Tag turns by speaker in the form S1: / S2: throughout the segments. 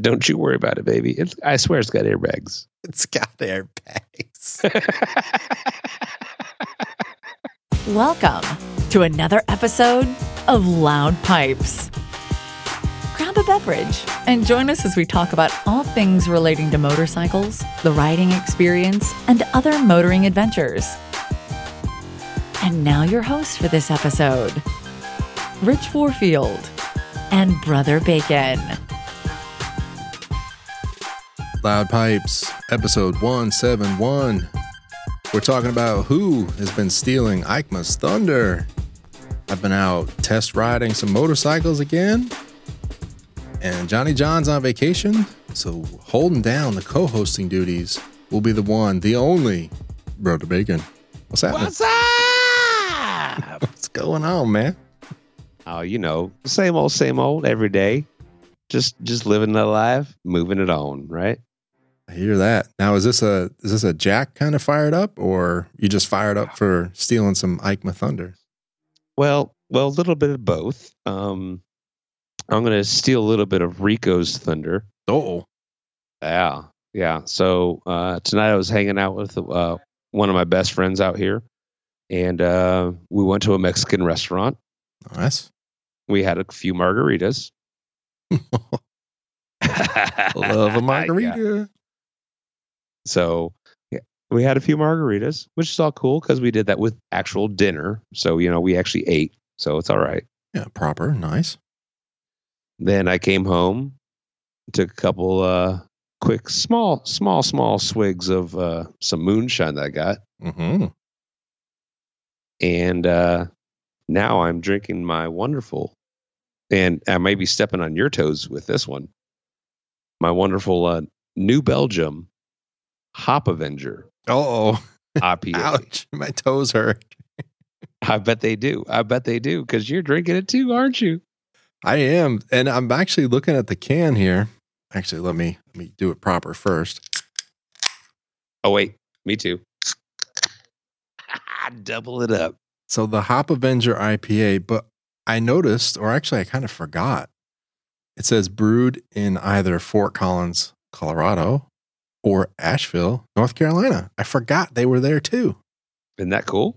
S1: Don't you worry about it, baby. It's, I swear it's got airbags.
S2: It's got airbags.
S3: Welcome to another episode of Loud Pipes. Grab a beverage and join us as we talk about all things relating to motorcycles, the riding experience, and other motoring adventures. And now, your host for this episode, Rich Warfield and Brother Bacon.
S2: Loud Pipes, episode 171. We're talking about who has been stealing Eichmann's thunder. I've been out test riding some motorcycles again. And Johnny John's on vacation, so holding down the co hosting duties will be the one, the only Brother Bacon. What's happening?
S1: What's up?
S2: What's going on, man?
S1: oh, you know, same old, same old every day. Just just living the life, moving it on, right?
S2: I hear that. Now is this a is this a jack kind of fired up or you just fired up for stealing some Eichmann thunder?
S1: Well, well, a little bit of both. Um, I'm going to steal a little bit of Rico's thunder.
S2: Oh.
S1: Yeah, yeah. So uh, tonight I was hanging out with uh, one of my best friends out here, and uh, we went to a Mexican restaurant.
S2: Nice.
S1: We had a few margaritas.
S2: Love a margarita.
S1: Yeah. So yeah, we had a few margaritas, which is all cool because we did that with actual dinner. So you know we actually ate, so it's all right.
S2: Yeah, proper, nice.
S1: Then I came home, took a couple uh, quick, small, small, small swigs of uh, some moonshine that I got,
S2: Mm-hmm.
S1: and uh, now I'm drinking my wonderful, and I may be stepping on your toes with this one. My wonderful uh, New Belgium Hop Avenger
S2: Oh,
S1: IPA.
S2: ouch! My toes hurt.
S1: I bet they do. I bet they do because you're drinking it too, aren't you?
S2: I am, and I'm actually looking at the can here. Actually, let me let me do it proper first.
S1: Oh wait, me too. Double it up.
S2: So the Hop Avenger IPA, but I noticed, or actually, I kind of forgot. It says brewed in either Fort Collins, Colorado, or Asheville, North Carolina. I forgot they were there too.
S1: Isn't that cool?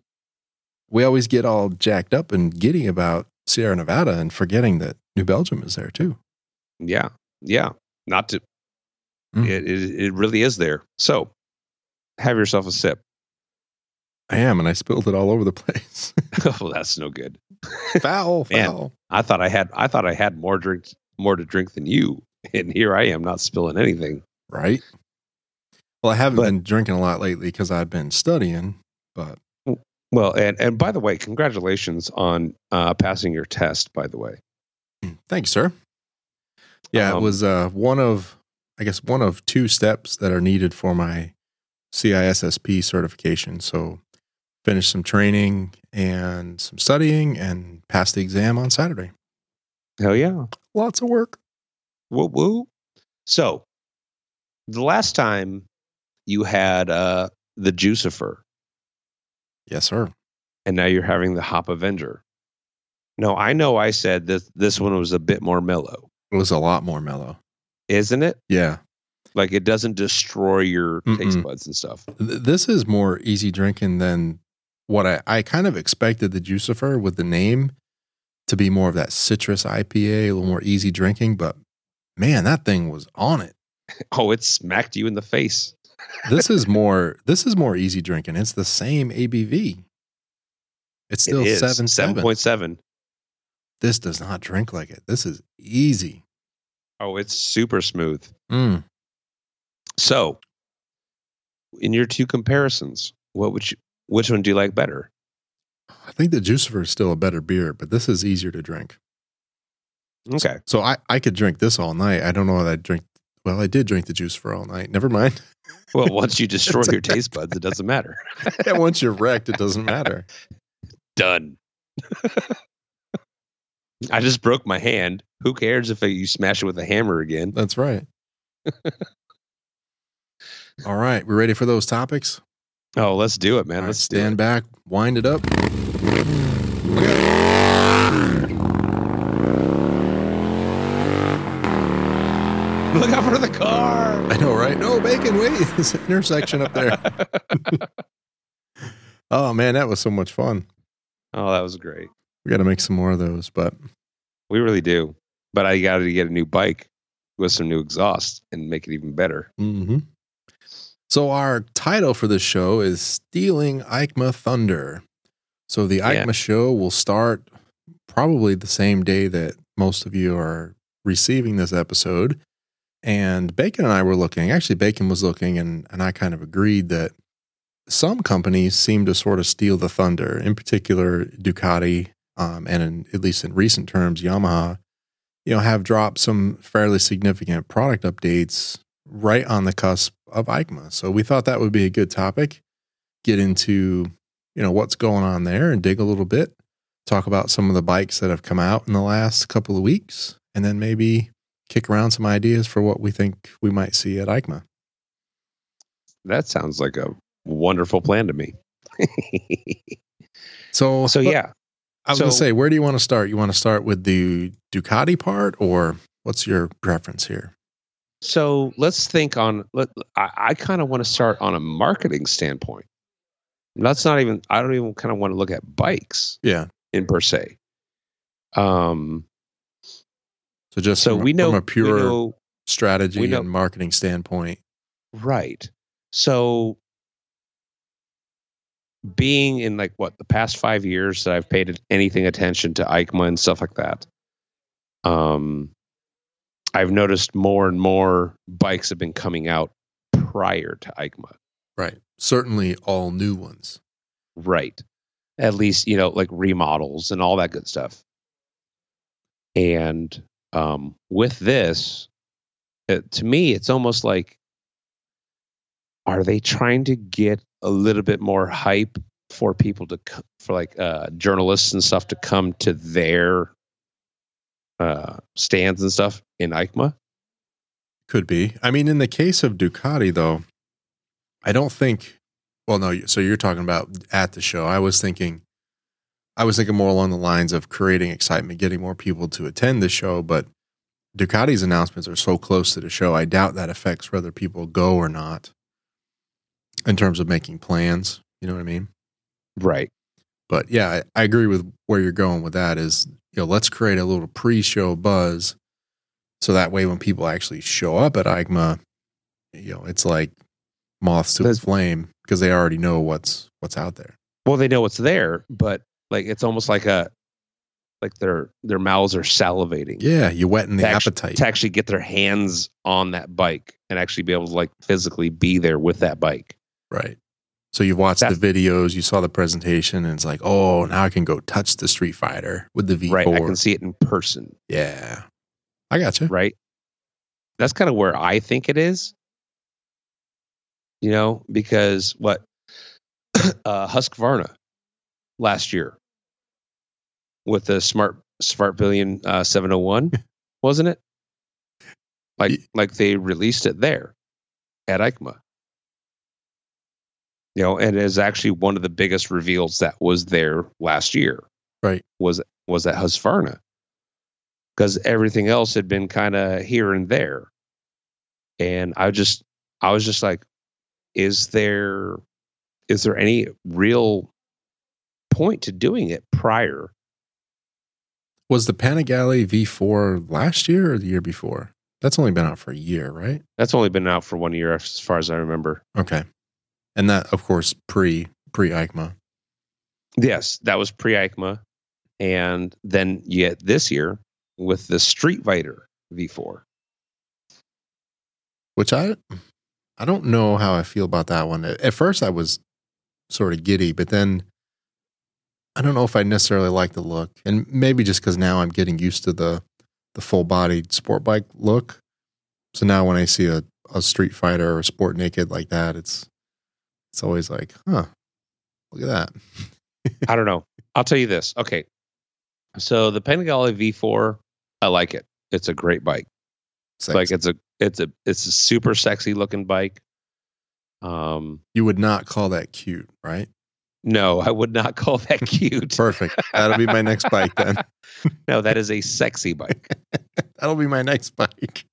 S2: We always get all jacked up and giddy about Sierra Nevada and forgetting that New Belgium is there too.
S1: Yeah, yeah. Not to.
S2: Mm.
S1: It, it it really is there. So, have yourself a sip.
S2: I am, and I spilled it all over the place.
S1: oh, that's no good.
S2: foul,
S1: Man.
S2: foul.
S1: I thought I had I thought I had more drink more to drink than you, and here I am not spilling anything.
S2: right? Well, I haven't
S1: But-
S2: been drinking a lot lately because I've been studying, but
S1: Well, and and by the way, congratulations on uh, passing your test. By the way,
S2: mm, thanks, sir. Yeah, it
S1: Um,
S2: was uh, one of, I guess, one of two steps that are needed for my CISSP certification. So, finished some training and some studying and passed the exam on Saturday.
S1: hell yeah,
S2: Lots of work.
S1: woo woo. So, the last time you had uh, the Juicifer,
S2: Yes, sir.
S1: and now you're having the Hop Avenger. No, I know I said that this one was a bit more mellow,
S2: It was a lot more mellow.
S1: isn't it?
S2: Yeah.
S1: Like it doesn't destroy your taste
S2: Mm-mm.
S1: buds and stuff.
S2: Th- this is more easy drinking than what I, I kind of expected the Juicifer with the name to be more of that citrus IPA, a little more easy drinking, but man, that thing was on it.
S1: Oh, it smacked you in the face.
S2: This is more this is more easy drinking. It's the same ABV. It's still
S1: it is
S2: seven seven.
S1: point seven.
S2: This does not drink like it. This is easy.
S1: Oh, it's super smooth.
S2: Mm.
S1: So, in your two comparisons, what would you, which one do you like better?
S2: I think the Juicifer is still a better beer, but this is easier to drink.
S1: Okay,
S2: So I, I could drink this all night. I don't know that I drink. Well, I did drink the juice for all night. Never mind.
S1: well, once you destroy
S2: It's
S1: your
S2: okay.
S1: taste buds, it doesn't matter.
S2: yeah, once you're wrecked, it doesn't matter.
S1: Done. I just broke my hand. Who cares if you smash it with a hammer again?
S2: That's right. All right, we're ready for those topics.
S1: Oh, let's do it, man.
S2: All right,
S1: let's do
S2: stand
S1: it.
S2: back, wind it up.
S1: Look out for the car.
S2: I know, right? No, Bacon, wait. There's an intersection up there. oh, man, that was so much fun.
S1: Oh, that was great.
S2: We got to make some more of those, but
S1: We really do. But I got to get a new bike with some new exhaust and make it even better.
S2: Mm-hmm. So our title for this show is "Stealing Ikema Thunder." So the
S1: Yeah.
S2: Ikema show will start probably the same day that most of you are receiving this episode. And Bacon and I were looking. Actually, Bacon was looking, and and I kind of agreed that some companies seem to sort of steal the thunder. In particular, Ducati, um, and in, at least in recent terms, Yamaha, you know, have dropped some fairly significant product updates right on the cusp of EICMA. So we thought that would be a good topic. Get into, you know, what's going on there and dig a little bit. Talk about some of the bikes that have come out in the last couple of weeks and then maybe kick around some ideas for what we think we might see at EICMA.
S1: That sounds like a wonderful plan to me.
S2: So,
S1: so, yeah.
S2: I was
S1: so-
S2: going to say, where do you want to start? You want to start with the Ducati part or what's your preference here?
S1: So let's think on. Let, I, I kind of want to start on a marketing standpoint. That's not even. I don't even kind of want to look at bikes
S2: Yeah.
S1: in per se. Um.
S2: So just
S1: So
S2: from, a-
S1: we know
S2: from a pure
S1: We know,
S2: strategy
S1: we know-
S2: and marketing standpoint.
S1: right. So being in like what the past five years that I've paid anything attention to EICMA and stuff like that, um, I've noticed more and more bikes have been coming out prior to EICMA.
S2: Right. Certainly all new ones.
S1: Right. At least, you know, like remodels and all that good stuff. And um, with this, it, to me, it's almost like are they trying to get a little bit more hype for people to, c- for like uh, journalists and stuff to come to their uh, stands and stuff in EICMA?
S2: Could be. I mean, in the case of Ducati, though, I don't think. Well, no. So you're talking about at the show. I was thinking, I was thinking more along the lines of creating excitement, getting more people to attend the show. But Ducati's announcements are so close to the show. I doubt that affects whether people go or not. In terms of making plans, you know what I mean.
S1: Right.
S2: But yeah, I, I agree with where you're going with that is, you know, let's create a little pre-show buzz so that way when people actually show up at IGMA, you know, it's like moths to a
S1: That's-
S2: flame because they already know what's what's out there.
S1: Well, they know what's there, but like it's almost like a, like their their mouths are salivating.
S2: Yeah, you whetten the
S1: to actu-
S2: appetite.
S1: to actually get their hands on that bike and actually be able to like physically be there with that bike.
S2: right. So you've watched
S1: That's-
S2: the videos, you saw the presentation, and it's like, oh, now I can go touch the Street Fighter with the V4.
S1: Right. I can see it in person.
S2: yeah. I got you.
S1: Right. That's kind of where I think it is. You know, because what uh Husqvarna last year with the smart smart billion uh 701, wasn't it? Like
S2: Ye-
S1: like they released it there at EICMA. You know, and it is actually one of the biggest reveals that was there last year.
S2: Right.
S1: Was was at Husqvarna because everything else had been kind of here and there. And I just, I was just like, is there, is there any real point to doing it prior?
S2: Was the Panigale V4 last year or the year before? That's only been out for a year, right?
S1: That's only been out for one year, as far as I remember.
S2: Okay. And that, of course, pre pre ICMA.
S1: Yes, that was pre EICMA, and then yet this year with the Street Fighter V4.
S2: which I I don't know how I feel about that one. At at first, I was sort of giddy, but then I don't know if I necessarily like the look, and maybe just because now I'm getting used to the the full bodied sport bike look. So now when I see a, a Street Fighter or a Sport Naked like that, it's it's always like, huh, look at that.
S1: I don't know. I'll tell you this. Okay. So the Panigale V4, I like it. It's a great bike.
S2: It's
S1: Like it's a it's a it's a super sexy looking bike. Um
S2: you would not call that cute, right?
S1: no, I would not call that cute.
S2: Perfect. That'll be my next bike then.
S1: no, that is a sexy bike.
S2: That'll be my next bike.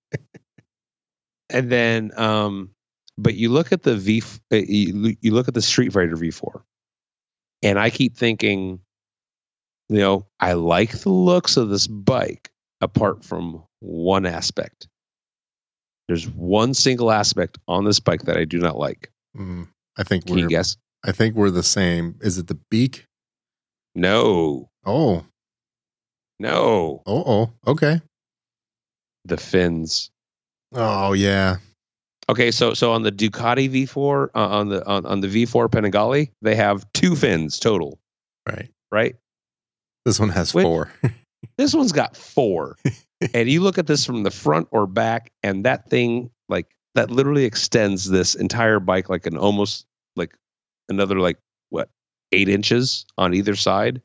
S1: and then um but you look at the v uh, you, you look at the street fighter v4 and i keep thinking you know i like the looks of this bike apart from one aspect there's one single aspect on this bike that i do not like
S2: Mm, I think
S1: can you
S2: we're.
S1: guess
S2: I think we're the same. Is it the beak?
S1: no
S2: Oh,
S1: no
S2: oh, oh. Okay.
S1: the fins
S2: Oh yeah.
S1: Okay, so so on the Ducati V4 uh, on the on, on the V4 Panigale, they have two fins total,
S2: Right.
S1: right?
S2: This one has
S1: Which-
S2: four.
S1: This one's got four. and you look at this from the front or back and that thing like that literally extends this entire bike like an almost like another like what? 8 inches on either side.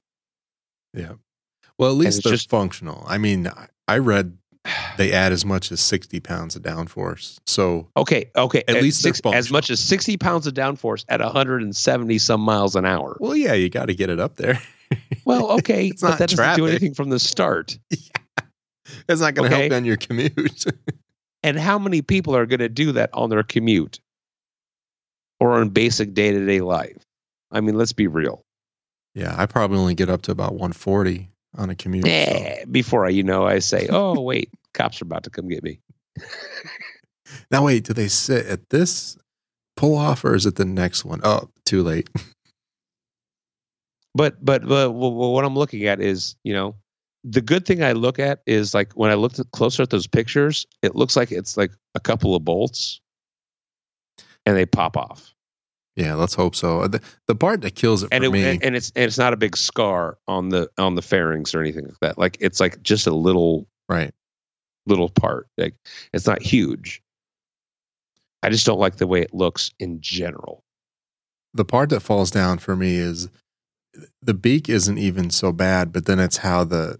S2: Well, at least
S1: it's
S2: they're
S1: just-
S2: functional. I mean, I- I read they add as much as 60 pounds of downforce. So,
S1: Okay, okay.
S2: At least they're
S1: six, as
S2: functional.
S1: much as 60 pounds of downforce at 170 some miles an hour.
S2: well, yeah, you got to get it up there.
S1: Well, okay,
S2: It's
S1: but
S2: not
S1: that doesn't do
S2: traffic.
S1: anything from the start.
S2: It's not going to
S1: Okay.
S2: help you on your commute.
S1: and how many people are going to do that on their commute or on basic day-to-day life i mean let's be real
S2: yeah, I probably only get up to about 140 on a commute. so-
S1: Eh, before i you know i say oh wait cops are about to come get me
S2: Now, wait, do they sit at this pull off or is it the next one? Oh, too late.
S1: but but, but wh- wh- what i'm looking at is you know the good thing i look at is like when i looked at closer at those pictures it looks like it's like a couple of bolts and they pop off
S2: Yeah, let's hope so. Uh, The, the part that kills it for
S1: and it,
S2: me.
S1: and it's and it's not a big scar on the on the fairings or anything like that like it's like just a little
S2: right.
S1: little part. Like it's not huge. I just don't like the way it looks in general.
S2: the part that falls down for me is the beak isn't even so bad, but then it's how the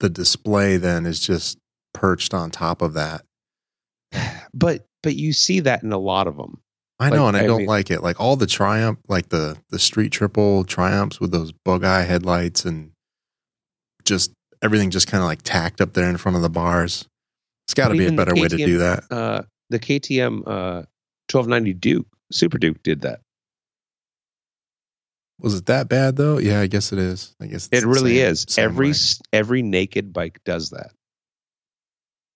S2: the display then is just perched on top of that.
S1: But but you see that in a lot of them.
S2: I know,
S1: Like,
S2: and I,
S1: I
S2: don't
S1: mean-
S2: like it. Like all the Triumph, like the the Street Triple Triumphs with those bug eye headlights and just everything just kind of like tacked up there in front of the bars. It's got to
S1: But
S2: be a
S1: even the
S2: better way to
S1: KTM
S2: do that.
S1: Uh, the KTM uh, 1290 Duke Super Duke did that.
S2: Was it that bad though? Yeah, I guess it is. I guess it's
S1: it
S2: the
S1: really
S2: same-
S1: is.
S2: same
S1: Every
S2: way.
S1: s every naked bike does that.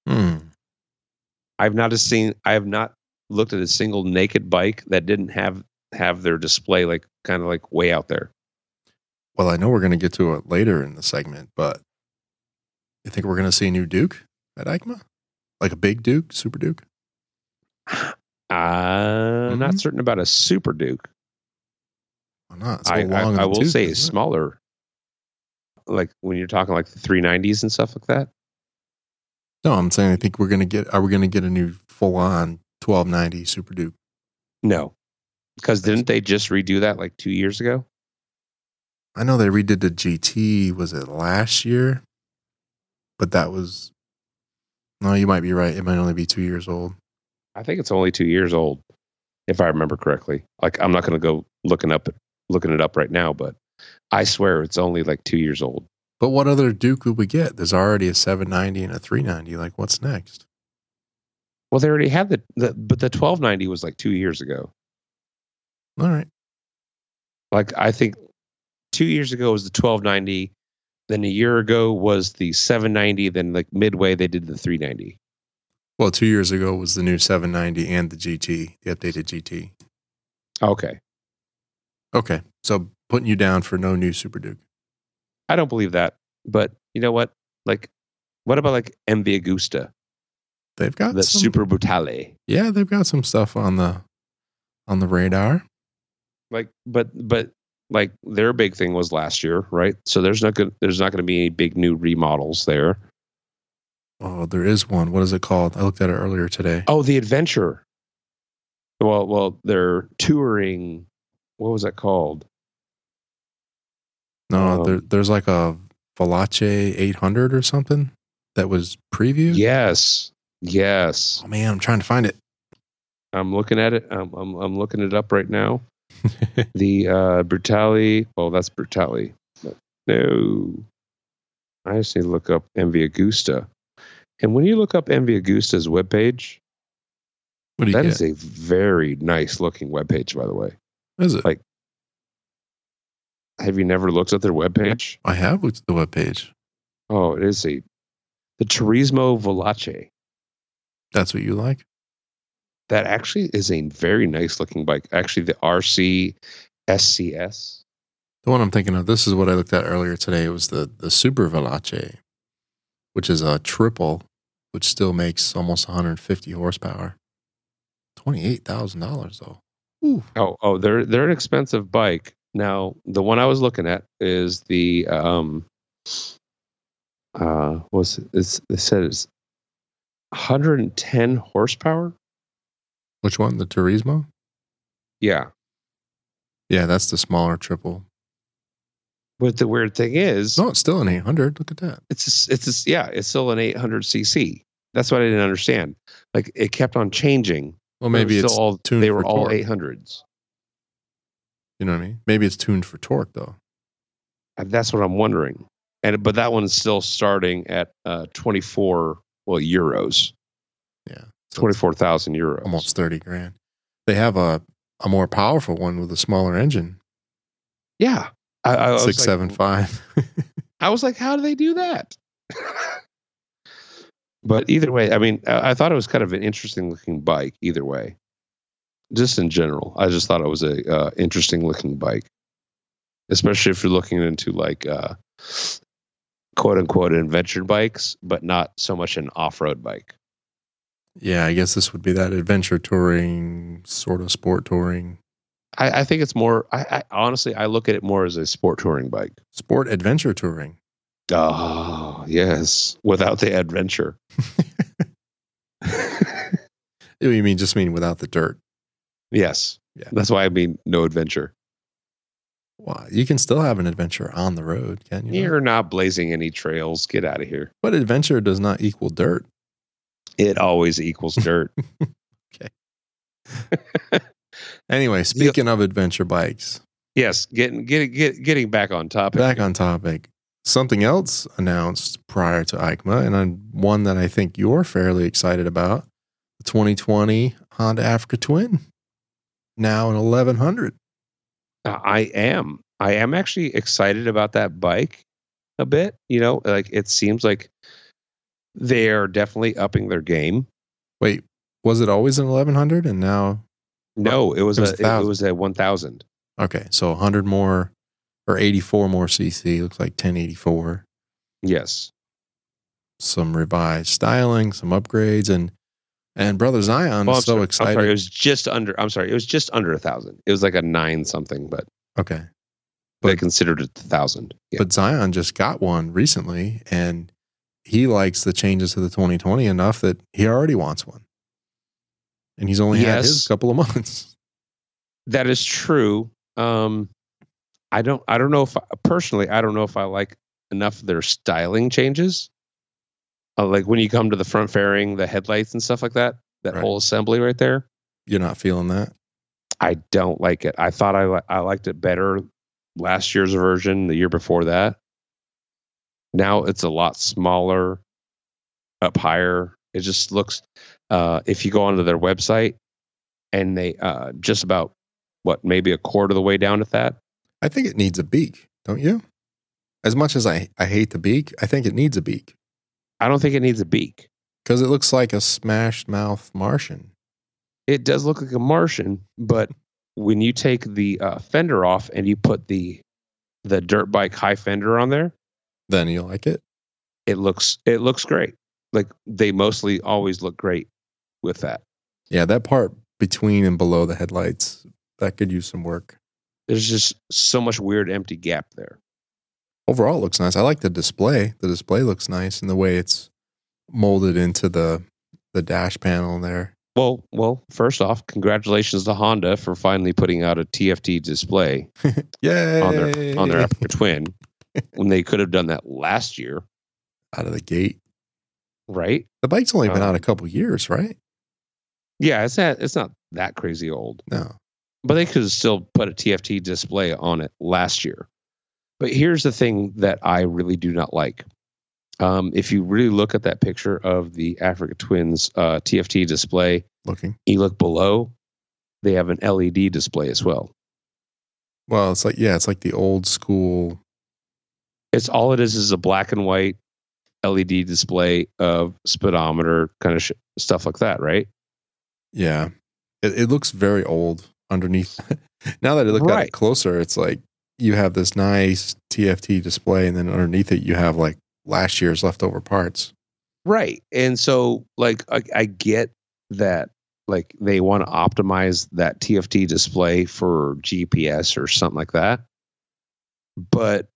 S2: Hmm.
S1: I've not a seen. I have not looked at a single naked bike that didn't have have their display like kind of like way out there.
S2: Well, I know we're going to get to it later in the segment, but you think we're going to see a new Duke at EICMA? Like a big Duke, Super Duke?
S1: Uh, am Not
S2: Mhm.
S1: certain about a Super Duke.
S2: Why not? It's a
S1: I,
S2: little long
S1: I,
S2: in
S1: I
S2: the
S1: will
S2: tooth,
S1: say
S2: isn't
S1: it's
S2: it?
S1: smaller. Like when you're talking like the 390s and stuff like that.
S2: No, I'm saying I think we're going to get, are we going to get a new full on 1290 Super Duke?
S1: No, because didn't they just redo that like two years ago?
S2: I know they redid the GT, was it last year? But that was, no, you might be right. It might only be two years old.
S1: I think it's only two years old, if I remember correctly. Like I'm not going to go looking up looking it up right now, but I swear it's only like two years old.
S2: But what other Duke would we get? There's already a 790 and a 390. Like, what's next?
S1: Well, they already had the, the but the 1290 was like two years ago.
S2: All right.
S1: Like I think two years ago was the 1290, then a year ago was the 790, then like midway they did the 390.
S2: Well, two years ago was the new 790 and the GT, the updated GT.
S1: Okay.
S2: Okay. So putting you down for no new Super Duke.
S1: I don't believe that. But you know what? Like, what about like MV Agusta,
S2: They've got
S1: the
S2: some-
S1: Super Brutale?
S2: Yeah, they've got some stuff on the on the radar.
S1: Like, but but like their big thing was last year, right? So there's not going there's not going to be any big new remodels there.
S2: Oh, there is one. What is it called? I looked at it earlier today.
S1: Oh, the Adventure. Well, well, they're touring. What was that called?
S2: no,
S1: um,
S2: there, there's like a Veloce 800 or something that was previewed.
S1: Yes, yes.
S2: Oh man, I'm trying to find it.
S1: I'm looking at it. I'm I'm, I'm looking it up right now. the uh Brutali. Well, that's Brutali. But No, I just need to look up MV Agusta. And when you look up MV Agusta's webpage,
S2: What do you
S1: That
S2: get?
S1: is a very nice looking webpage, by the way.
S2: Is it?
S1: like- Have you never looked at their webpage?
S2: I have looked at the webpage.
S1: Oh, it is a the Turismo Veloce.
S2: That's what you like.
S1: That actually is a very nice looking bike. Actually, the RC SCS.
S2: The one I'm thinking of. This is what I looked at earlier today. It was the the Super Veloce, which is a triple, which still makes almost 150 horsepower. Twenty eight thousand dollars though. Ooh.
S1: Oh, oh, they're they're an expensive bike. Now, the one I was looking at is the um uh what's it? It's, it said it's 110 horsepower.
S2: Which one? The Turismo?
S1: Yeah.
S2: Yeah, that's the smaller triple.
S1: But the weird thing is,
S2: No, it's still an 800. Look at that.
S1: it's a, it's a, yeah, it's still an 800 cc. That's what I didn't understand. Like it kept on changing.
S2: Well,
S1: but it was
S2: maybe
S1: still
S2: it's
S1: all
S2: tuned
S1: they
S2: for
S1: were all
S2: torque.
S1: 800s.
S2: You know what I mean? Maybe it's tuned for torque though.
S1: And Uh, that's what I'm wondering. And but that one's still starting at uh 24 well euros,
S2: Yeah. So it's
S1: 24,000 euros.
S2: almost 30 grand. They have a a more powerful one with a smaller engine.
S1: Yeah. I, I, Oh, was like,
S2: Six seven five.
S1: I was like, how do they do that? but either way, I mean, I, I thought it was kind of an interesting looking bike. Either way, just in general, I just thought it was a uh, interesting looking bike, especially if you're looking into like uh, quote unquote adventure bikes, but not so much an off road bike.
S2: Yeah, I guess this would be that adventure touring, sort of sport touring,
S1: I, I think it's more. I, I honestly, I look at it more as a sport touring bike.
S2: sport adventure touring.
S1: Oh yes, without the adventure.
S2: You mean just mean without the dirt?
S1: Yes.
S2: Yeah.
S1: That's why I mean no adventure.
S2: Wow, you can still have an adventure on the road, can you?
S1: You're not blazing any trails. Get out of here.
S2: But adventure does not equal dirt.
S1: It always equals dirt.
S2: Anyway, speaking of adventure bikes,
S1: yes, getting getting get, getting back on topic.
S2: back on topic. Something else announced prior to EICMA, and I'm- one that I think you're fairly excited about: the 2020 Honda Africa Twin, now an 1100.
S1: Uh, I am. I am actually excited about that bike a bit. You know, like it seems like they are definitely upping their game.
S2: Wait, was it always an 1100, and now
S1: No, it was,
S2: It was
S1: a, it,
S2: 1,000.
S1: was a one thousand.
S2: Okay, so 100 more or 84 more cc looks like 1084.
S1: Yes.
S2: Some revised styling, some upgrades, and and brother Zion
S1: Well,
S2: is so
S1: sorry,
S2: excited.
S1: I'm sorry. It was just under. I'm sorry. It was just under a thousand. It was like a nine something, but,
S2: okay,
S1: they
S2: But-
S1: considered it a thousand. Yeah.
S2: but Zion just got one recently, and he likes the changes to the 2020 enough that he already wants one, and he's only had his
S1: Yes.
S2: couple of months.
S1: that is true um i don't i don't know if personally i don't know if i like enough of their styling changes uh, like when you come to the front fairing the headlights and stuff like that that
S2: Right.
S1: whole assembly right there
S2: You're not feeling that?
S1: i don't like it i thought i li- i liked it better last year's version the year before that now it's a lot smaller up higher it just looks uh if you go onto their website and they uh just about what maybe a quarter of the way down at that
S2: I think it needs a beak, don't you? As much as I, I hate the beak, I think it needs a beak.
S1: I don't think it needs a beak.
S2: Because it looks like a smashed mouth Martian.
S1: It does look like a Martian, but when you take the uh, fender off and you put the the dirt bike high fender on there,
S2: Then you like it.
S1: it looks it looks great. Like they mostly always look great with that.
S2: Yeah, that part between and below the headlights, that could use some work.
S1: There's just so much weird empty gap there.
S2: Overall, it looks nice. I like the display. The display looks nice and the way it's molded into the the dash panel there.
S1: Well, well, first off, congratulations to Honda for finally putting out a TFT display
S2: Yay!
S1: on their on their Africa Twin when they could have done that last year,
S2: out of the gate.
S1: right?
S2: The bike's only been
S1: Um,
S2: out a couple years, right?
S1: Yeah, it's not it's not that crazy old.
S2: No.
S1: but they could have still put a TFT display on it last year. But here's the thing that I really do not like Um, if you really look at that picture of the Africa Twins uh, TFT display,
S2: Looking.
S1: you look below, they have an LED display as well.
S2: Well, it's like yeah, it's like the old school.
S1: It's all it is is a black and white LED display of speedometer kind of sh- stuff like that, right?
S2: Yeah, it, it looks very old underneath. now that I look at it
S1: Right.
S2: closer, it's like you have this nice TFT display, and then underneath it you have like last year's leftover parts.
S1: Right. And so, like, I, I get that, like, they want to optimize that TFT display for GPS or something like that. But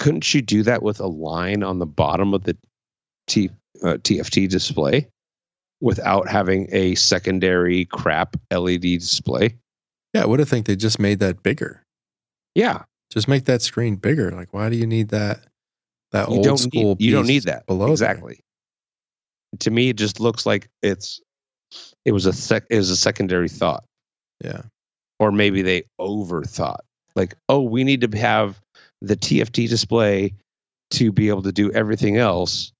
S1: couldn't you do that with a line on the bottom of the T, uh, TFT display without having a secondary crap LED display?
S2: Yeah, I would have think they just made that bigger.
S1: Yeah.
S2: Just make that screen bigger. Like, why do you need that? That
S1: You
S2: old
S1: don't,
S2: school.
S1: need, you don't
S2: piece
S1: need that.
S2: below there?
S1: exactly. To me, it just looks like it's, it was a sec, it was a secondary thought.
S2: Yeah.
S1: or maybe they overthought like oh we need to have the tft display to be able to do everything else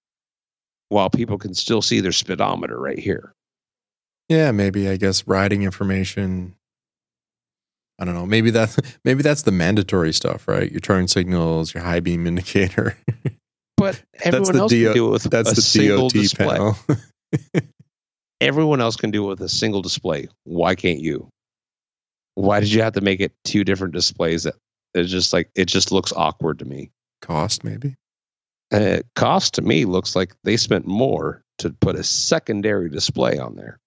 S1: while people can still see their speedometer right here
S2: Yeah, maybe I guess riding information. I don't know. Maybe that maybe that's the mandatory stuff, right? Your turn signals, your high beam indicator.
S1: but everyone
S2: the
S1: else
S2: DO
S1: can do it with
S2: that's
S1: a
S2: the
S1: single
S2: DOT
S1: display
S2: panel.
S1: everyone else can do it with a single display why can't you why did you have to make it two different displays that it's just like it just looks awkward to me
S2: Cost maybe.
S1: uh, cost to me looks like they spent more to put a secondary display on there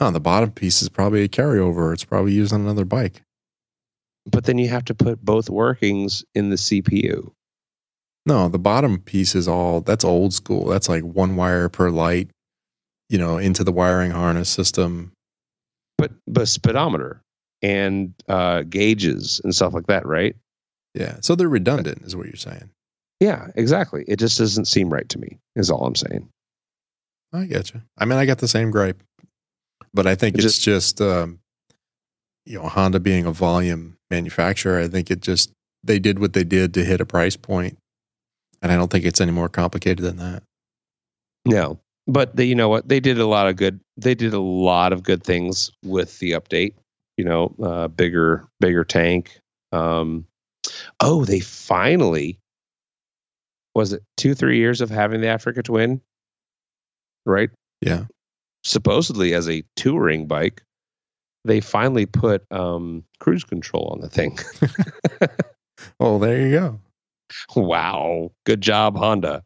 S2: No, the bottom piece is probably a carryover. It's probably used on another bike.
S1: but then you have to put both workings in the CPU.
S2: No, the bottom piece is all that's old school. That's like one wire per light, you know, into the wiring harness system.
S1: But but speedometer and uh, gauges and stuff like that, right?
S2: Yeah. So they're redundant is what you're saying.
S1: Yeah, exactly. It just doesn't seem right to me. Is all I'm saying.
S2: I get you. I mean, I got the same gripe, but I think
S1: It
S2: it's just, um, you know, Honda being a volume manufacturer. I think it just they did what they did to hit a price point, and I don't think it's any more complicated than that.
S1: No, but they, you know what? They did a lot of good. They did a lot of good things with the update. You know, uh, bigger bigger tank. Um, oh, they finally was it two three years of having the Africa Twin, right?
S2: Yeah.
S1: supposedly as a touring bike, they finally put um, cruise control on the thing.
S2: Oh, there you go.
S1: wow, good job, Honda.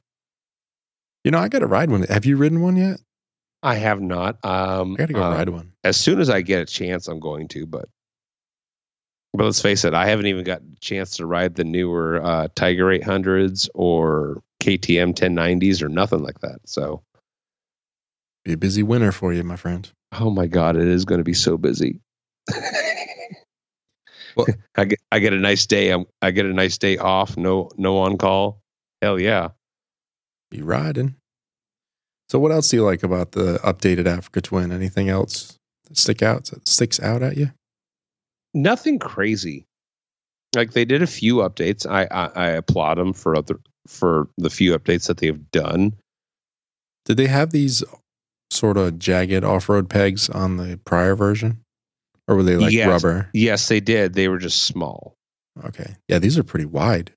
S2: You know, I got to ride one. Have you ridden one yet?
S1: I have not. Um,
S2: I got to go
S1: uh,
S2: ride one.
S1: As soon as I get a chance, I'm going to. But but let's face it, I haven't even got a chance to ride the newer uh, Tiger 800s or KTM 1090s or nothing like that. So
S2: Be a busy winter for you, my friend.
S1: oh my god, it is going to be so busy.
S2: Well-
S1: I get I get a nice day. I'm, I get a nice day off. No no on call. Hell yeah.
S2: Be riding. So, what else do you like about the updated Africa Twin? Anything else that stick out sticks out at you?
S1: Nothing crazy. Like they did a few updates. I I, I applaud them for other for the few updates that they've done.
S2: Did they have these sort of jagged off-road pegs on the prior version, or were they like
S1: Yes.
S2: rubber?
S1: Yes, they did. They were just small.
S2: Okay, yeah, these are pretty wide.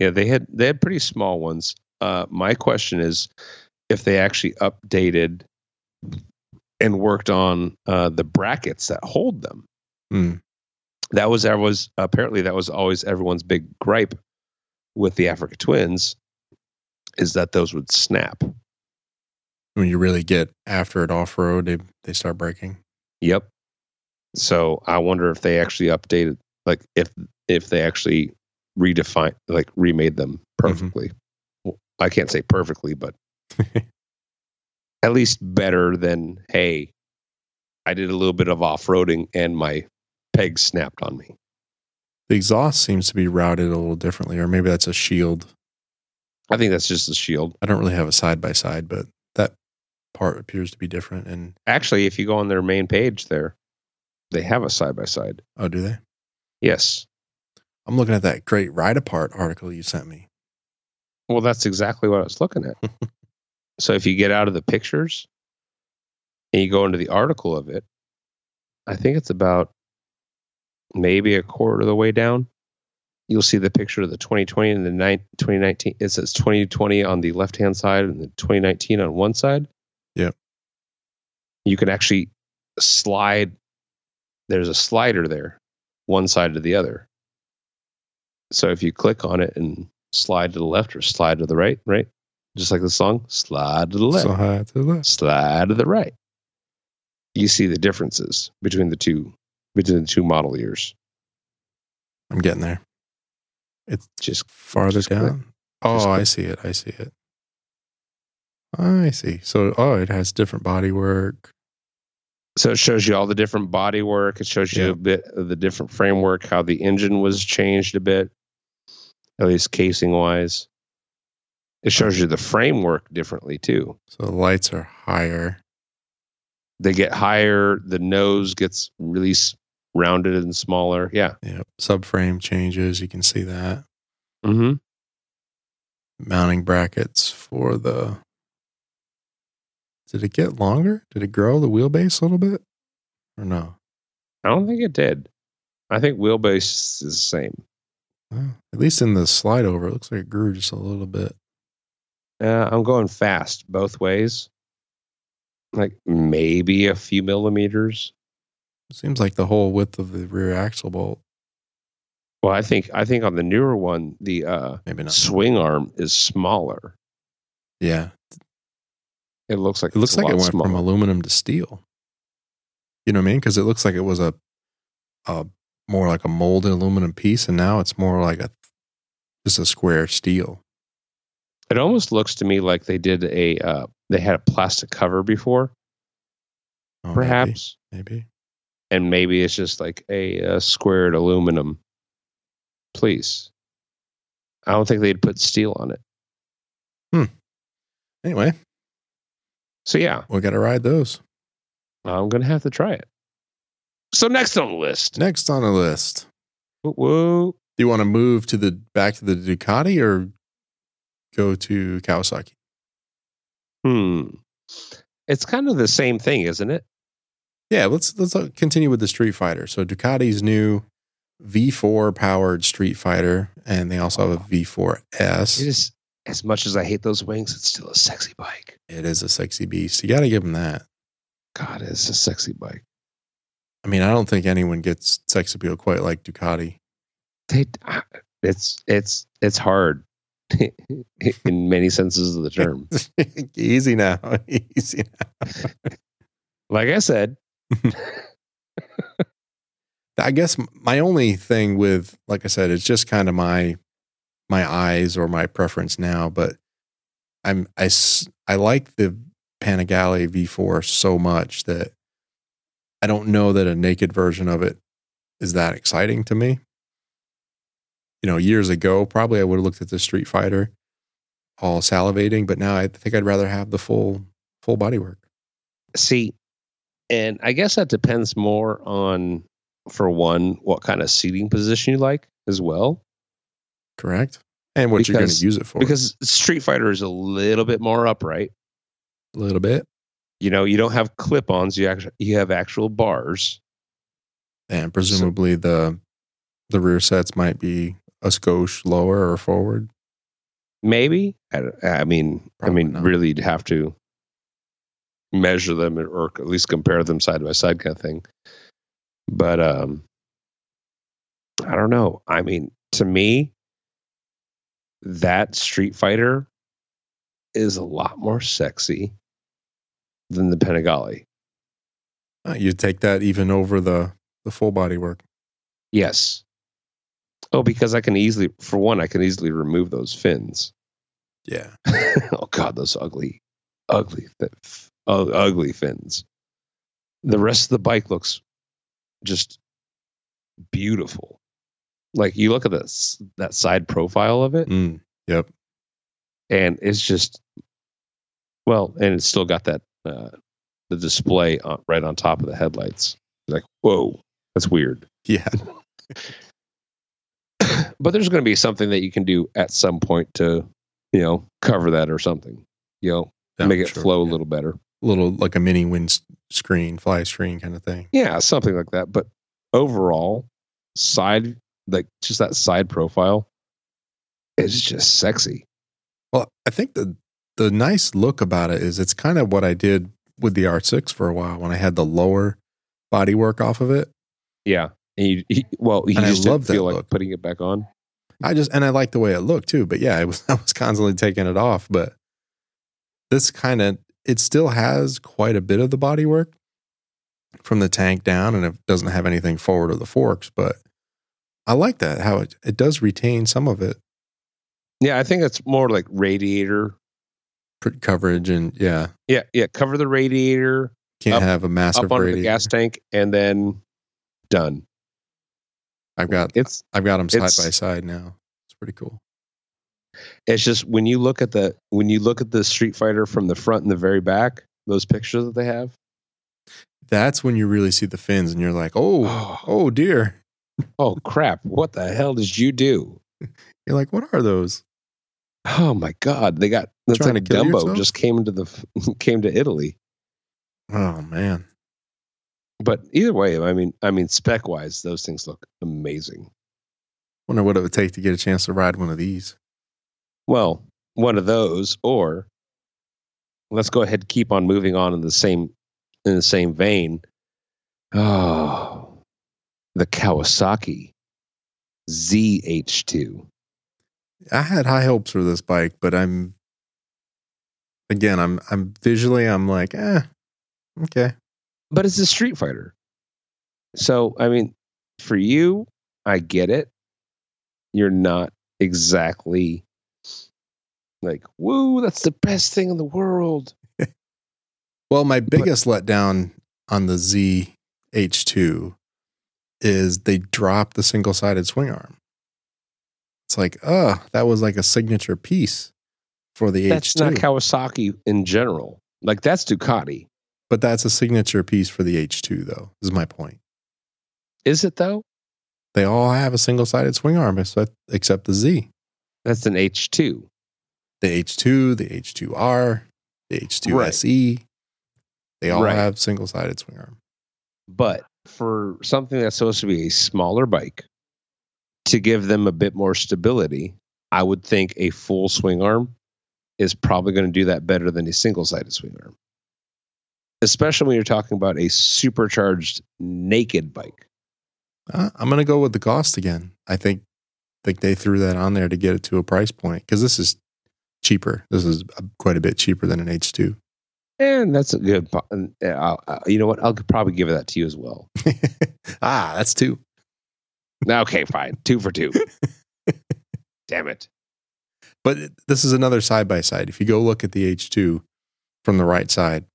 S1: Yeah, they had they had pretty small ones. Uh, my question is if they actually updated and worked on uh, the brackets that hold them.
S2: Hmm.
S1: that was that was apparently that was always everyone's big gripe with the Africa Twins is that those would snap.
S2: When you really get after it off-road, they they start breaking.
S1: Yep. So I wonder if they actually updated, like if if they actually redefined, like remade them perfectly. Well, I can't say perfectly, but at least better than hey, I did a little bit of off roading and my peg snapped on me.
S2: The exhaust seems to be routed a little differently, or maybe that's a shield.
S1: I think that's just the shield.
S2: I don't really have a side by side, but that part appears to be different. And
S1: actually if you go on their main page there they have a side by side
S2: oh, do they?
S1: yes
S2: I'm looking at that great ride apart article you sent me.
S1: Well, that's exactly what I was looking at. so if you get out of the pictures and you go into the article of it, I think it's about maybe a quarter of the way down. You'll see the picture of the 2020 and the nine- 2019. It says 2020 on the left hand side and the 2019 on one side.
S2: Yep.
S1: You can actually slide. There's a slider there, one side to the other. So if you click on it and slide to the left or slide to the right, right? Just like the song, slide to the left,
S2: Slide to the left.
S1: slide to the right. You see the differences between the two between the two model years.
S2: I'm getting there. It's
S1: Just
S2: farther
S1: just click.
S2: down.
S1: Just
S2: Oh, I
S1: click.
S2: see it. I see it. I see. So, oh, it has different body work.
S1: so it shows you all the different body work. It shows you
S2: Yeah.
S1: a bit of the different framework, how the engine was changed a bit, at least casing wise. It shows you the framework differently too.
S2: So the lights are higher.
S1: They get higher, the nose gets really s- rounded and smaller. Yeah.
S2: Yep. Subframe changes. You can see that.
S1: Mm-hmm.
S2: Mounting brackets for the. Did it get longer? Did it grow the wheelbase a little bit? Or no?
S1: I don't think it did. I think wheelbase is the same.
S2: Oh, at least in the slide over, it looks like it grew just a little bit.
S1: Uh, I'm going fast both ways. Like maybe a few millimeters.
S2: seems like the whole width of the rear axle bolt.
S1: Well, I think I think on the newer one, the uh,
S2: Maybe not.
S1: swing arm is smaller.
S2: Yeah.
S1: It looks like
S2: It looks
S1: it's a
S2: like it
S1: lot
S2: went from
S1: smaller.
S2: aluminum to steel. You know what I mean? Because it looks like it was a, a more like a molded aluminum piece, and now it's more like a just a square steel.
S1: It almost looks to me like they did a uh, they had a plastic cover before,
S2: Oh, maybe,
S1: perhaps,
S2: maybe.
S1: and maybe it's just like a, uh squared aluminum. Please, I don't think they'd put steel on it.
S2: Anyway,
S1: So yeah,
S2: we got to ride those.
S1: I'm gonna have to try it. So next on the list,
S2: Next on the list,
S1: Whoop, whoop.
S2: do you want to move to the back to the Ducati or go to Kawasaki?
S1: hmm, it's kind of the same thing, isn't it?
S2: Yeah, let's let's uh, continue with the Street Fighter. So Ducati's new V4 powered Street Fighter, and they also have a V4S.
S1: It is as much as I hate those wings, it's still a sexy bike.
S2: It is a sexy beast. You got to give him that.
S1: God, it's a sexy bike.
S2: I mean, I don't think anyone gets sex appeal quite like Ducati.
S1: They, ah, it's it's it's hard in many senses of the term.
S2: Easy now. Easy now.
S1: Like I said,
S2: I guess my only thing with, like I said, it's just kind of my my eyes or my preference now. But I'm I s- I like the Panigale V4 so much that I don't know that a naked version of it is that exciting to me. You know, years ago, probably I would have looked at the Street Fighter all salivating, but now I think I'd rather have the full full bodywork.
S1: see, and I guess that depends more on, for one, what kind of seating position you like as well.
S2: Correct. And what you're going to
S1: Because-
S2: use it for?
S1: Because Street Fighter is a little bit more upright.
S2: a little bit
S1: You know, you don't have clip-ons. You actually you have actual bars.
S2: and presumably the the rear sets might be a skosh lower or forward.
S1: Maybe. I, don't- I mean,
S2: Probably
S1: I mean,
S2: not.
S1: really, you'd have to measure them or, or at least compare them side by side, kind of thing. But um, I don't know. I mean, to me, that Street Fighter is a lot more sexy than the Pentagali.
S2: Uh, You take that even over the the full body work.
S1: Yes. Oh, because I can easily, for one, I can easily remove those fins.
S2: Yeah,
S1: oh god, those ugly, ugly, th- f- u- ugly fins. The rest of the bike looks just beautiful. Like you look at this that side profile of it,
S2: mm,
S1: and it's just well, and it's still got that uh, the display on, right on top of the headlights. Like whoa, that's weird.
S2: yeah.
S1: But there's going to be something that you can do at some point to you know, cover that or something, you know,
S2: Yeah,
S1: make it
S2: sure,
S1: flow a
S2: yeah.
S1: little better.
S2: Little like a mini wind screen, fly screen kind of thing.
S1: Yeah, something like that. But overall, side, like just that side profile is just sexy.
S2: Well, I think the the nice look about it is it's kind of what I did with the R6 for a while when I had the lower bodywork off of it.
S1: Yeah. And you, he, well, you
S2: And I
S1: just didn't
S2: love that
S1: feel like
S2: look.
S1: putting it back on.
S2: I just and I liked the way it looked too. But yeah, I was I was constantly taking it off. But this kind of it still has quite a bit of the body work from the tank down, and it doesn't have anything forward of the forks. But I like that how it it does retain some of it
S1: Yeah. I think it's more like radiator.
S2: pr- coverage, and yeah,
S1: Yeah. Yeah. Cover the radiator
S2: can't
S1: Up-
S2: have a massive
S1: up under
S2: radiator.
S1: the gas tank and then done.
S2: I've got
S1: It's,
S2: I've got them side by
S1: it's-
S2: side now. It's pretty cool.
S1: it's just when you look at the, when you look at the Street Fighter from the front and the very back, those pictures that they have.
S2: That's when you really see the fins, and you're like, oh,
S1: Oh,
S2: oh dear.
S1: oh crap. What the hell did you do?
S2: You're like, what are those?
S1: Oh my God! They got that's
S2: Trying
S1: like
S2: to kill
S1: Dumbo
S2: yourself?
S1: just came to the came to Italy.
S2: Oh man,
S1: But either way, I mean, I mean, spec wise, those things look amazing.
S2: wonder what it would take to get a chance to ride one of these.
S1: Well, one of those, or let's go ahead and keep on moving on in the same in the same vein. Oh, the Kawasaki ZH2.
S2: I had high hopes for this bike, but I'm again, I'm I'm visually, I'm like, eh, okay,
S1: but it's a Street Fighter. So, I mean, for you, I get it. You're not exactly like, woo, that's the best thing in the world.
S2: Well, my biggest letdown on the ZH2 is they dropped the single sided swing arm. It's like, uh, that was like a signature piece for the
S1: That's not
S2: H2.
S1: Kawasaki in general. Like, that's Ducati.
S2: but that's a signature piece for the H2, though, is my point.
S1: Is it though?
S2: They all have a single sided swing arm except, except the Z.
S1: That's an H2.
S2: The H2, the H2R, the H2
S1: Right.
S2: SE. E. They all
S1: Right.
S2: have single sided swing arm.
S1: But for something that's supposed to be a smaller bike, to give them a bit more stability, I would think a full swing arm is probably going to do that better than a single sided swing arm. Especially when you're talking about a supercharged naked bike.
S2: Uh, I'm gonna go with the cost again. I think think they threw that on there to get it to a price point because this is cheaper. This is uh, quite a bit cheaper than an H2.
S1: And that's a good, po- and, uh, I'll- I'll- you know what? I'll probably give that to you as well.
S2: ah, that's two.
S1: okay, fine. Two for two. Damn it.
S2: But it- this is another side by side. If you go look at the H2 from the right side,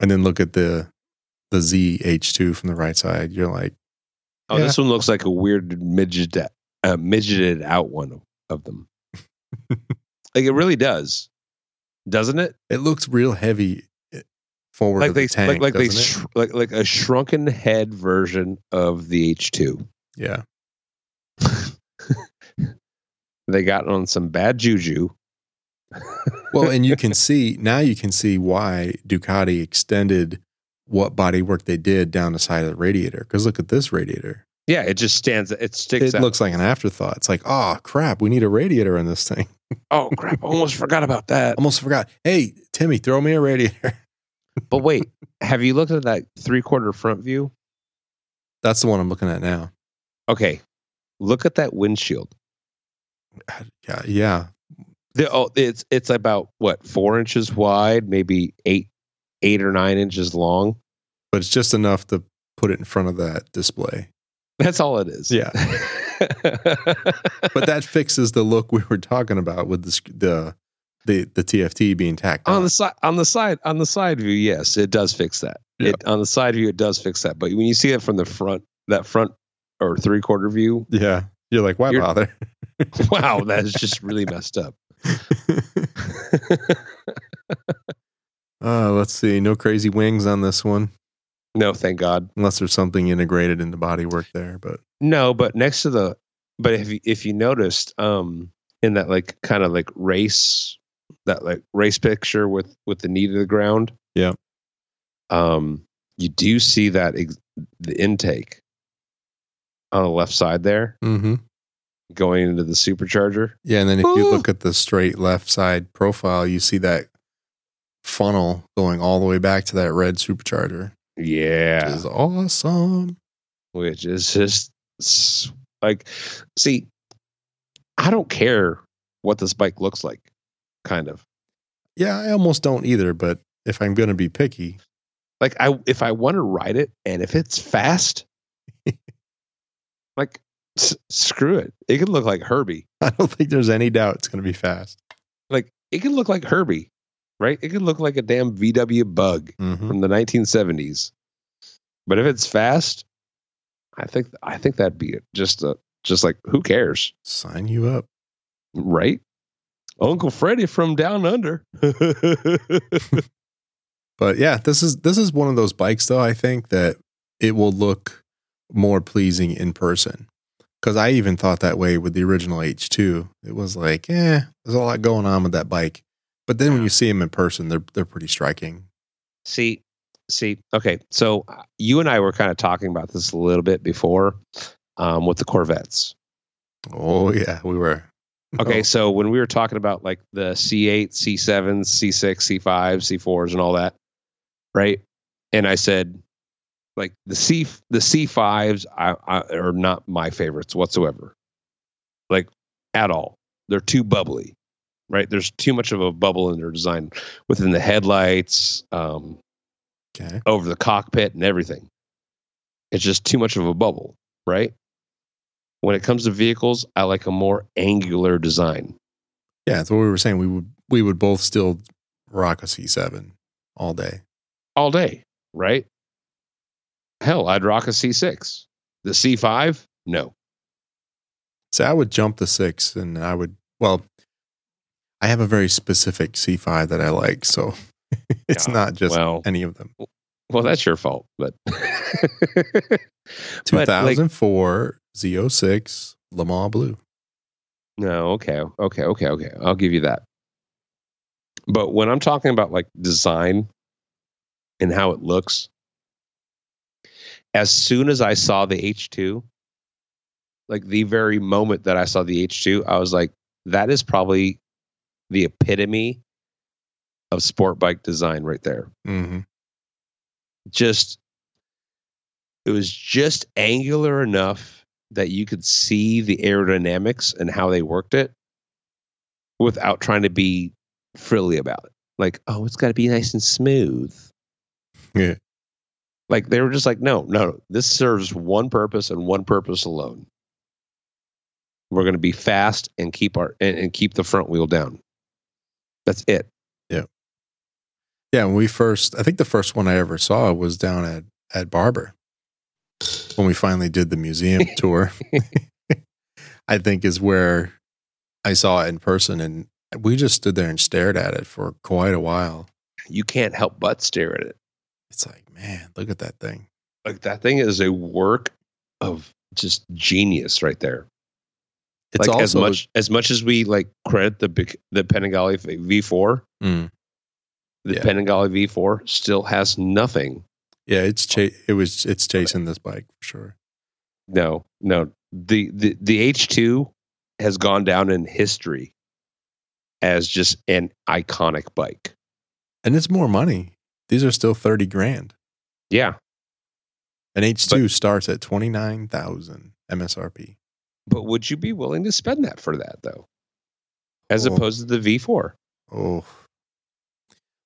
S2: and then look at the the ZH2 from the right side, you're like,
S1: Oh,
S2: Yeah.
S1: this one looks like a weird midget, uh, midgeted out one of, of them. like it really does, doesn't it?
S2: it looks real heavy eh, forward.
S1: Like
S2: of the
S1: they,
S2: tank,
S1: like like they,
S2: doesn't it?
S1: sh- like like a shrunken head version of the H two.
S2: yeah.
S1: They got on some bad juju.
S2: well, and you can see now you can see why Ducati extended what body work they did down the side of the radiator. Because look at this radiator.
S1: Yeah, it just stands. It sticks
S2: it
S1: out.
S2: looks like an afterthought. It's like, oh crap, we need a radiator in this thing.
S1: oh crap! I almost forgot about that.
S2: Almost forgot. Hey, Timmy, throw me a radiator.
S1: But wait, have you looked at that three quarter front view?
S2: That's the one I'm looking at now.
S1: Okay, look at that windshield.
S2: Yeah, yeah.
S1: The, oh, it's it's about what four inches wide, maybe eight, eight or nine inches long.
S2: But it's just enough to put it in front of that display.
S1: That's all it is.
S2: Yeah.
S1: but
S2: But that fixes the look we were talking about with the sc- the the, the TFT being tacked
S1: on
S2: on.
S1: the side, on the side, on the side view, yes, it does fix that.
S2: Yeah.
S1: It, on the side view, it does fix that. But when you see it from the front, that front or three quarter view,
S2: yeah, you're like, why
S1: You're-
S2: bother?
S1: wow, that is just really messed up.
S2: Uh, let's see. No crazy wings on this one,
S1: no, thank God.
S2: unless there's something integrated in the bodywork there. But
S1: No, but next to the, but if you, if you noticed, um, in that like kind of like race that like race picture with with the knee to the ground.
S2: Yeah.
S1: Um, you do see that ex- the intake on the left side there
S2: Mm-hmm.
S1: going into the supercharger.
S2: Yeah, and then if you
S1: Ooh.
S2: look at the straight left side profile, you see that funnel going all the way back to that red supercharger.
S1: Yeah.
S2: Which is awesome.
S1: which is just s- like see i don't care what this bike looks like kind of
S2: Yeah, I almost don't either, but if I'm going to be picky,
S1: like i if i want to ride it and if it's fast like s- screw it it could look like herbie
S2: I don't think there's any doubt it's going to be fast.
S1: like it could look like herbie right it could look like a damn vw bug
S2: Mm-hmm.
S1: from the 1970s but if it's fast i think i think that'd be just a just like who cares
S2: Sign you up.
S1: Right? Uncle Freddy from down under.
S2: But yeah, this is this is one of those bikes though. I think that it will look more pleasing in person because I even thought that way with the original H2. It was like, eh, there's a lot going on with that bike. But then when you see them in person, they're they're pretty striking.
S1: see, see, okay. So uh, you and I were kind of talking about this a little bit before um, with the Corvettes.
S2: Oh yeah, we were.
S1: Okay,
S2: Oh,
S1: so when we were talking about like the C8, C7, C6, C5, C4s, and all that, right? And I said, like the C the C5s I, I, are not my favorites whatsoever, like at all. They're too bubbly, right? There's too much of a bubble in their design within the headlights, um,
S2: okay.
S1: over the cockpit and everything. It's just too much of a bubble, right? When it comes to vehicles, I like a more angular design.
S2: Yeah, that's what we were saying. We would we would both still rock a C7 all day.
S1: all day, right? Hell, I'd rock a C6. The C5, no.
S2: So I would jump the six, and I would. Well, I have a very specific C5 that I like, so it's
S1: Yeah,
S2: not just
S1: well,
S2: any of them.
S1: well, that's your fault, but But, like,
S2: 2004 Z06 Le Mans Blue.
S1: no, okay, okay, okay, okay. I'll give you that. But when I'm talking about like design and how it looks, as soon as I saw the H2, like the very moment that I saw the H2, I was like, that is probably the epitome of sport bike design right there.
S2: Mm-hmm.
S1: just it was just angular enough that you could see the aerodynamics and how they worked it without trying to be frilly about it like oh it's got to be nice and smooth
S2: Yeah.
S1: like they were just like no no this serves one purpose and one purpose alone we're going to be fast and keep our and, and keep the front wheel down that's it
S2: Yeah, when we first, I think the first one I ever saw was down at at Barber when we finally did the museum tour. I think is where I saw it in person, and we just stood there and stared at it for quite a while.
S1: you can't help but stare at it
S2: It's like, man, look at that thing.
S1: like that thing is a work of just genius right there.
S2: It's
S1: like
S2: also
S1: as much as much as we like credit the big the Panigale V4,
S2: Mm.
S1: the
S2: Yeah.
S1: Panigale V4 still has nothing.
S2: Yeah, it's cha- it was it's chasing this bike for sure.
S1: No, no. The the the H2 has gone down in history as just an iconic bike.
S2: And it's more money. These are still 30 grand.
S1: Yeah,
S2: An H2 starts at 29,000 MSRP.
S1: but would you be willing to spend that for that though? As
S2: Oh.
S1: opposed to the V4.
S2: Oh.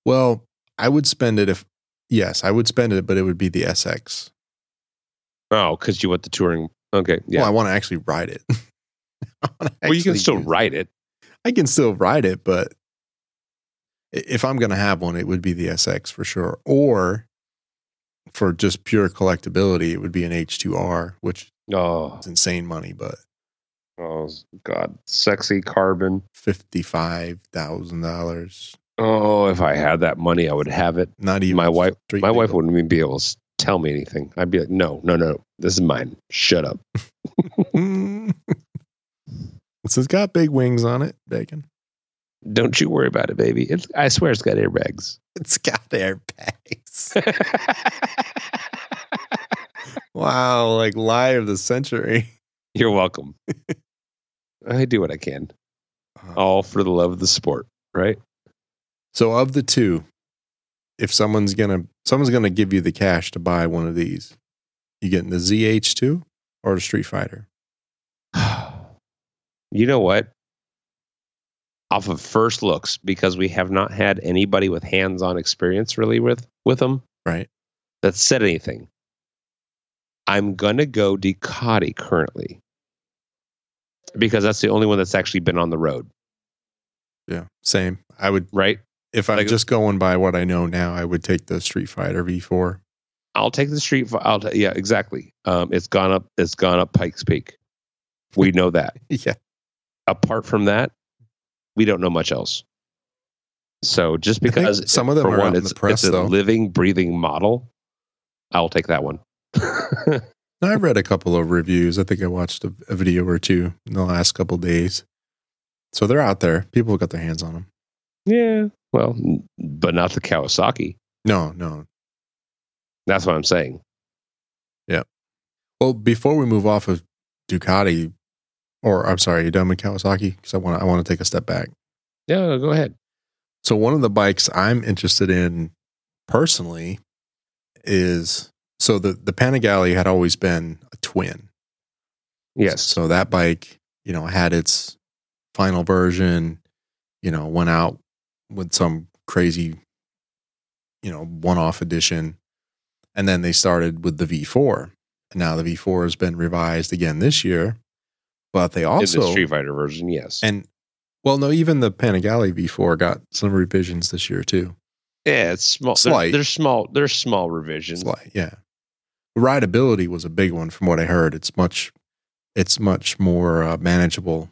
S2: Well, I would spend it if yes, I would spend it, but it would be the SX.
S1: Oh, cuz you want the touring. Okay, yeah.
S2: Well, I
S1: Well,
S2: want to actually ride it. I
S1: you
S2: wanna
S1: can
S2: actually
S1: still
S2: use-
S1: ride it.
S2: I can still ride it, but i- if I'm going to have one, it would be the SX for sure. Or for just pure collectability, it would be an H2R, which
S1: Oh,
S2: is insane money, but
S1: Oh God, sexy carbon.
S2: fifty-five thousand dollars.
S1: Oh, if I had that money, I would have it.
S2: Not even
S1: My wife-
S2: street
S1: My wife
S2: legal.
S1: wouldn't even be able to s- tell me anything. I'd be like, no, no, no, this is mine. Shut up.
S2: Mm. This has got big wings on it, bacon.
S1: Don't you worry about it, baby. It's, I swear it's got airbags.
S2: It's got airbags. wow, like lie of the century.
S1: You're welcome. I do what I can, all for the love of the sport, right?
S2: So of the two, if someone's gonna someone's gonna give you the cash to buy one of these, you getting the ZH2 or the Street Fighter?
S1: you know what? Off of first looks, because we have not had anybody with hands-on experience really with with them
S2: Right.
S1: that said anything. I'm gonna go Ducati currently because that's the only one that's actually been on the road,
S2: Yeah. Same. I would
S1: right?
S2: if I'm
S1: Like-
S2: just going by what I know now, I would take the Street Fighter V4.
S1: I'll take the street. fi- I'll ta- yeah, exactly. Um, it's gone up. It's gone up Pikes Peak. We know that.
S2: Yeah.
S1: Apart from that, we don't know much else. So just
S2: think
S1: because
S2: some of them
S1: for
S2: are out in the
S1: it's,
S2: press,
S1: it's a
S2: though.
S1: living, breathing model. I'll take that one.
S2: Now, I've read a couple of reviews. I think I watched a, a video or two in the last couple of days. So they're out there. People have got their hands on them.
S1: yeah. Well, n- but not the Kawasaki.
S2: No, no.
S1: That's what I'm saying.
S2: Well, before we move off of Ducati, or I'm sorry, you done with Kawasaki? Because I want I want to take a step back.
S1: Yeah. no, Go ahead.
S2: So one of the bikes I'm interested in personally is so the the Panigale had always been a twin.
S1: Yes.
S2: So that bike, you know, had its final version, you know, went out with some crazy, you know, one off edition. And then they started with the V4. And now the V4 has been revised again this year. But they
S1: In the
S2: also,
S1: Street Fighter version, yes.
S2: and well, no, even the Panigale V4 got some revisions this year too.
S1: yeah, it's small.
S2: Slight.
S1: They're, they're small. They're small revisions.
S2: It's like, yeah. Rideability was a big one from what I heard. It's much, it's much more uh, manageable.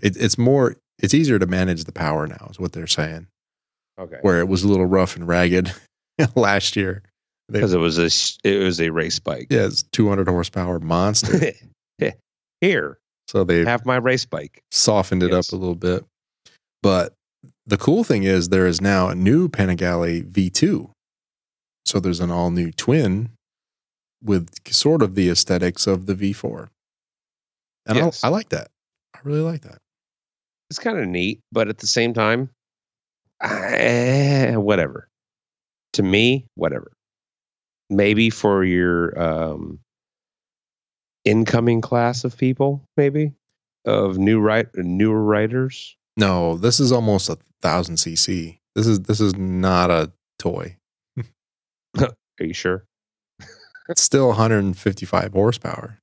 S2: It, it's more, it's easier to manage the power now, is what they're saying.
S1: Okay.
S2: Where it was a little rough and ragged last year.
S1: because it was a s- it was a race bike.
S2: Yeah, it's 200 horsepower monster.
S1: Here,
S2: so they
S1: have my race bike.
S2: softened it
S1: Yes.
S2: up a little bit. But the cool thing is there is now a new Panigale V2. So there's an all new twin with sort of the aesthetics of the V4. And
S1: Yes.
S2: I, I like that. I really like that.
S1: It's kind of neat, but at the same time, eh, whatever. To me, whatever. Maybe for your um, incoming class of people, maybe of new right newer writers.
S2: No, this is almost a thousand cc. This is this is not a toy.
S1: Are you sure?
S2: It's still 155 horsepower.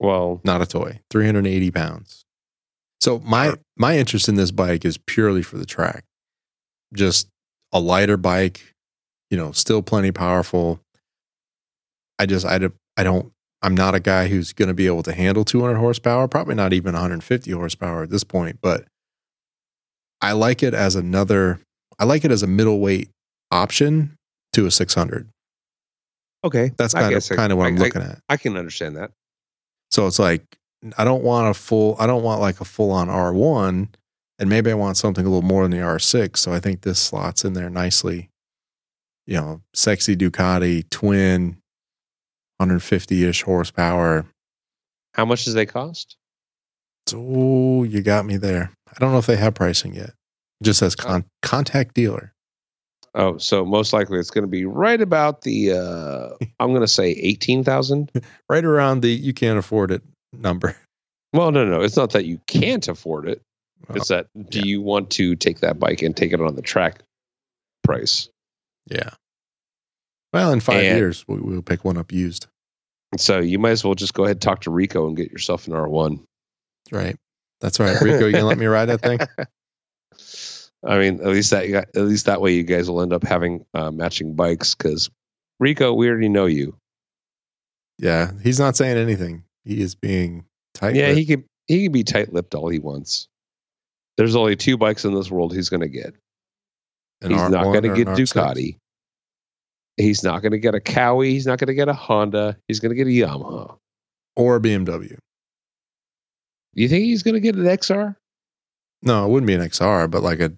S1: Well,
S2: Not a toy. 380 pounds. So my my interest in this bike is purely for the track. Just a lighter bike, you know, still plenty powerful. I just I, don't- I don't I'm not a guy who's going to be able to handle 200 horsepower, probably not even 150 horsepower at this point, but I like it as another I like it as a middleweight option to a 600.
S1: okay.
S2: That's
S1: I
S2: kind of
S1: guess I-
S2: kind of what
S1: I-
S2: I, am
S1: I-
S2: looking at.
S1: I can understand that.
S2: So it's like I don't want a full I don't want like a full on R1 and maybe I want something a little more than the R6 so I think this slots in there nicely. You know, sexy Ducati twin 150ish horsepower.
S1: How much does they cost?
S2: So you got me there. I don't know if they have pricing yet. It just says con- contact dealer.
S1: Oh, so most likely it's going to be right about the uh, I'm going to say eighteen thousand.
S2: Right around the you can't afford it number.
S1: Well, no, no, it's not that you can't afford it.
S2: Well,
S1: it's that do
S2: yeah.
S1: you want to take that bike and take it on the track price?
S2: Yeah. Well, in 5
S1: And-
S2: years we, we'll pick one up used,
S1: So you might as well just go ahead and talk to Rico and get yourself an R1.
S2: right? That's right. Rico, you going to let me ride that thing?
S1: I mean, at least that at least that way you guys will end up having uh, matching bikes because Rico, we already know you.
S2: Yeah, he's not saying anything. He is being tight.
S1: yeah,
S2: with-
S1: he could he could be tight lipped all he wants. There's only two bikes in this world he's going to get.
S2: an
S1: he's not
S2: R1
S1: going to
S2: or
S1: get
S2: an R6.
S1: Ducati. He's not going to get a Cowie. He's not going to get a Honda. He's going to get a Yamaha.
S2: or a BMW.
S1: You think he's going to get an XR?
S2: No, it wouldn't be an XR, but like a,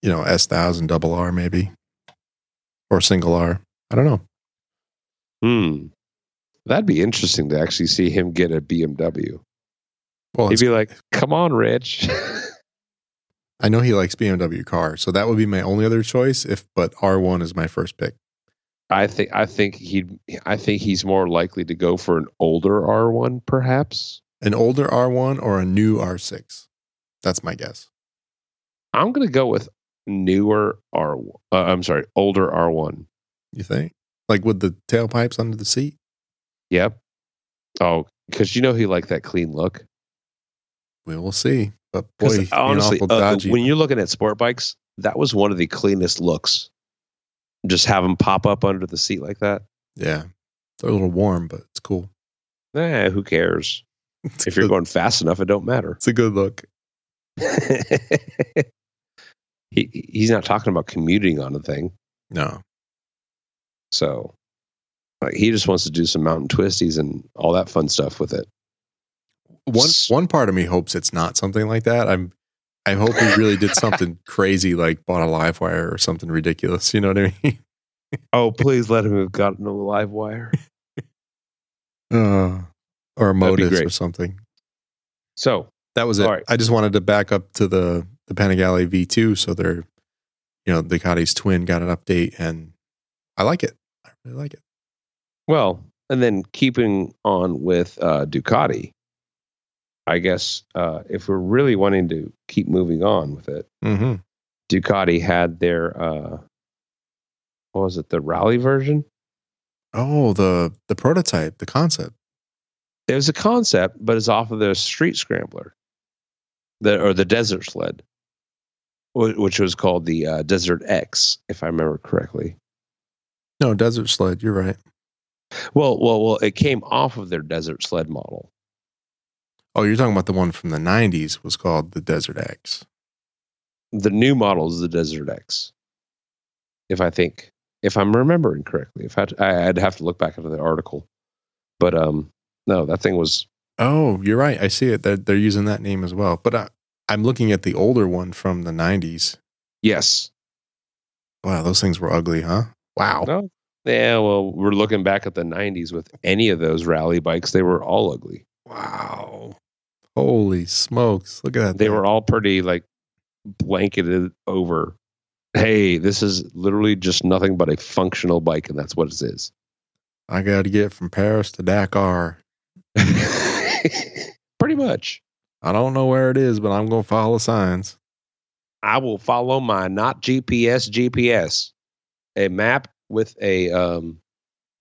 S2: you know, S thousand double R maybe, or single R. I don't know.
S1: Hmm. That'd be interesting to actually see him get a BMW.
S2: Well,
S1: He'd
S2: it's-
S1: be like, "Come on, Rich."
S2: I know he likes BMW cars, so that would be my only other choice. If but R one is my first pick.
S1: I think I think he I think he's more likely to go for an older R one, perhaps.
S2: An older R one or a new R six. That's my guess.
S1: I'm going to go with newer R. Uh, I'm sorry, older R one.
S2: You think? Like with the tailpipes under the seat?
S1: Yep. Oh, because you know he liked that clean look.
S2: We will see. But boy,
S1: 'Cause
S2: he's being
S1: honestly,
S2: awful
S1: uh,
S2: dodgy.
S1: when you're looking at sport bikes, that was one of the cleanest looks. Just have them pop up under the seat like that.
S2: yeah, they're a little warm, but it's cool.
S1: Eh, who cares?
S2: It's
S1: If you're
S2: good-
S1: going fast enough, it don't matter.
S2: it's a good look.
S1: he he's not talking about commuting on the thing.
S2: No,
S1: So like, he just wants to do some mountain twisties and all that fun stuff with it.
S2: one
S1: S-
S2: one part of me hopes it's not something like that. I'm I hope he really did something crazy, like bought a live wire or something ridiculous. You know what I mean?
S1: Oh, please let him have gotten a live wire.
S2: Uh, or
S1: That'd
S2: a
S1: be
S2: modus
S1: great.
S2: or something.
S1: So
S2: That was it.
S1: All right.
S2: I just wanted to back up to the the Panigale V2, so they're you know the Ducati's twin got an update, and I like it. I really like it.
S1: well, and then keeping on with uh, Ducati, I guess uh, if we're really wanting to keep moving on with it,
S2: Mm-hmm.
S1: Ducati had their uh, what was it, the rally version?
S2: Oh, the the prototype, the concept.
S1: It was a concept, but it's off of the Street Scrambler, the or the Desert Sled, wh- which was called the uh, Desert X, if I remember correctly.
S2: No, desert sled. You're right.
S1: Well, well, well, it came off of their Desert Sled model.
S2: Oh, you're talking about the one from the '90s was called the Desert X.
S1: The new model is the Desert X, if I think, if I'm remembering correctly. If I, I- I'd have to look back into the article, but um, no, that thing was
S2: Oh, you're right. I see it. They're, they're using that name as well. But I, I'm looking at the older one from the '90s.
S1: yes,
S2: Wow, those things were ugly, huh? Wow.
S1: no, yeah. Well, we're looking back at the '90s with any of those rally bikes; they were all ugly.
S2: Wow. Holy smokes! Look at that.
S1: they
S2: thing.
S1: were all pretty like blanketed over hey this is literally just nothing but a functional bike and that's what it is
S2: I got to get from Paris to Dakar.
S1: pretty much
S2: I don't know where it is, but I'm gonna follow the signs.
S1: i will follow my not gps gps a map with a um,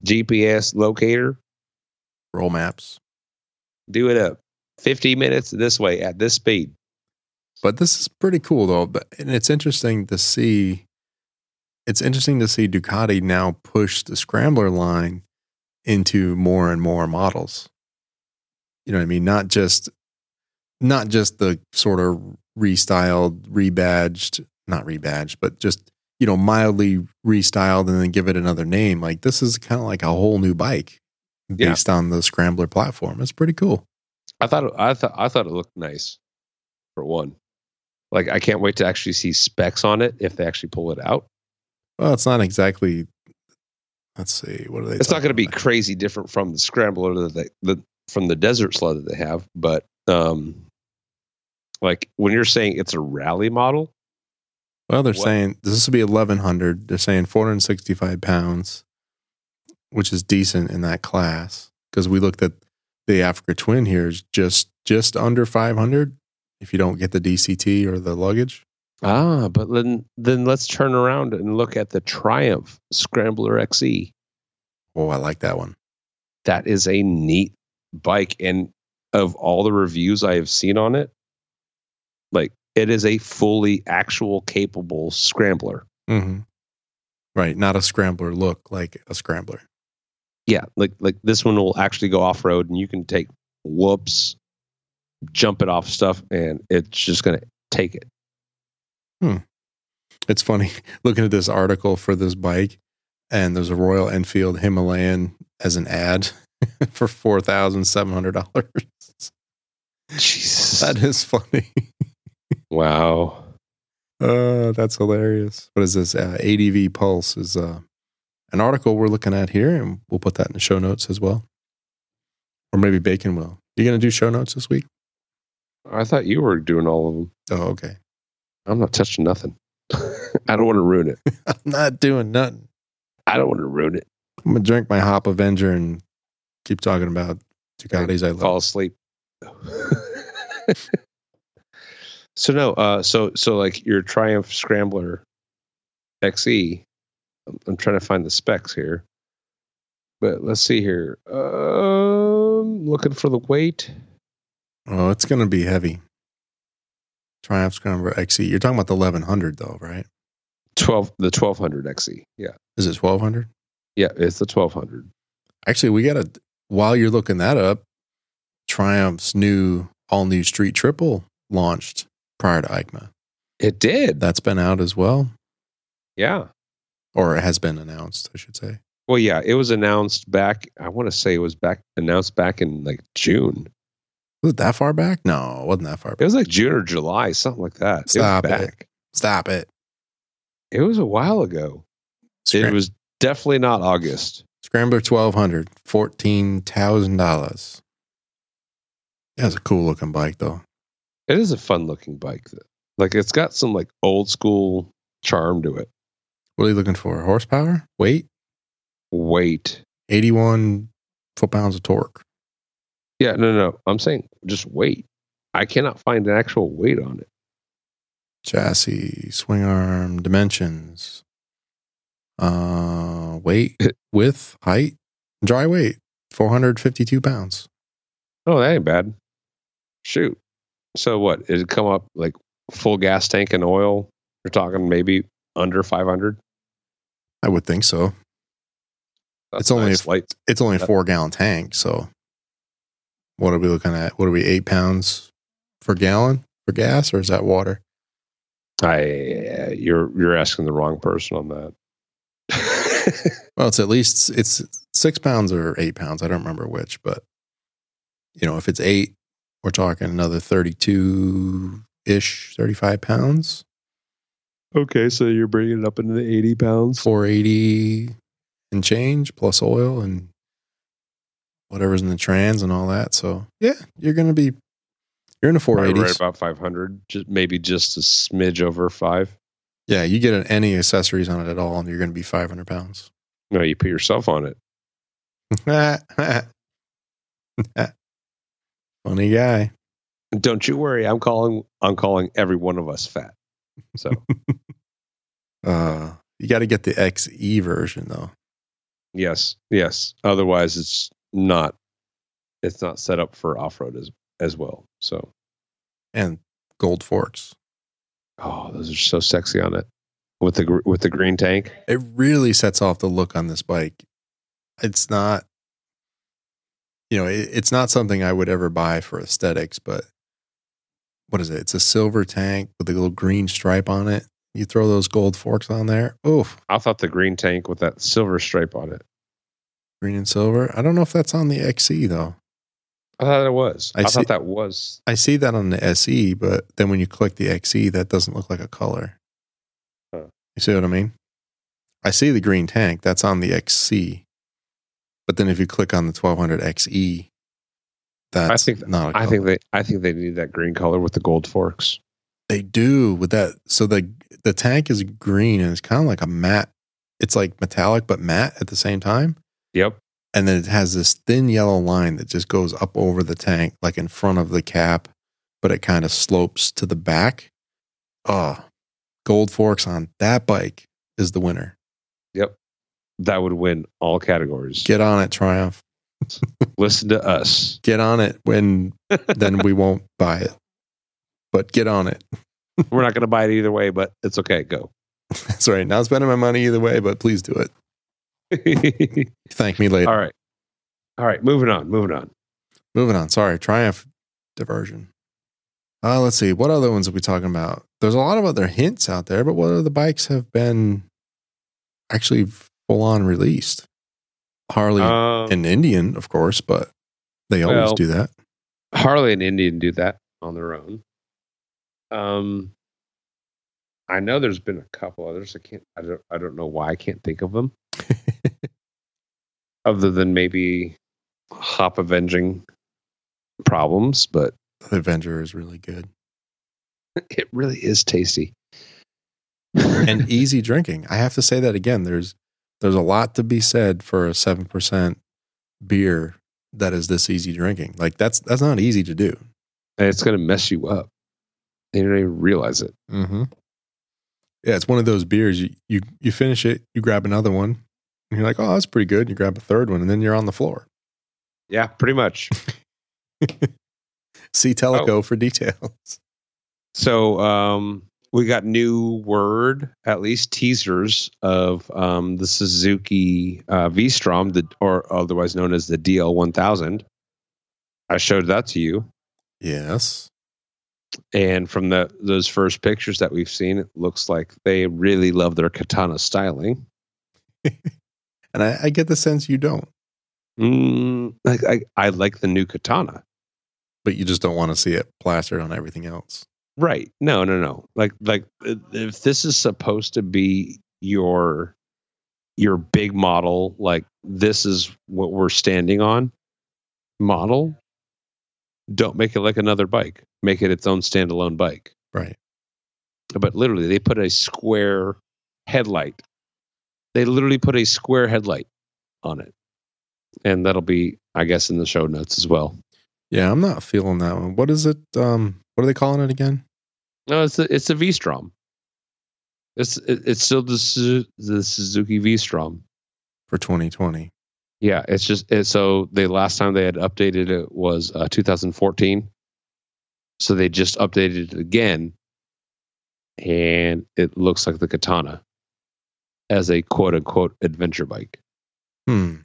S1: gps locator
S2: Roll maps.
S1: do it up 50 minutes this way at this speed
S2: But this is pretty cool though. But and it's interesting to see it's interesting to see Ducati now push the scrambler line into more and more models. You know what I mean? Not just not just the sort of restyled, rebadged, not rebadged, but just you know, mildly restyled and then give it another name. Like this is kind of like a whole new bike
S1: Yeah.
S2: based on the scrambler platform. It's pretty cool.
S1: i thought it- i thought i thought it looked nice for one like i can't wait to actually see specs on it if they actually pull it out
S2: Well, it's not exactly. Let's see. What are they?
S1: it's not
S2: talking
S1: going to be
S2: about?
S1: crazy different from the scrambler that they, the from the desert sled that they have, but um, like when you're saying it's a rally model,
S2: Well, they're
S1: What?
S2: saying this will be eleven hundred. They're saying four hundred sixty-five pounds, which is decent in that class. Because we looked at the Africa Twin here is just just under five hundred. If you don't get the DCT or the luggage,
S1: ah, but then then let's turn around and look at the Triumph Scrambler XE.
S2: oh, I like that one.
S1: That is a neat bike, and of all the reviews I have seen on it, like it is a fully actual capable scrambler.
S2: Mm-hmm. Right, not a scrambler look like a scrambler.
S1: yeah like like this one will actually go off road and you can take whoops jump it off stuff and it's just gonna take it
S2: It's funny looking at this article for this bike, and there's a Royal Enfield Himalayan as an ad for four thousand seven hundred dollars.
S1: Jesus.
S2: That is funny.
S1: wow.
S2: Uh, that's hilarious. What is this? Uh, ADV Pulse is uh, an article we're looking at here, and we'll put that in the show notes as well. Or maybe Bacon will. You going to do show notes this week?
S1: I thought you were doing all of them.
S2: Oh, okay.
S1: I'm not touching nothing. I don't want to ruin it.
S2: I'm not doing nothing.
S1: I don't want to ruin it.
S2: I'm going to drink my Hop Avenger and keep talking about Ducatis I
S1: Fall
S2: love.
S1: asleep. so no, uh so so like your Triumph Scrambler XE. I'm, I'm trying to find the specs here. But let's see here. Um looking for the weight.
S2: Oh, it's going to be heavy. Triumph Scrambler XE. You're talking about the 1100, though, right?
S1: Twelve the twelve hundred XE. Yeah.
S2: Is it 1200?
S1: Yeah, it's the twelve hundred.
S2: Actually, we got to, while you're looking that up, Triumph's new, all new Street Triple launched prior to EICMA.
S1: It did.
S2: That's been out as well,
S1: Yeah.
S2: or has been announced, I should say.
S1: Well, yeah, it was announced back. I want to say it was back announced back in like June.
S2: Was it that far back? No, it wasn't that far
S1: It
S2: back.
S1: was like June or July, something like that.
S2: Stop
S1: it
S2: it.
S1: was back.
S2: Stop it.
S1: It. was a while ago.
S2: Scram-
S1: It was definitely not August.
S2: Scrambler 1200, $14,000. That's a cool looking bike, though.
S1: It is a fun looking bike. Though. Like it's got some like old school charm to it.
S2: What are you looking for? Horsepower? Weight?
S1: Weight.
S2: 81 foot pounds of torque.
S1: Yeah, no, no. I'm saying just weight. I cannot find an actual weight on it.
S2: Chassis, swing arm, dimensions, uh, weight, width, height, dry weight, 452 pounds.
S1: Oh, that ain't bad. Shoot. So what? Did it come up like full gas tank and oil? You're talking maybe under 500.
S2: I would think so.
S1: That's
S2: It's only
S1: nice.
S2: if-
S1: light.
S2: It's only a four gallon tank. So what are we looking at? What are we, eight pounds per gallon for gas or is that water?
S1: I you're you're asking the wrong person on that.
S2: Well, it's at least it's six pounds or eight pounds. I don't remember which, but you know, if it's eight, we're talking another thirty-two ish, thirty-five pounds,
S1: okay, so you're bringing it up into the 80 pounds.
S2: four eighty and change plus oil and whatever's in the trans and all that. So yeah, you're gonna be you're in the four
S1: Right,
S2: eighties.
S1: right about 500, just maybe just a smidge over five.
S2: yeah, you get any accessories on it at all, and you're gonna be five hundred pounds.
S1: No, you put yourself on it.
S2: Funny guy.
S1: Don't you worry, I'm calling I'm calling every one of us fat. So
S2: Uh, you got to get the XE version though.
S1: yes, yes. Otherwise it's not it's not set up for off road as as well. So
S2: and gold forks.
S1: oh those are so sexy on it. With the gr- with the green tank.
S2: It really sets off the look on this bike. It's not, you know, it, it's not something I would ever buy for aesthetics, but what is it? It's a silver tank with a little green stripe on it. You throw those gold forks on there. Oof,
S1: I thought the green tank with that silver stripe on it.
S2: green and silver. I don't know if that's on the XE though.
S1: I thought it was.
S2: I
S1: I,
S2: see-
S1: thought that was.
S2: I see that on the SE, but then when you click the XE, that doesn't look like a color.
S1: Huh.
S2: You see what I mean? I see the green tank that's on the XC, but then if you click on the 1200 XE, E, that's
S1: think-
S2: not. A
S1: I
S2: color.
S1: think they. I think they need that green color with the gold forks.
S2: they do with that. So the the tank is green and it's kind of like a matte. It's like metallic but matte at the same time,
S1: Yep.
S2: and then it has this thin yellow line that just goes up over the tank, like in front of the cap, but it kind of slopes to the back. Ah, gold forks on that bike is the winner.
S1: That would win all categories.
S2: Get on it, Triumph.
S1: Listen to us.
S2: Get on it when then we won't buy it. But get on it.
S1: We're not going to buy it either way, but it's okay. Go.
S2: That's right. Not spending my money either way, but please do it. Thank me later.
S1: all right. All right. Moving on. Moving on.
S2: Moving on. Sorry, Triumph diversion. Uh, let's see. What other ones are we talking about? There's a lot of other hints out there, but what other bikes have been actually full on released? Harley
S1: Um,
S2: and Indian, of course, but they always
S1: well-
S2: do that.
S1: Harley and Indian do that on their own. Um, I know there's been a couple others. I can't. I don't. I don't know why I can't think of them. Other than maybe Hop avenging problems, but
S2: The Avenger is really good
S1: it really is tasty.
S2: and easy drinking. I have to say that again. There's there's a lot to be said for a seven percent beer that is this easy drinking. Like that's that's not easy to do.
S1: And it's going to mess you up. You don't even realize it.
S2: Mm-hmm. Yeah, it's one of those beers you, you you finish it, you grab another one, and you're like, oh, that's pretty good. You grab a third one, and then you're on the floor.
S1: Yeah, pretty much.
S2: See Teleco for details.
S1: So um, we got new word, at least teasers of um, the Suzuki uh, V-Strom, the, or otherwise known as the DL1000. I showed that to you,
S2: Yes.
S1: and from the those first pictures that we've seen, it looks like they really love their katana styling.
S2: And I, I get the sense you don't,
S1: Mm, like I, I like the new katana.
S2: but you just don't want to see it plastered on everything else.
S1: Right? No, no, no. Like like i- if this is supposed to be your your big model, like this is what we're standing on model. Don't make it like another bike. Make it its own standalone bike.
S2: Right.
S1: But literally, they put a square headlight. They literally put a square headlight on it, and that'll be, I guess, in the show notes as well.
S2: Yeah, I'm not feeling that one. What is it? Um, what are they calling it again?
S1: No, it's a, it's a V-Strom. It's it, it's still the Su- the Suzuki V-Strom.
S2: For 2020.
S1: Yeah, it's just it, so the last time they had updated it was uh, 2014. So they just updated it again, and it looks like the Katana as a quote unquote adventure bike.
S2: Hmm.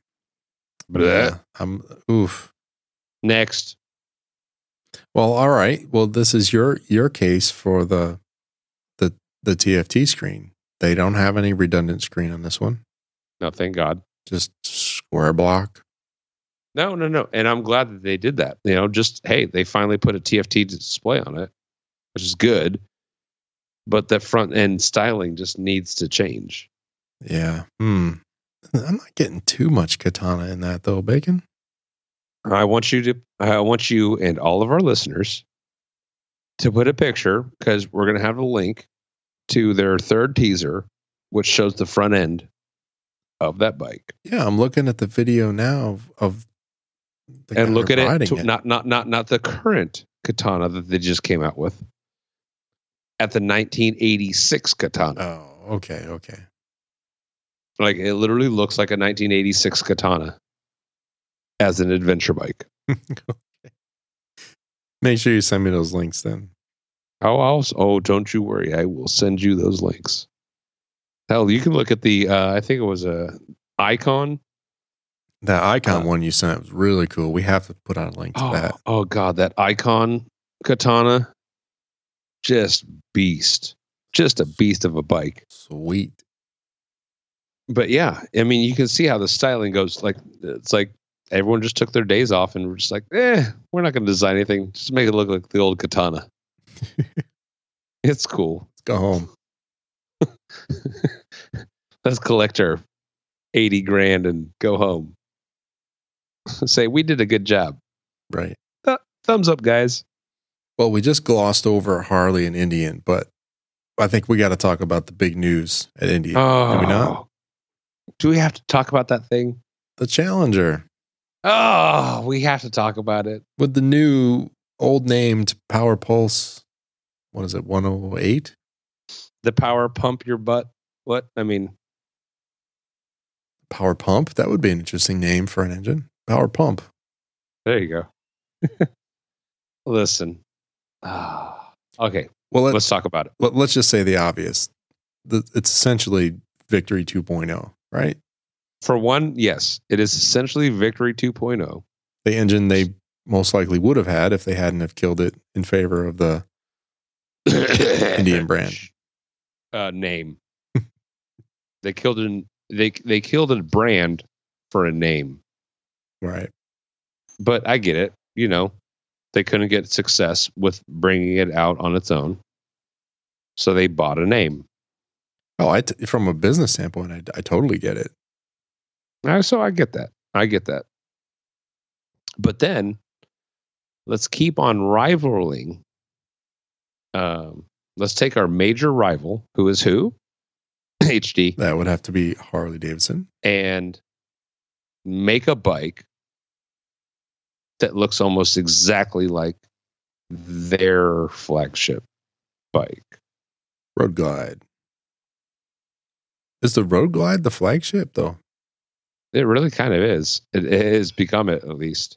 S1: But
S2: Yeah, I'm oof.
S1: next,
S2: Well, all right. Well, this is your your case for the the the TFT screen. They don't have any redundant screen on this one.
S1: no, thank God.
S2: Just square block.
S1: No, no, no. And I'm glad that they did that. You know, just hey, they finally put a TFT display on it, which is good. But the front end styling just needs to change.
S2: Yeah. Hmm. I'm not getting too much katana in that though, bacon.
S1: I want you to I want you and all of our listeners to put a picture because we're gonna have a link to their third teaser, which shows the front end of that bike.
S2: Yeah, I'm looking at the video now of, of the guy
S1: and look at it,
S2: riding
S1: to- Not not not not the current katana that they just came out with. At the 1986 katana.
S2: oh, okay, okay.
S1: Like it literally looks like a 1986 Katana as an adventure bike.
S2: Make sure you send me those links then.
S1: How else? Oh, don't you worry. I will send you those links. Hell, you can look at the. Uh, I think it was a icon.
S2: That icon
S1: Uh,
S2: one you sent was really cool. We have to put out a link to
S1: Oh,
S2: that.
S1: oh God, that icon Katana, just beast, just a beast of a bike.
S2: Sweet.
S1: But yeah, I mean, you can see how the styling goes. Like it's like everyone just took their days off and were just like, eh, we're not going to design anything. Just make it look like the old Katana. It's cool.
S2: Let's go home.
S1: Let's collect our 80 grand and go home. Say, we did a good job.
S2: Right.
S1: Thumbs up, guys.
S2: Well, we just glossed over Harley and Indian, but I think we got to talk about the big news at Indian.
S1: Oh,
S2: we not?
S1: Do we have to talk about that thing?
S2: the Challenger
S1: Oh, we have to talk about it.
S2: with the new old named Power Pulse. What is it? 108?
S1: The power pump your butt. What? I mean,
S2: Power Pump. That would be an interesting name for an engine. Power Pump.
S1: there you go. Listen. Ah, okay,
S2: Well, let's,
S1: let's talk about it.
S2: let, let's just say the obvious. The, it's essentially Victory 2.0, right?
S1: For one, yes, it is essentially Victory oh. 2.0.
S2: The engine they most likely would have had if they hadn't have killed it in favor of the Indian brand.
S1: uh, name. they killed an they they killed a brand for a name,
S2: Right.
S1: but I get it. You know, They couldn't get success with bringing it out on its own. So they bought a name.
S2: Oh, I t- from a business standpoint, I, I totally get it.
S1: Uh, So I get that. I get that. But then let's keep on rivaling. Um, let's take our major rival, who is who? HD,
S2: That would have to be Harley Davidson.
S1: and make a bike that looks almost exactly like their flagship bike.
S2: Road Glide. Is the Road Glide the flagship though?
S1: It really kind of is. It, it has become it, at least.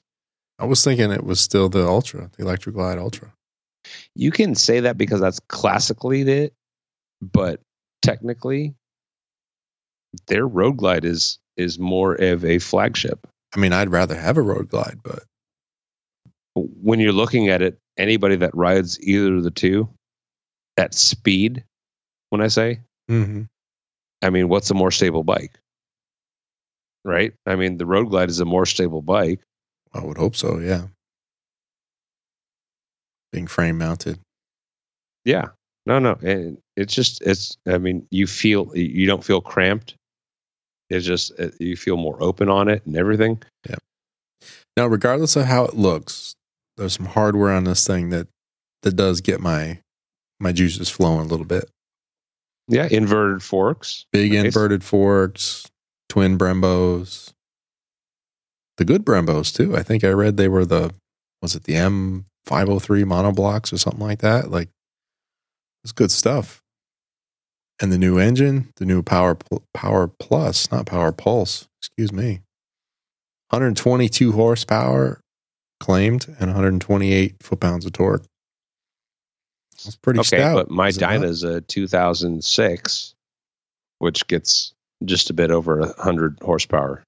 S2: I was thinking it was still the Ultra, the Electric Glide Ultra.
S1: You can say that because that's classically it, but technically, their Road Glide is is more of a flagship.
S2: I mean, I'd rather have a Road Glide, but
S1: When you're looking at it, anybody that rides either of the two at speed, when I say, I mean, what's a more stable bike? Right? I mean, the Road Glide is a more stable bike.
S2: I would hope so. Yeah. Being frame mounted.
S1: Yeah. No, no. And it's just, it's, I mean, you feel, you don't feel cramped. It's just, uh, you feel more open on it and everything.
S2: Now, regardless of how it looks, there's some hardware on this thing that that does get my my juices flowing a little bit.
S1: Yeah. Inverted forks.
S2: Big
S1: Nice.
S2: inverted forks, twin Brembos, the good Brembos too. I think I read they were the was it the M five hundred three monoblocks or something like that. Like it's good stuff. And the new engine, the new Power Pl- Power Plus, not Power Pulse, excuse me, one hundred twenty two horsepower claimed and one hundred twenty eight foot pounds of torque. That's pretty
S1: okay.
S2: stout.
S1: But my
S2: is it not?
S1: Dyna's a 2006, which gets just a bit over 100 horsepower.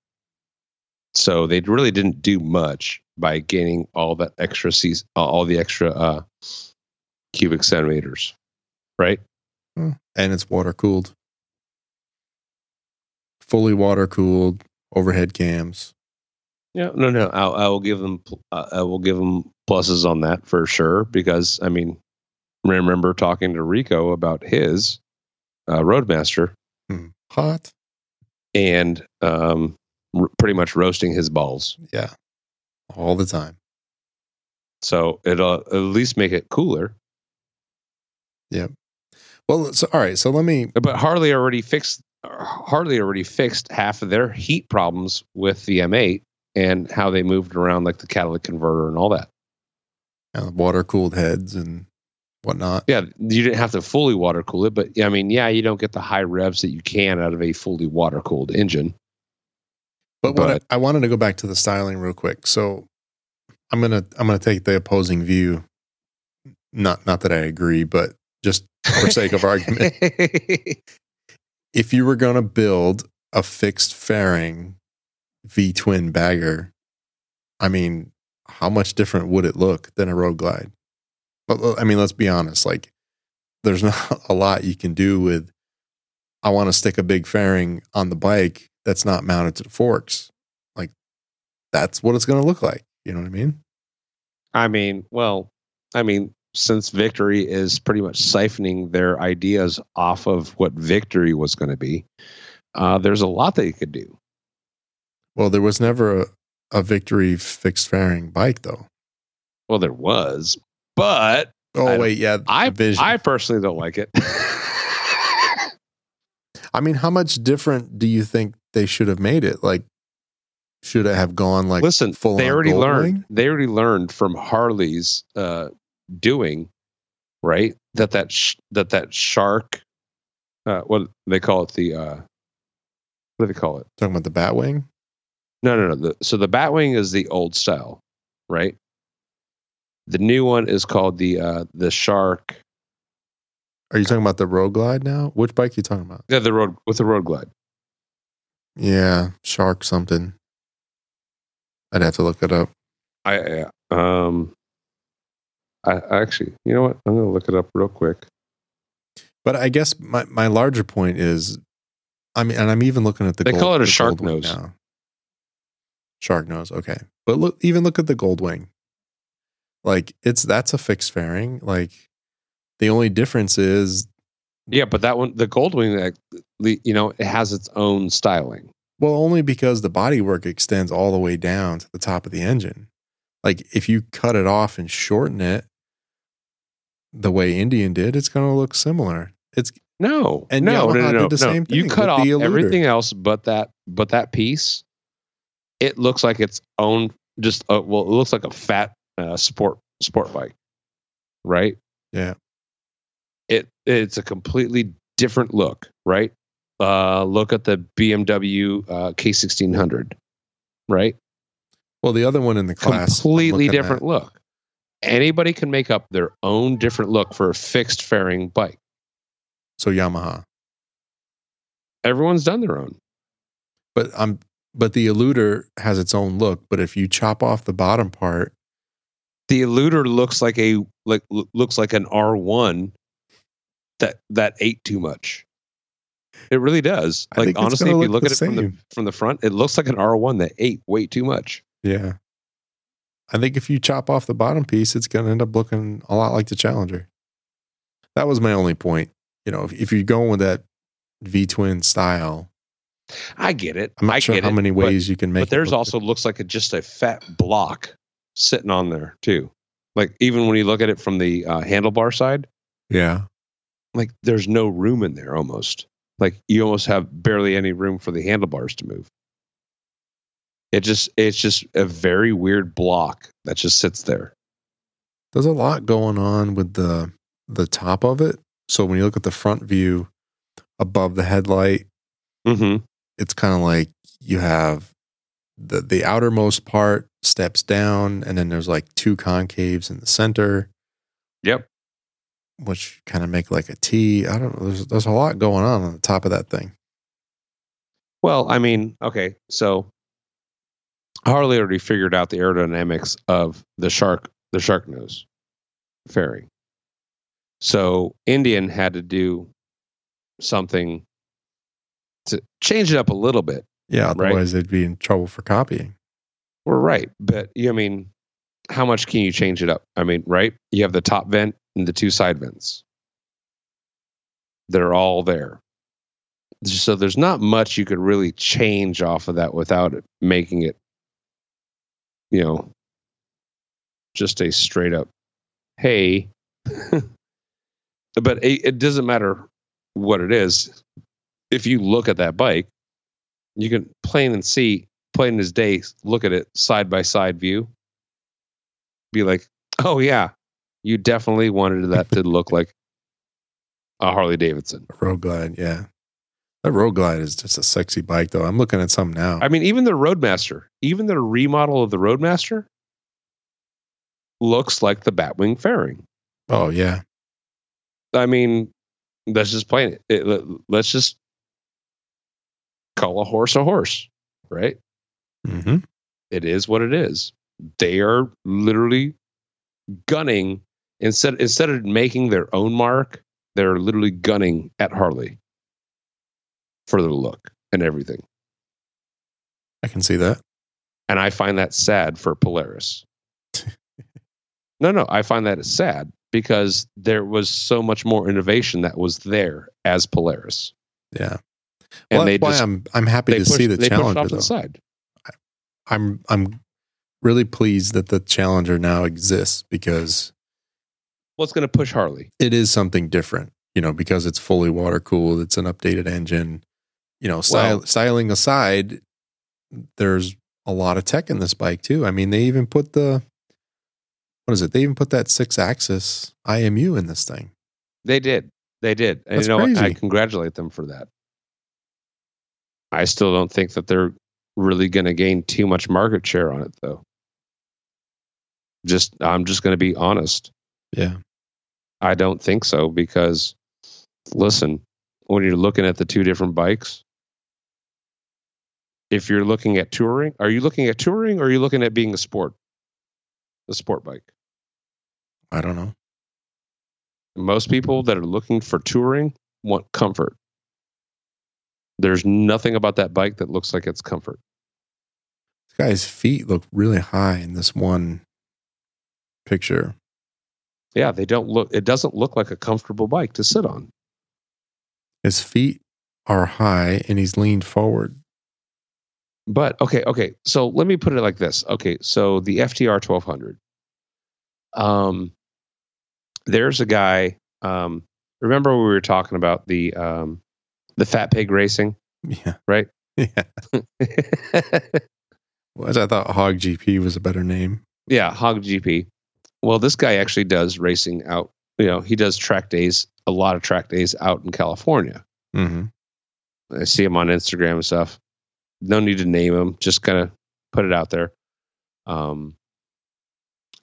S1: So they really didn't do much by gaining all that extra, seas- uh, all the extra uh, cubic centimeters. Right.
S2: and it's water cooled. Fully water cooled overhead cams.
S1: Yeah, no, no. I, I will give them. pl- Uh, I will give them pluses on that for sure. Because I mean, remember talking to Rico about his uh, Roadmaster
S2: Hmm. Hot.
S1: and um, r- pretty much roasting his balls.
S2: Yeah. All the time.
S1: So it'll at least make it cooler.
S2: Well, so all right, so let me
S1: But Harley already fixed. Harley already fixed half of their heat problems with the M8 and how they moved around like the catalytic converter and all that.
S2: uh, water cooled heads and whatnot.
S1: Yeah, you didn't have to fully water cool it, but I mean, yeah, you don't get the high revs that you can out of a fully water cooled engine.
S2: But, what
S1: But-
S2: I, I wanted to go back to the styling real quick. So I'm gonna I'm gonna take the opposing view. Not not that I agree, but just for sake of argument. if you were going to build a fixed fairing V twin bagger, I mean, how much different would it look than a road glide? But, uh, I mean, let's be honest. Like, there's not a lot you can do with. I want to stick a big fairing on the bike that's not mounted to the forks. Like, that's what it's going to look like. You know what I mean?
S1: I mean, well, I mean, since Victory is pretty much siphoning their ideas off of what Victory was going to be, uh, there's a lot that you could do.
S2: Well, there was never a, a victory fixed fairing bike, though.
S1: Well, there was, but
S2: Oh
S1: I don't-
S2: wait, yeah,
S1: I
S2: the Vision.
S1: I personally don't like it.
S2: I mean, how much different do you think they should have made it? Like, should it have gone like
S1: Listen,
S2: full
S1: they
S2: on
S1: already
S2: gold
S1: learned.
S2: wing?
S1: They already learned from Harley's uh, doing, right? That that sh- that that shark, uh, what they call it, the uh, what do they call it?
S2: Talking about the bat wing?
S1: No, no, no. The, so the Batwing is the old style, right? The new one is called the uh, the shark.
S2: Are you talking about the road glide now? Which bike you talking about?
S1: Yeah, the road with the road glide.
S2: Yeah, shark something. I'd have to look it up.
S1: I I, um, I I actually, you know what? I'm gonna look it up real quick.
S2: But I guess my, my larger point is, I mean, and I'm even looking at the.
S1: They
S2: gold,
S1: call it a
S2: the
S1: shark
S2: gold wing
S1: nose.
S2: Shark nose. Okay, but look, even look at the gold wing. Like it's that's a fixed fairing. Like the only difference is
S1: Yeah, but that one, the Goldwing, like, the- you know, it has its own styling.
S2: well only because the bodywork extends all the way down to the top of the engine. Like if you cut it off and shorten it the way Indian did, it's going to look similar. It's
S1: No,
S2: And
S1: no, no,
S2: Yamaha
S1: no, no.
S2: did the
S1: no.
S2: same
S1: you
S2: thing
S1: cut
S2: with
S1: off
S2: the Eluder.
S1: everything else, but that, but that piece, it looks like its own. Just uh, well, it looks like a fat uh, sport sport bike, right?
S2: Yeah.
S1: It it's a completely different look, right? Uh, look at the BMW uh, K1600, right?
S2: well the other one in the class I'm
S1: completely
S2: looking
S1: different look. Anybody can make up their own different look for a fixed fairing bike.
S2: at, so Yamaha.
S1: Everyone's done their own.
S2: But I'm but the eluder has its own look, but if you chop off the bottom part,
S1: The eluder looks like a like lo- looks like an R one that that ate too much. It really does.
S2: I
S1: Like
S2: think it's
S1: honestly, if
S2: gonna
S1: you
S2: look
S1: look at
S2: the
S1: it from the
S2: same.
S1: from the front, it looks like an R one that ate way too much.
S2: Yeah. I think if you chop off the bottom piece, it's going to end up looking a lot like the Challenger. That was my only point. You know, if, if you're going with that V twin style,
S1: I get it.
S2: I'm not
S1: I
S2: sure
S1: get
S2: how
S1: it,
S2: many
S1: but-
S2: ways you can make.
S1: but there's
S2: look
S1: also looks like a, just a fat block sitting on there too. Like even when you look at it from the uh, handlebar side,
S2: good. yeah,
S1: like there's no room in there almost. Like you almost have barely any room for the handlebars to move. It just it's just a very weird block that just sits there.
S2: there's a lot going on with the the top of it. So when you look at the front view above the headlight,
S1: Mm-hmm.
S2: it's kind of like you have the the outermost part steps down, and then there's like two concaves in the center.
S1: Yep.
S2: which kind of make like a T. I don't know. There's there's a lot going on on the top of that thing.
S1: Well, I mean, okay, so Harley already figured out the aerodynamics of the shark the shark nose ferry. So Indian had to do something to change it up a little bit.
S2: Yeah,
S1: Right.
S2: otherwise they'd be in trouble for copying.
S1: We're right, but you I mean, how much can you change it up? I mean, right? You have the top vent and the two side vents. They're all there. So there's not much you could really change off of that without it making it, you know, just a straight up, hey. but it, it doesn't matter what it is. If you look at that bike, you can plain and see plain as day look at it side by side view be like oh yeah you definitely wanted that to look like a harley davidson
S2: A road glide, yeah. That road glide is just a sexy bike though. I'm looking at some now.
S1: i mean even the roadmaster even the remodel of the roadmaster looks like the batwing fairing
S2: oh yeah.
S1: i mean let's just plain it, it let's just call a horse a horse right
S2: Mm-hmm.
S1: it is what it is. They are literally gunning instead instead of making their own mark, they're literally gunning at Harley for their look and everything.
S2: I can see that.
S1: And I find that sad for Polaris. no, no, I find that is sad because there was so much more innovation that was there as Polaris.
S2: Yeah.
S1: And
S2: Well,
S1: they
S2: that's why
S1: just
S2: I'm I'm happy
S1: they
S2: to
S1: pushed,
S2: see the
S1: they pushed off
S2: challenger
S1: to the
S2: though.
S1: side.
S2: I'm I'm really pleased that the challenger now exists because
S1: What's going to push Harley?
S2: it is something different, you know, because it's fully water cooled, it's an updated engine. You know, style,
S1: Well-
S2: styling aside, there's a lot of tech in this bike too. I mean, they even put the what is it? They even put that six axis IMU in this thing.
S1: They did. They did. And
S2: That's
S1: you know, what? I
S2: crazy.
S1: congratulate them for that. I still don't think that they're really going to gain too much market share on it, though. Just, I'm just going to be honest.
S2: Yeah.
S1: I don't think so because, listen, when you're looking at the two different bikes, if you're looking at touring, are you looking at touring or are you looking at being a sport, a sport bike?
S2: I don't know.
S1: most people that are looking for touring want comfort. There's nothing about that bike that looks like it's comfort.
S2: This guy's feet look really high in this one picture.
S1: Yeah, they don't look. It doesn't look like a comfortable bike to sit on.
S2: His feet are high and he's leaned forward.
S1: But okay, okay. So let me put it like this. Okay, so the FTR 1200. Um, there's a guy. Um, remember we were talking about the um, the Fat Pig Racing.
S2: Yeah.
S1: Right?
S2: Yeah. Was I thought Hog GP was a better name.
S1: yeah, Hog GP. Well, this guy actually does racing out. You know, he does track days, a lot of track days out in California.
S2: Mm-hmm.
S1: I see him on Instagram and stuff. No need to name him, just kind of put it out there. Um,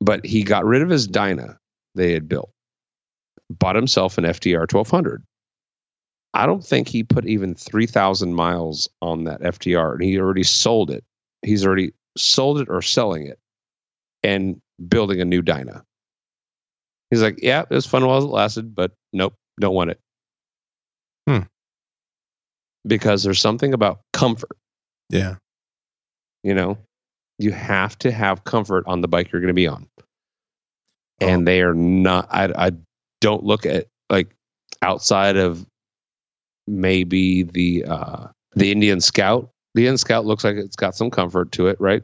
S1: but he got rid of his Dyna they had built, bought himself an FTR 1200. I don't think he put even 3,000 miles on that FTR and he already sold it. He's already sold it or selling it and building a new Dyna. He's like, yeah, it was fun while it lasted, but nope, don't want it.
S2: Hmm.
S1: Because there's something about comfort,
S2: Yeah.
S1: you know? You have to have comfort on the bike you're going to be on. And they are not, I, I don't look at like outside of maybe the, uh, the Indian Scout. The Indian Scout looks like it's got some comfort to it, right?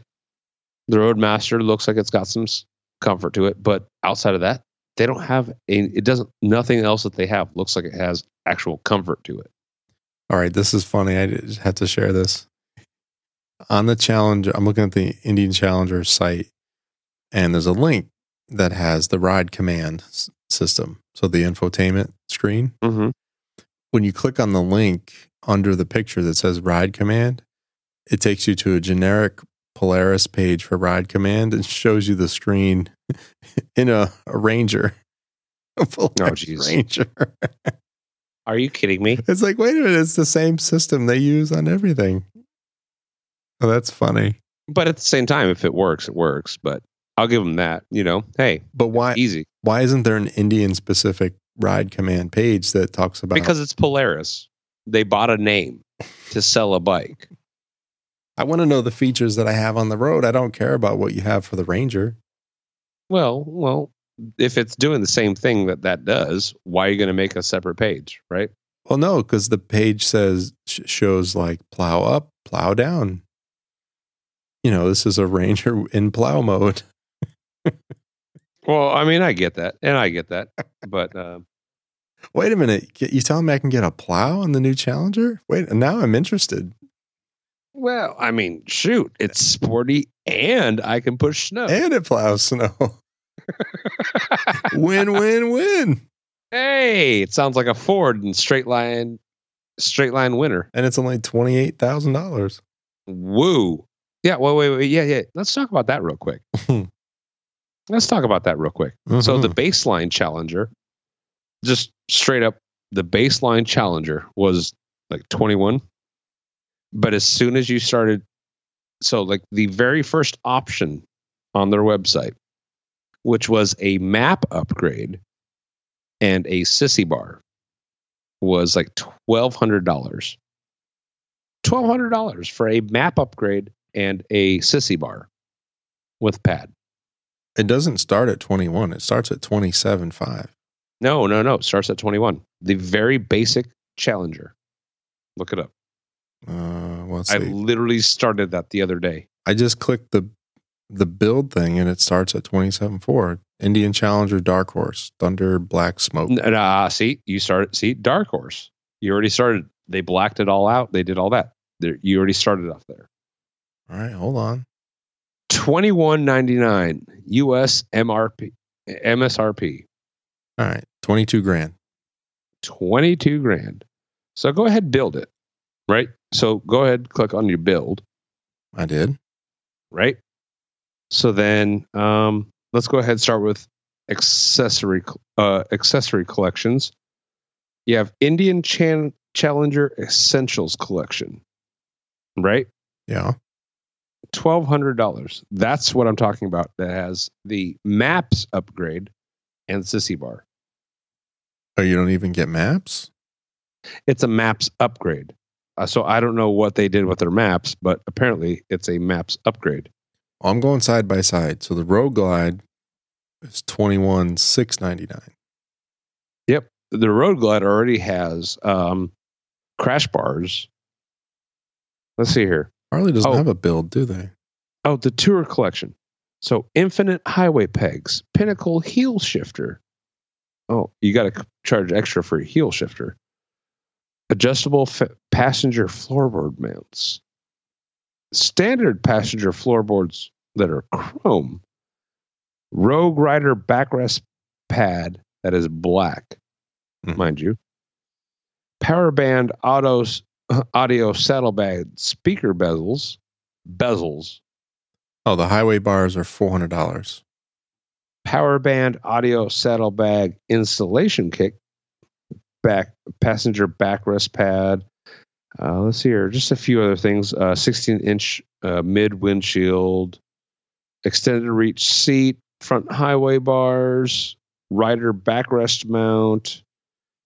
S1: The Roadmaster looks like it's got some s- comfort to it, but outside of that, they don't have. A, it doesn't. Nothing else that they have looks like it has actual comfort to it.
S2: All right, this is funny. I just had to share this. On the Challenger, I'm looking at the Indian Challenger site, and there's a link that has the ride command s- system. So the infotainment screen.
S1: Mm-hmm.
S2: When you click on the link under the picture that says ride command, it takes you to a generic Polaris page for ride command and shows you the screen in a, a Ranger. A Polaris
S1: Oh, jeez.
S2: Ranger.
S1: Are you kidding me?
S2: It's like, wait a minute, it's the same system they use on everything. Oh, that's funny.
S1: But at the same time, if it works, it works. But I'll give them that. You know, hey,
S2: But why
S1: easy
S2: why isn't there an Indian specific ride command page that talks about
S1: because it's Polaris. They bought a name to sell a bike.
S2: I want to know the features that I have on the road. I don't care about what you have for the Ranger.
S1: Well, well, if it's doing the same thing that that does, why are you going to make a separate page, right?
S2: Well, no, because the page says sh- shows like plow up, plow down. You know, this is a Ranger in plow mode.
S1: Well, I mean, I get that, and I get that, but uh,
S2: Wait a minute, ca- you telling me I can get a plow on the new Challenger? Wait, now I'm interested.
S1: well, I mean, shoot, it's sporty, and I can push snow.
S2: and it plows snow. win, win, win.
S1: hey, it sounds like a Ford and straight line, straight line winner.
S2: And it's only twenty eight thousand dollars.
S1: Woo. Yeah. Well, wait, wait, yeah, yeah. Let's talk about that real quick. Let's talk about that real quick. So the baseline challenger, just straight up, the baseline challenger was like 21. But as soon as you started, so like the very first option on their website, which was a map upgrade and a sissy bar, was like $1,200. $1,200 for a map upgrade and a sissy bar with pad.
S2: it doesn't start at twenty one. It starts at twenty seven five.
S1: No, no, no. It starts at 21. The very basic Challenger. Look it up.
S2: Uh, well, let's
S1: I
S2: see.
S1: literally started that the other day.
S2: I just clicked the the build thing, and it starts at twenty seven four. Indian Challenger, Dark Horse, Thunder, Black Smoke.
S1: N- Nah, see, you started. See, Dark Horse. You already started. They blacked it all out. They did all that. There, you already started off there.
S2: All right, hold on.
S1: 21.99 US MRP MSRP.
S2: All right, twenty two grand.
S1: 22 grand. So go ahead build it. Right? So go ahead click on your build,
S2: I did.
S1: right? So then um, let's go ahead and start with accessory uh, accessory collections. You have Indian Chan- Challenger Essentials Collection, right?
S2: Yeah.
S1: Twelve hundred dollars. That's what I'm talking about. That has the maps upgrade and sissy bar.
S2: Oh, you don't even get maps.
S1: It's a maps upgrade. Uh, so I don't know what they did with their maps, but apparently it's a maps upgrade.
S2: Well, I'm going side by side. So the Road Glide It's twenty one six ninety nine.
S1: The Road Glide already has um, crash bars. Let's see here.
S2: Harley doesn't
S1: Oh.
S2: have a build, do they?
S1: Oh, the Tour Collection. So Infinite Highway Pegs, Pinnacle Heel Shifter. Oh, you got to charge extra for your heel shifter. Adjustable fa- passenger floorboard mounts. Standard passenger floorboards that are chrome. Rogue Rider backrest pad that is black,
S2: Mhm.
S1: mind you. Power band autos, uh, audio saddlebag speaker bezels. Bezels.
S2: Oh, the highway bars are four hundred dollars.
S1: power band audio saddlebag installation kick back passenger backrest pad uh, let's see here just a few other things uh, 16 inch uh, mid windshield extended reach seat front highway bars rider backrest mount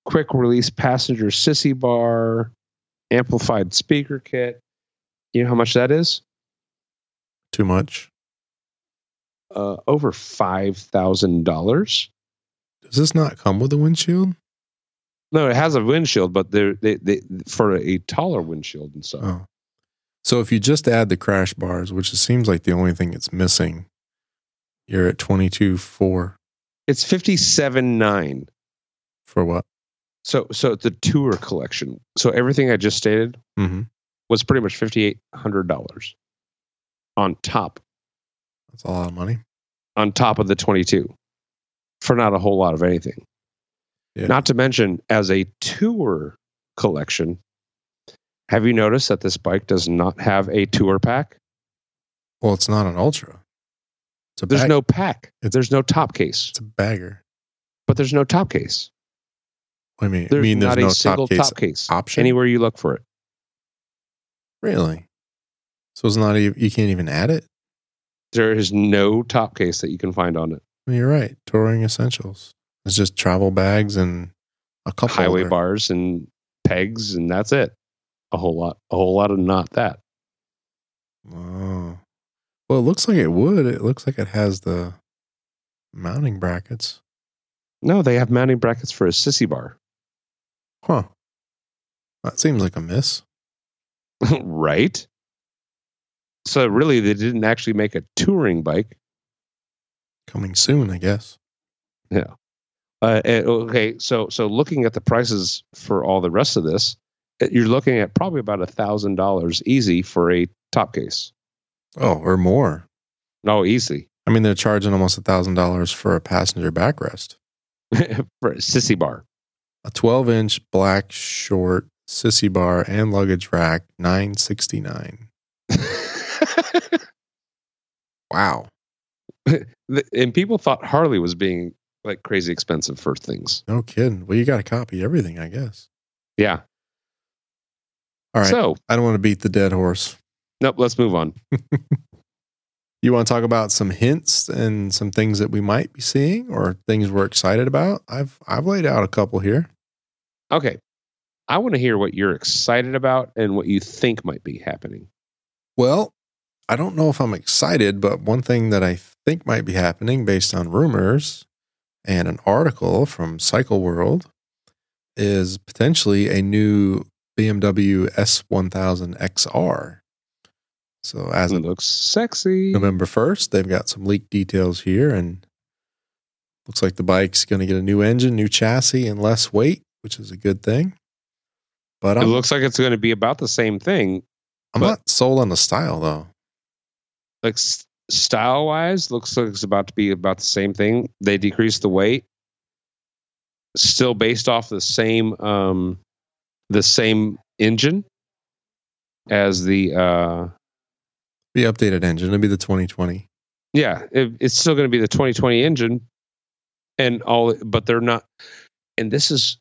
S1: quick release passenger sissy bar amplified speaker kit you know how much that is
S2: Too much.
S1: uh, over $5000
S2: Does this not come with a windshield?
S1: No, it has a windshield, but they're, they they for a taller windshield and stuff.
S2: Oh. So if you just add the crash bars, which it seems like the only thing it's missing, you're at twenty two four
S1: It's fifty seven nine.
S2: for what?
S1: So so the tour collection. So everything I just stated
S2: Mm-hmm.
S1: was pretty much fifty eight hundred dollars on top
S2: That's a lot of money.
S1: on top of the twenty two for not a whole lot of anything.
S2: Yeah.
S1: Not to mention as a tour collection. Have you noticed that this bike does not have a tour pack?
S2: Well, it's not an ultra. It's a
S1: There's
S2: bag-
S1: no pack.
S2: It's-
S1: There's no top case.
S2: It's a bagger.
S1: But there's no top case.
S2: What do you mean?
S1: There's
S2: I mean, there's
S1: not
S2: no
S1: a single
S2: top case
S1: top case
S2: option.
S1: anywhere you look for it.
S2: Really? So it's not even. You can't even add it.
S1: There is no top case that you can find on it.
S2: Well, you're right. Touring essentials. It's just travel bags and a cup
S1: Highway
S2: holder.
S1: bars and pegs, and that's it. A whole lot, a whole lot of not that.
S2: Oh. Well, it looks like it would. It looks like it has the mounting brackets.
S1: No, they have mounting brackets for a sissy bar,
S2: Huh. That seems like a miss.
S1: right? So really, they didn't actually make a touring bike.
S2: Coming soon, I guess.
S1: Uh, and- okay, so so looking at the prices for all the rest of this, uh, you're looking at probably about a thousand dollars easy for a top case.
S2: Oh, or more.
S1: No, easy
S2: I mean, they're charging almost a thousand dollars for a passenger backrest.
S1: for a sissy bar.
S2: A 12 inch black short sissy bar and luggage rack, nine sixty nine. Wow.
S1: Th- and people thought Harley was being like crazy expensive for things.
S2: No kidding. Well, you got to copy everything, I guess.
S1: Yeah.
S2: All right.
S1: So,
S2: I don't want to beat the dead horse.
S1: nope, let's move on.
S2: You want to talk about some hints and some things that we might be seeing or things we're excited about? I've I've laid out a couple here.
S1: Okay. I want to hear what you're excited about and what you think might be happening.
S2: Well, I don't know if I'm excited, but one thing that I think might be happening based on rumors and an article from Cycle World is potentially a new BMW S1000 XR. So as
S1: It
S2: of
S1: looks sexy.
S2: November 1st, they've got some leaked details here and looks like the bike's going to get a new engine, new chassis and less weight, which is a good thing. But
S1: It
S2: I'm,
S1: looks like it's going to be about the same thing.
S2: I'm
S1: but-
S2: not sold on the style though.
S1: Like style wise, looks like it's about to be about the same thing. They decrease the weight, still based off the same um, the same engine as the uh,
S2: The updated engine, it'll be the 2020.
S1: yeah it, it's still going to be the 2020 engine and all but they're not and this is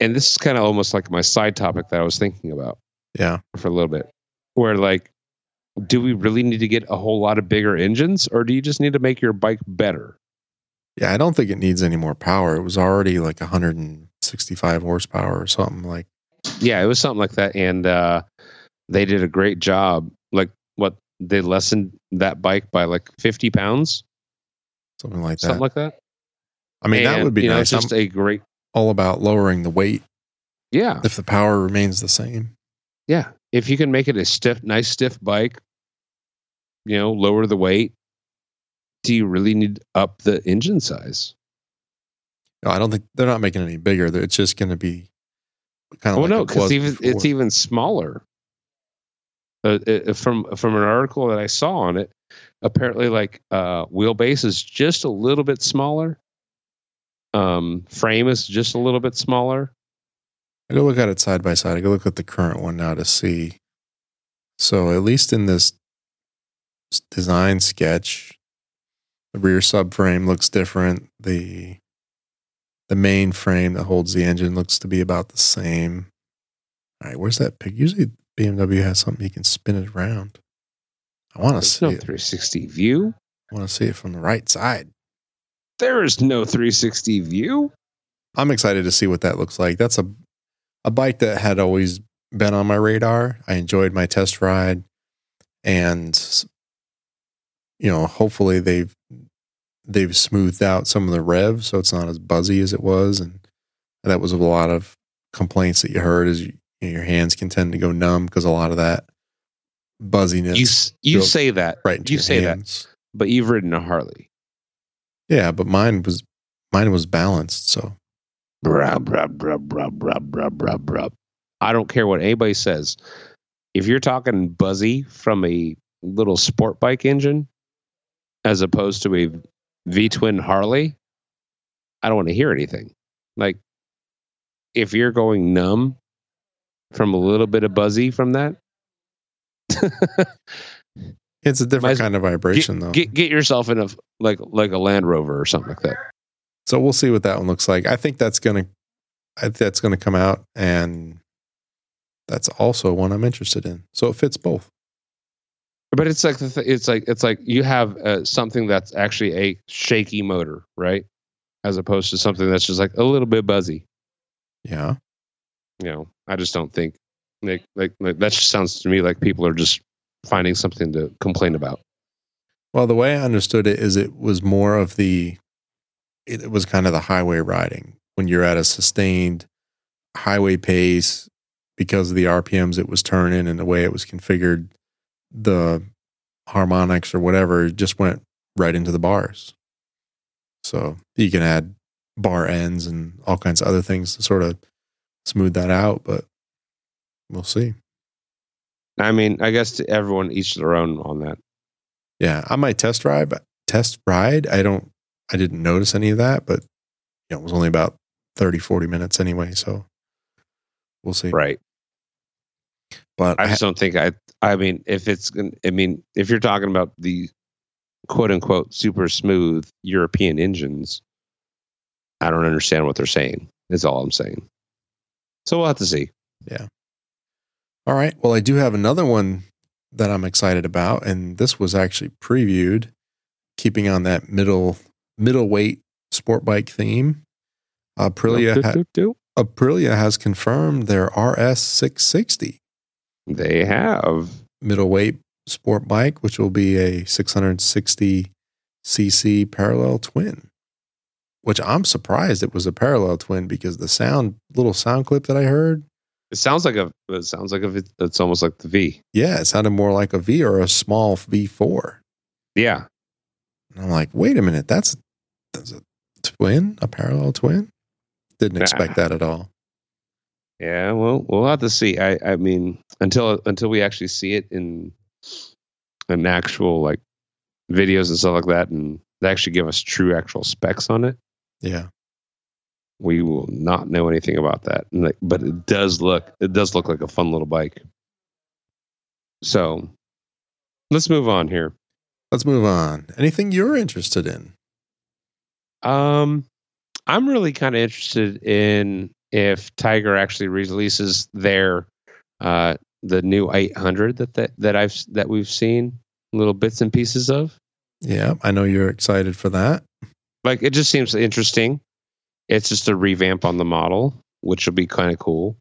S1: and this is kind of almost like my side topic that i was thinking about
S2: Yeah.
S1: for a little bit where like do we really need to get a whole lot of bigger engines or do you just need to make your bike better
S2: Yeah, I don't think it needs any more power. It was already like 165 horsepower or something like
S1: yeah it was something like that and uh they did a great job like what they lessened that bike by like 50 pounds
S2: something like that.
S1: something like that.
S2: I mean, that
S1: And,
S2: would be
S1: you know, it's
S2: nice.
S1: just
S2: I'm
S1: a great,
S2: all about lowering the weight
S1: yeah,
S2: if the power remains the same.
S1: yeah. If you can make it a stiff, nice stiff bike, you know, lower the weight. Do you really need up the engine size?
S2: No, I don't think they're not making it any bigger. They're- It's just going to be kind
S1: Oh
S2: of like
S1: no,
S2: it was
S1: because even it's
S2: before.
S1: even smaller. Uh, it- it- from from an article that I saw on it, apparently like uh, wheelbase is just a little bit smaller. Um, frame is just a little bit smaller.
S2: I go look at it side by side. I go look at the current one now to see. So at least in this s- design sketch, the rear subframe looks different. The the main frame that holds the engine looks to be about the same. All right, where's that pic? Usually BMW has something you can spin it around. I want to
S1: There's
S2: see
S1: no
S2: it.
S1: 360 view.
S2: I want to see it from the right side.
S1: There is no 360 view.
S2: I'm excited to see what that looks like. That's a a bike that had always been on my radar. I enjoyed my test ride and you know, hopefully they've they've smoothed out some of the rev so it's not as buzzy as it was and that was a lot of complaints that you heard is you, you know, your hands can tend to go numb because a lot of that buzziness
S1: You s- you
S2: Go
S1: say that,
S2: right into
S1: You
S2: your
S1: say that.
S2: hands.
S1: but you've ridden a Harley.
S2: Yeah, but mine was mine was balanced, so
S1: Brub, brub, brub, brub, brub, brub, brub, brub. I don't care what anybody says. If you're talking buzzy from a little sport bike engine as opposed to a V twin Harley, I don't want to hear anything. Like, if you're going numb from a little bit of buzzy from that,
S2: it's a
S1: Might as-
S2: different kind of vibration though.
S1: get get yourself in a like like a Land Rover or something like that.
S2: So we'll see what that one looks like. I think that's gonna, I think that's gonna come out, and that's also one I'm interested in. So it fits both.
S1: But it's like the th- it's like it's like you have uh, something that's actually a shaky motor, right? As opposed to something that's just like a little bit buzzy.
S2: Yeah,
S1: You know, I just don't think like like, like that just sounds to me like people are just finding something to complain about.
S2: Well, the way I understood it is it was more of the, it was kind of the highway riding when you're at a sustained highway pace because of the RPMs it was turning and the way it was configured, the harmonics or whatever just went right into the bars. So you can add bar ends and all kinds of other things to sort of smooth that out, but we'll see.
S1: I mean, I guess to everyone each their own on that.
S2: Yeah, on my test drive, test ride, I don't, I didn't notice any of that, but you know, it was only about 30, 40 minutes anyway. So we'll see.
S1: Right.
S2: But
S1: I
S2: I,
S1: just don't think I I mean, if it's gonna I mean, if you're talking about the quote unquote super smooth European engines, I don't understand what they're saying. Is all I'm saying. So we'll have to see.
S2: all right. Well, I do have another one that I'm excited about, and this was actually previewed, keeping on that middle middleweight sport bike theme. Aprilia, ha-
S1: Do-do-do.
S2: Aprilia has confirmed their RS 660.
S1: They have.
S2: middleweight sport bike, which will be a 660 cc parallel twin. Which I'm surprised it was a parallel twin because the sound little sound clip that I heard,
S1: It sounds like a. It sounds like a. V- It's almost like the V.
S2: yeah, it sounded more like a V or a small V4.
S1: Yeah.
S2: And I'm like, wait a minute, that's that's a twin, a parallel twin. Didn't
S1: Nah.
S2: expect that at all.
S1: Yeah. Well, we'll have to see. I. I mean, until until we actually see it in an actual like videos and stuff like that, and they actually give us true actual specs on it,
S2: Yeah,
S1: we will not know anything about that. And, like, but it does look. It does look like a fun little bike. So, let's move on here.
S2: let's move on. Anything you're interested in?
S1: Um, I'm really kind of interested in if Tiger actually releases their uh the new 800 that that that I've that we've seen little bits and pieces of.
S2: Yeah, I know you're excited for that.
S1: Like it just seems interesting. It's just a revamp on the model, which will be kind of cool.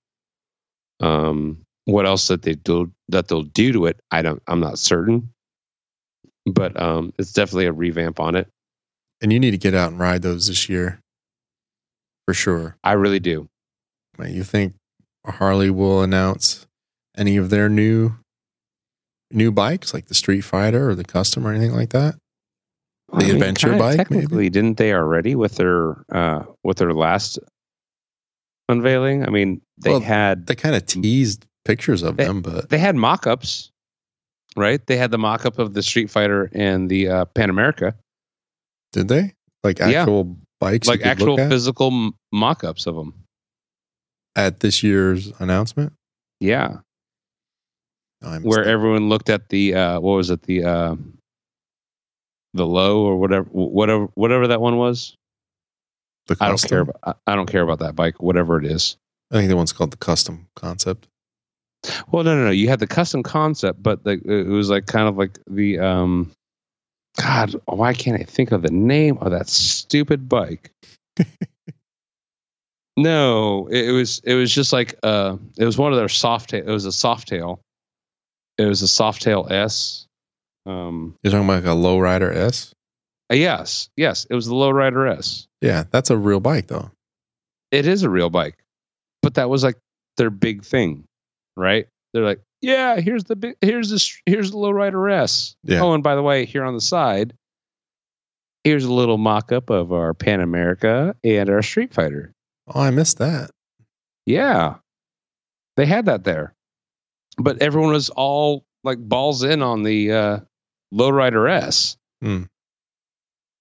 S1: Um, what else that they do that they'll do to it, I don't. I'm not certain. But um, it's definitely a revamp on it.
S2: And you need to get out and ride those this year for sure.
S1: I really do.
S2: Like, You think Harley will announce any of their new new bikes like the Street Fighter or the Custom or anything like that? The adventure
S1: kinda
S2: bike, maybe?
S1: Technically, didn't they already with their uh, with their last unveiling? I mean, they
S2: Well,
S1: had
S2: They kind of teased pictures of
S1: Mm. They-
S2: them, but
S1: they had mock-ups, right? They had the mock-up of the Street Fighter and the uh, Pan America,
S2: did they? Like
S1: Yeah.
S2: actual bikes
S1: like actual
S2: at,
S1: physical m- mock-ups of them.
S2: at this year's announcement?
S1: Yeah,
S2: No, I missed
S1: where
S2: that.
S1: everyone looked at the uh, what was it the uh, the low or whatever whatever whatever that one was.
S2: the
S1: I don't
S2: custom?
S1: care about I- I don't care about that bike, whatever it is.
S2: I think the one's called the custom concept.
S1: Well, no, no, no. You had the custom concept, but the, it was like kind of like the um, God, why can't I think of the name of that stupid bike? no, it, it was it was just like uh, it was one of their soft. It was a soft tail. It was a soft tail S. Um,
S2: You're talking about like a lowrider S?
S1: uh, yes, yes, it was the Lowrider S.
S2: Yeah, that's a real bike though.
S1: It is a real bike, but that was like their big thing, right? They're like, yeah, here's the big, here's this, here's the Lowrider S.
S2: Yeah.
S1: Oh, and by the way, here on the side, here's a little mock up of our Pan America and our Street Fighter.
S2: Oh, I missed that.
S1: Yeah. They had that there. But everyone was all like balls in on the uh, Lowrider S.
S2: Hmm.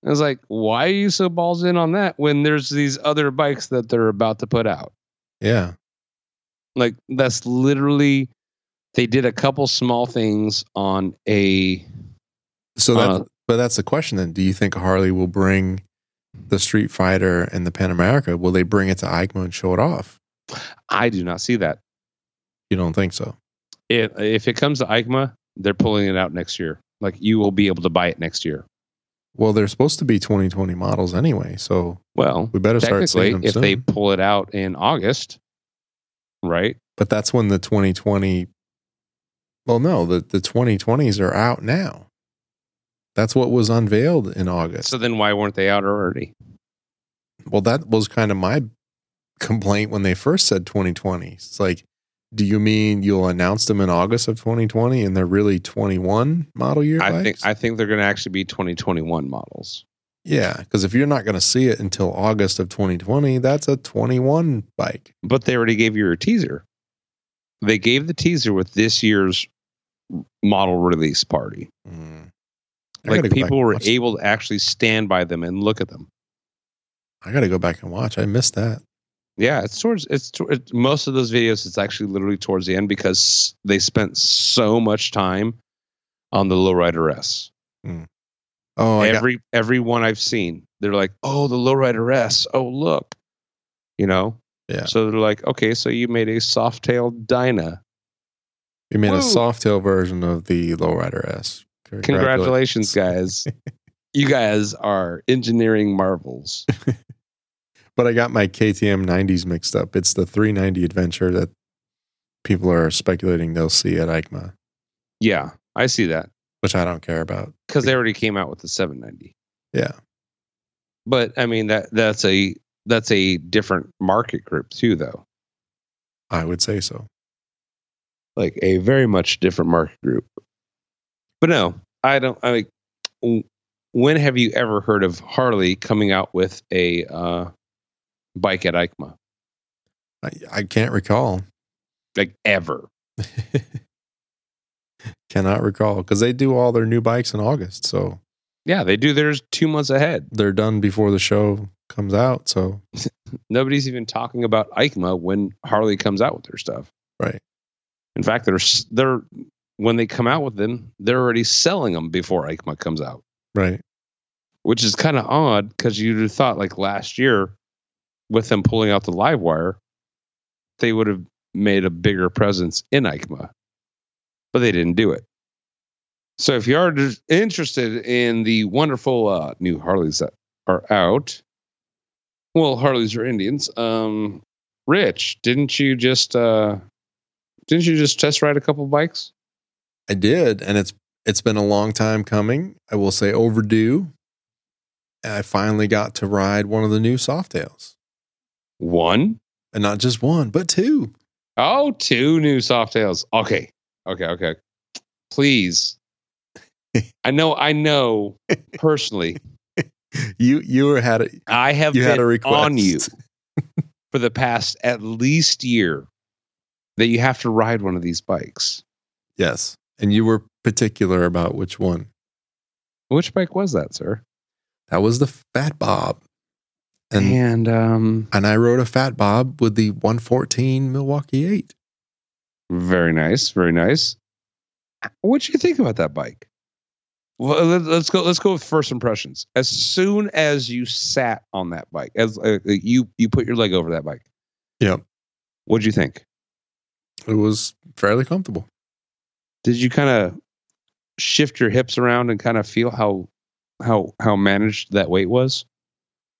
S1: I was like, why are you so balls in on that when there's these other bikes that they're about to put out?
S2: Yeah.
S1: Like, that's literally, they did a couple small things on a
S2: So that,
S1: Uh,
S2: but that's the question then. Do you think Harley will bring the Street Fighter and the Pan America? Will they bring it to EICMA and show it off?
S1: I do not see that.
S2: You don't think so?
S1: it, if it comes to EICMA, they're pulling it out next year. Like you will be able to buy it next year.
S2: Well, they're supposed to be 2020 models anyway, so
S1: Well,
S2: we better start
S1: technically,
S2: seeing them
S1: if
S2: soon.
S1: they pull it out in August, right?
S2: but that's when the 2020. Well, no, the the 2020s are out now. That's what was unveiled in August.
S1: So then why weren't they out already?
S2: Well, that was kind of my complaint when they first said 2020. It's like, do you mean you'll announce them in August of 2020 and they're really 21 model year?
S1: I think
S2: bikes?
S1: I think they're going to actually be 2021 models.
S2: yeah, because if you're not going to see it until August of 2020, that's a 21 bike.
S1: But they already gave you a teaser. They gave the teaser with this year's model release party.
S2: Mm. I
S1: Like
S2: gotta go back
S1: people
S2: and
S1: were
S2: watch-
S1: able to actually stand by them and look at them.
S2: I got to go back and watch. I missed that.
S1: Yeah, it's towards it's, to- it's most of those videos. It's actually literally towards the end because they spent so much time on the lowrider S.
S2: Oh, I got,
S1: every every one I've seen, they're like, "Oh, the lowrider S. Oh, look," you know.
S2: Yeah.
S1: So they're like, "Okay, so you made a soft tailed Dyna.
S2: you made a
S1: Woo.
S2: soft tail version of the Lowrider S.
S1: Congratulations, guys! you guys are engineering marvels."
S2: but I got my KTM 90s mixed up. It's the 390 Adventure that people are speculating they'll see at EICMA,
S1: yeah, I see that
S2: which I don't care about.
S1: because they already came out with the 790.
S2: Yeah.
S1: But I mean that that's a that's a different market group too, though.
S2: I would say so.
S1: like a very much different market group. But no, I don't. I mean, when have you ever heard of Harley coming out with a uh, bike at EICMA?
S2: I, I can't recall.
S1: Like ever?
S2: Cannot recall because they do all their new bikes in August. So
S1: Yeah, they do theirs two months ahead.
S2: they're done before the show comes out. So,
S1: Nobody's even talking about EICMA when Harley comes out with their stuff.
S2: Right.
S1: In fact, they're s- they're when they come out with them, they're already selling them before EICMA comes out.
S2: right.
S1: which is kind of odd because you'd have thought like last year with them pulling out the live wire, they would have made a bigger presence in EICMA, but they didn't do it. So if you are just interested in the wonderful uh, new Harleys that are out, well, Harleys are Indians. Um, Rich, didn't you just uh, didn't you just test ride a couple bikes?
S2: I did, and it's it's been a long time coming. I will say overdue. I finally got to ride one of the new Softails.
S1: One?
S2: And not just one, but two.
S1: Oh, two new Softails. Okay. Okay. Okay. Please. I know. I know personally.
S2: You you were had a
S1: I have
S2: you
S1: been
S2: had a request
S1: on you for the past at least year that you have to ride one of these bikes.
S2: Yes. And you were particular about which one.
S1: Which bike was that, sir?
S2: That was the Fat Bob. And
S1: And um,
S2: and I rode a Fat Bob with the 114 Milwaukee 8.
S1: very nice, very nice. What do you think about that bike? Well, let- let's go. Let's go with first impressions. As soon as you sat on that bike, as uh, you you put your leg over that bike,
S2: Yeah.
S1: what'd you think?
S2: It was fairly comfortable.
S1: did you kind of shift your hips around and kind of feel how how how managed that weight was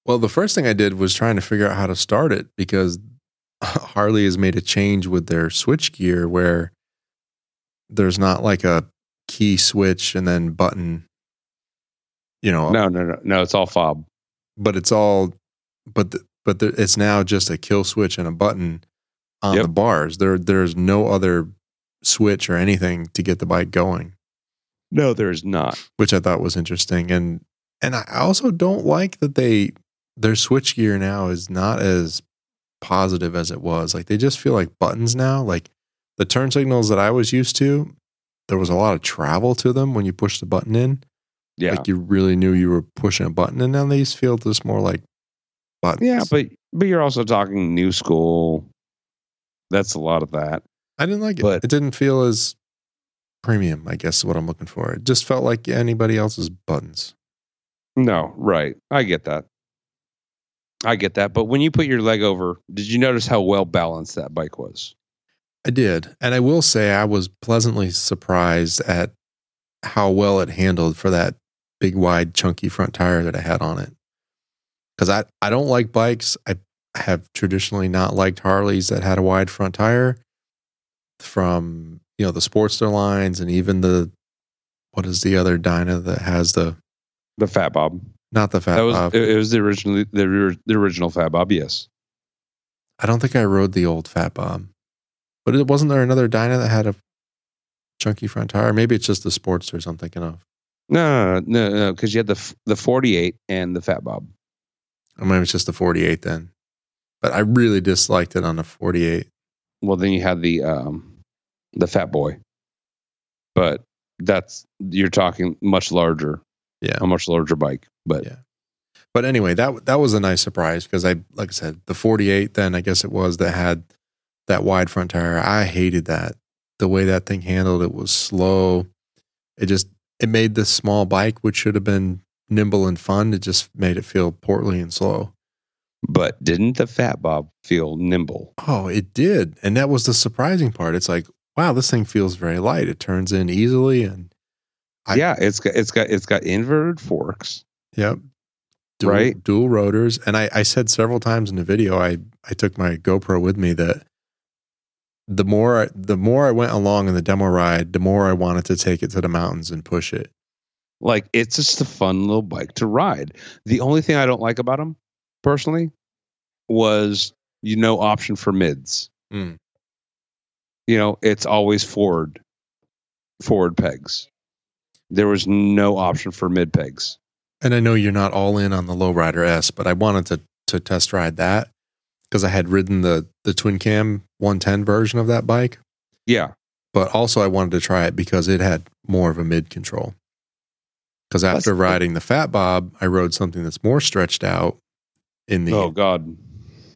S2: Well, the first thing I did was trying to figure out how to start it because Harley has made a change with their switch gear where there's not like a key switch and then button, you know,
S1: no no no no it's all fob
S2: but it's all, but, the, but the, it's now just a kill switch and a button on
S1: Yep.
S2: the bars. There, there's no other switch or anything to get the bike going,
S1: no there's not
S2: which I thought was interesting. And, and I also don't like that they, their switch gear now is not as positive as it was. Like they just feel like buttons now. Like the turn signals that I was used to, there was a lot of travel to them when you push the button in.
S1: yeah
S2: Like you really knew you were pushing a button, and now these feel just more like buttons.
S1: yeah but but you're also talking new school that's a lot of that
S2: I didn't like it.
S1: but-
S2: it didn't feel as premium. I guess is what I'm looking for. It just felt like anybody else's buttons.
S1: no right i get that i get that but when you put your leg over did you notice how well balanced that bike was
S2: I did, and I will say I was pleasantly surprised at how well it handled for that big, wide, chunky front tire that I had on it. Because I I don't like bikes. I have traditionally not liked Harleys that had a wide front tire. From you know the Sportster lines and even the what is the other Dyna that has the
S1: the fat bob
S2: not the fat
S1: that was
S2: Bob.
S1: it, it was the original the, ori- the original fat bob yes
S2: I don't think I rode the old Fat Bob, but it wasn't there another Dyna that had a chunky front tire. Maybe it's just the Sportsters I'm thinking of.
S1: no no no no because you had the f- the 48 and the fat bob
S2: I mean, it was just the 48 then, but I really disliked it on the 48.
S1: well then you had the um the fat boy but that's you're talking much larger
S2: Yeah.
S1: a much larger bike but
S2: Yeah. But anyway, that that was a nice surprise because I, like I said, the 48 then I guess it was that had that wide front tire. I hated that the way that thing handled it was slow. It just it made this small bike, which should have been nimble and fun, it just made it feel portly and slow.
S1: but didn't the fat bob feel nimble
S2: Oh, it did. And that was the surprising part. It's like, wow, this thing feels very light. It turns in easily and I-
S1: yeah it's got it's got it's got inverted forks
S2: yep. Dual,
S1: Right.
S2: Dual rotors. And I, I said several times in the video, I, I took my GoPro with me that the more I, the more I went along in the demo ride, the more I wanted to take it to the mountains and push it.
S1: like it's just a fun little bike to ride the only thing i don't like about them personally was you know option for mids
S2: Mm.
S1: you know it's always forward forward pegs there was no option for mid pegs
S2: And I know you're not all in on the Lowrider S, but I wanted to to test ride that because I had ridden the the twin cam 110 version of that bike.
S1: yeah
S2: but also I wanted to try it because it had more of a mid control. Because
S1: That's
S2: after
S1: good.
S2: riding the Fat Bob, I rode something that's more stretched out in the
S1: Oh God.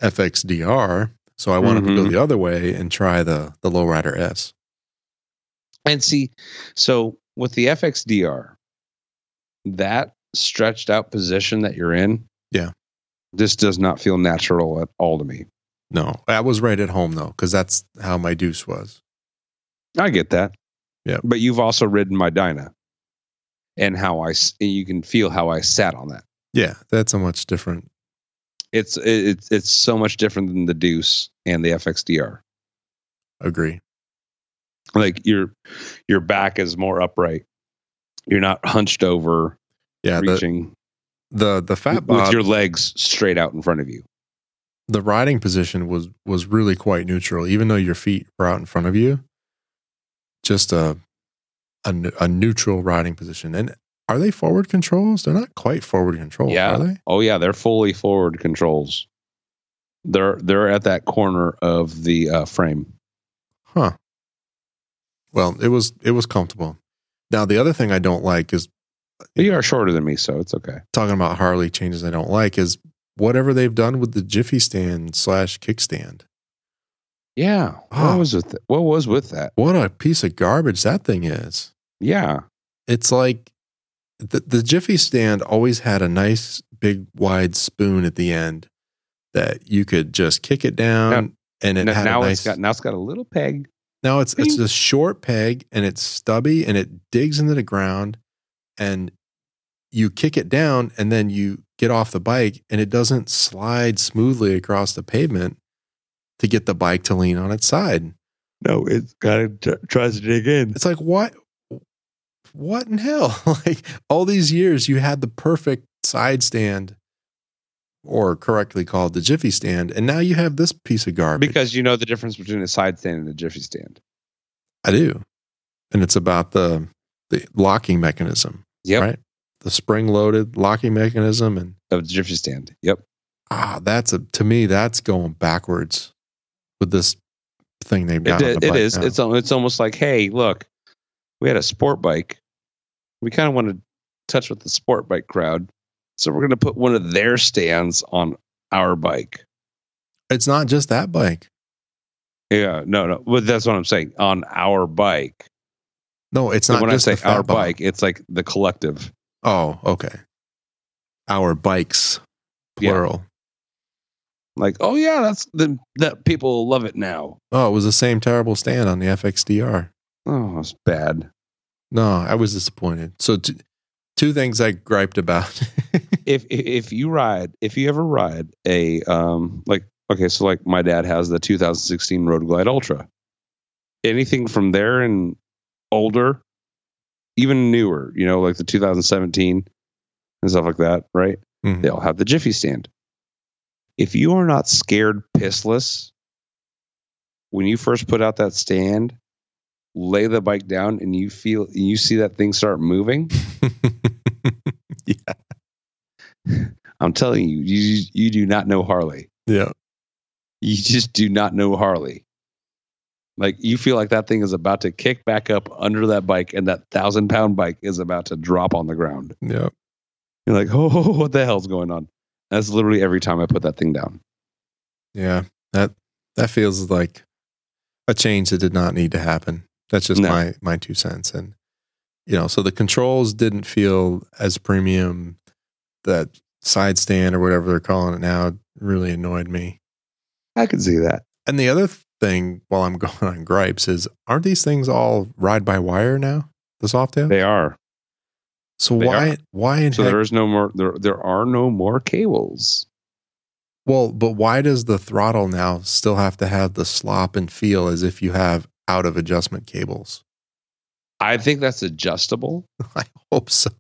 S2: FXDR. So I wanted to go
S1: Mhm.
S2: the other way and try the the Lowrider S.
S1: And see, so with the FXDR, that stretched out position that you're in,
S2: Yeah.
S1: this does not feel natural at all to me.
S2: No, I was right at home though, because that's how my Deuce was.
S1: I get that.
S2: Yeah.
S1: But you've also ridden my Dyna, and how I s- you can feel how I sat on that.
S2: Yeah, that's a much different.
S1: It's it, it's it's so much different than the Deuce and the FXDR.
S2: Agree.
S1: Like your your back is more upright. You're not hunched over
S2: Yeah, the,
S1: reaching.
S2: the the fat
S1: with
S2: bob
S1: your legs straight out in front of you.
S2: the riding position was was really quite neutral, even though your feet were out in front of you. Just a a, ne- a neutral riding position. And are they forward controls? They're not quite forward controls,
S1: Yeah.
S2: are they?
S1: Oh yeah, they're fully forward controls. They're they're at that corner of the uh, frame.
S2: Huh. Well, it was it was comfortable. Now the other thing I don't like is
S1: You are shorter than me, so it's okay.
S2: talking about Harley changes I don't like is whatever they've done with the jiffy stand slash kickstand.
S1: Yeah.
S2: Oh.
S1: What was with that? What was with that?
S2: What a piece of garbage that thing is.
S1: Yeah.
S2: it's like the, the jiffy stand always had a nice big wide spoon at the end that you could just kick it down and it
S1: now
S2: had
S1: now
S2: a nice,
S1: it's got now it's got a little peg.
S2: now it's it's
S1: Bing.
S2: a short peg and it's stubby and it digs into the ground and you kick it down and then you get off the bike and it doesn't slide smoothly across the pavement to get the bike to lean on its side
S1: No, it's got it tries to dig in.
S2: It's like what what in hell? like all these years you had the perfect side stand or correctly called the jiffy stand and now you have this piece of garbage.
S1: Because you know the difference between a side stand and a jiffy stand.
S2: I do. And it's about the the locking mechanism,
S1: Yep.
S2: Right. the spring loaded locking mechanism and
S1: Of the jiffy stand. Yep.
S2: ah that's a to me that's going backwards with this thing they've
S1: It,
S2: got. on
S1: it,
S2: the
S1: it
S2: bike
S1: is.
S2: now.
S1: It's al- it's almost like, hey, look, we had a sport bike. We kind of want to touch with the sport bike crowd, so we're going to put one of their stands on our bike.
S2: it's not just that bike.
S1: Yeah, no, no, but that's what I'm saying. On our bike.
S2: No, it's
S1: So
S2: not
S1: when I
S2: just
S1: say
S2: the fat
S1: our
S2: bike.
S1: bike, it's like the collective.
S2: Oh, okay. Our bikes,
S1: Yeah.
S2: plural.
S1: Like, oh yeah, that's the that people love it now.
S2: Oh, it was the same terrible stand on the FXDR.
S1: Oh, it's bad.
S2: No, I was disappointed. So, t- two things I griped about.
S1: If, if if you ride, if you ever ride a um like okay, so like my dad has the 2016 Road Glide Ultra. Anything from there and older, even newer, you know, like the 2017 and stuff like that, right?
S2: Mhm.
S1: They all have the Jiffy stand. If you are not scared pissless when you first put out that stand, lay the bike down and you feel you see that thing start moving, I'm telling you, you you do not know Harley.
S2: yeah.
S1: You just do not know Harley. Like you feel like that thing is about to kick back up under that bike, and that thousand pound bike is about to drop on the ground.
S2: Yeah.
S1: You're like, oh, what the hell's going on? That's literally every time I put that thing down.
S2: Yeah. That, that feels like a change that did not need to happen. That's just
S1: No.
S2: my, my two cents. And, you know, so the controls didn't feel as premium. That side stand or whatever they're calling it now really annoyed me.
S1: I can see that.
S2: And the other thing, while I'm going on gripes, is aren't these things all ride by wire now? The soft tail.
S1: They are.
S2: so
S1: they
S2: why
S1: are.
S2: why in
S1: So
S2: heck,
S1: there is no more. There there are no more cables.
S2: well, but why does the throttle now still have to have the slop and feel as if you have out of adjustment cables?
S1: I think that's adjustable.
S2: I hope so.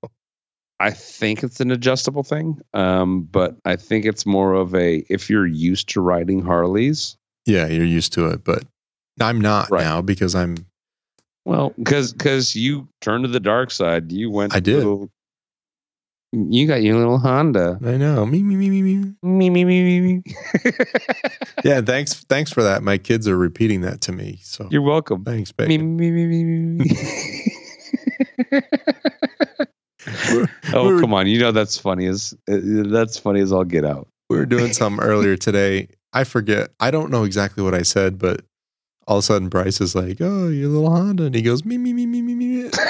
S1: I think it's an adjustable thing, um, but I think it's more of a if you're used to riding Harleys,
S2: Yeah, you're used to it, but I'm not
S1: Right.
S2: now because I'm
S1: Well, because because you turned to the dark side, you went.
S2: I did.
S1: little- you got your little Honda.
S2: I know. Me me me me me.
S1: Me me me me me.
S2: Yeah, thanks thanks for that. My kids are repeating that to me. So
S1: You're welcome.
S2: thanks,
S1: Me
S2: baby.
S1: me me me me. me.
S2: we
S1: oh
S2: were-
S1: come on! You know that's funny as uh, that's funny as I'll get out.
S2: we were doing something earlier today. I forget. I don't know exactly what I said, but all of a sudden Bryce is like, "Oh, your little Honda," and he goes, "Me, me, me, me, me, me."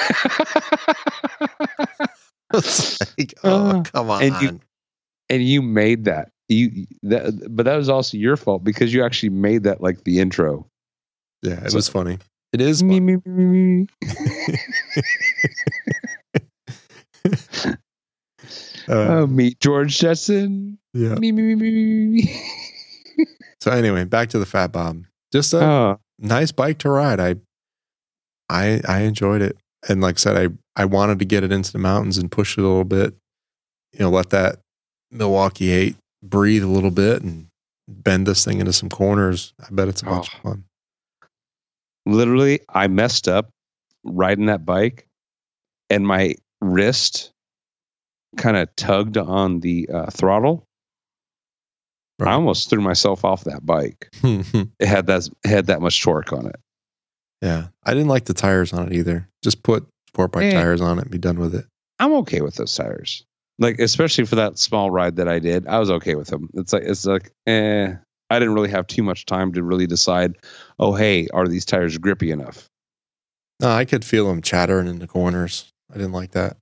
S2: It's like, oh,
S1: Uh,
S2: come on.
S1: and you- and you made that you that, but that was also your fault because you actually made that like the intro.
S2: yeah, it
S1: so-
S2: was funny. It is.
S1: Me
S2: fun.
S1: me me me. me.
S2: Uh,
S1: Oh, meet George Jetson.
S2: yeah.
S1: me, me, me, me, me, me.
S2: So anyway, back to the Fat Bob. Just a
S1: Oh,
S2: nice bike to ride. I, I, I enjoyed it, and like I said, I I wanted to get it into the mountains and push it a little bit, you know, let that Milwaukee 8 breathe a little bit and bend this thing into some corners, I bet it's a bunch
S1: Oh.
S2: of fun.
S1: literally i messed up riding that bike and my wrist kind of tugged on the uh, throttle
S2: Right.
S1: i almost threw myself off that bike it had that had that much torque on it
S2: yeah. I didn't like the tires on it either. Just put sport bike
S1: Eh.
S2: tires on it and be done with it.
S1: i'm okay with those tires like especially for that small ride that i did i was okay with them it's like it's like eh i didn't really have too much time to really decide oh hey are these tires grippy enough
S2: No, I could feel them chattering in the corners. I didn't like that.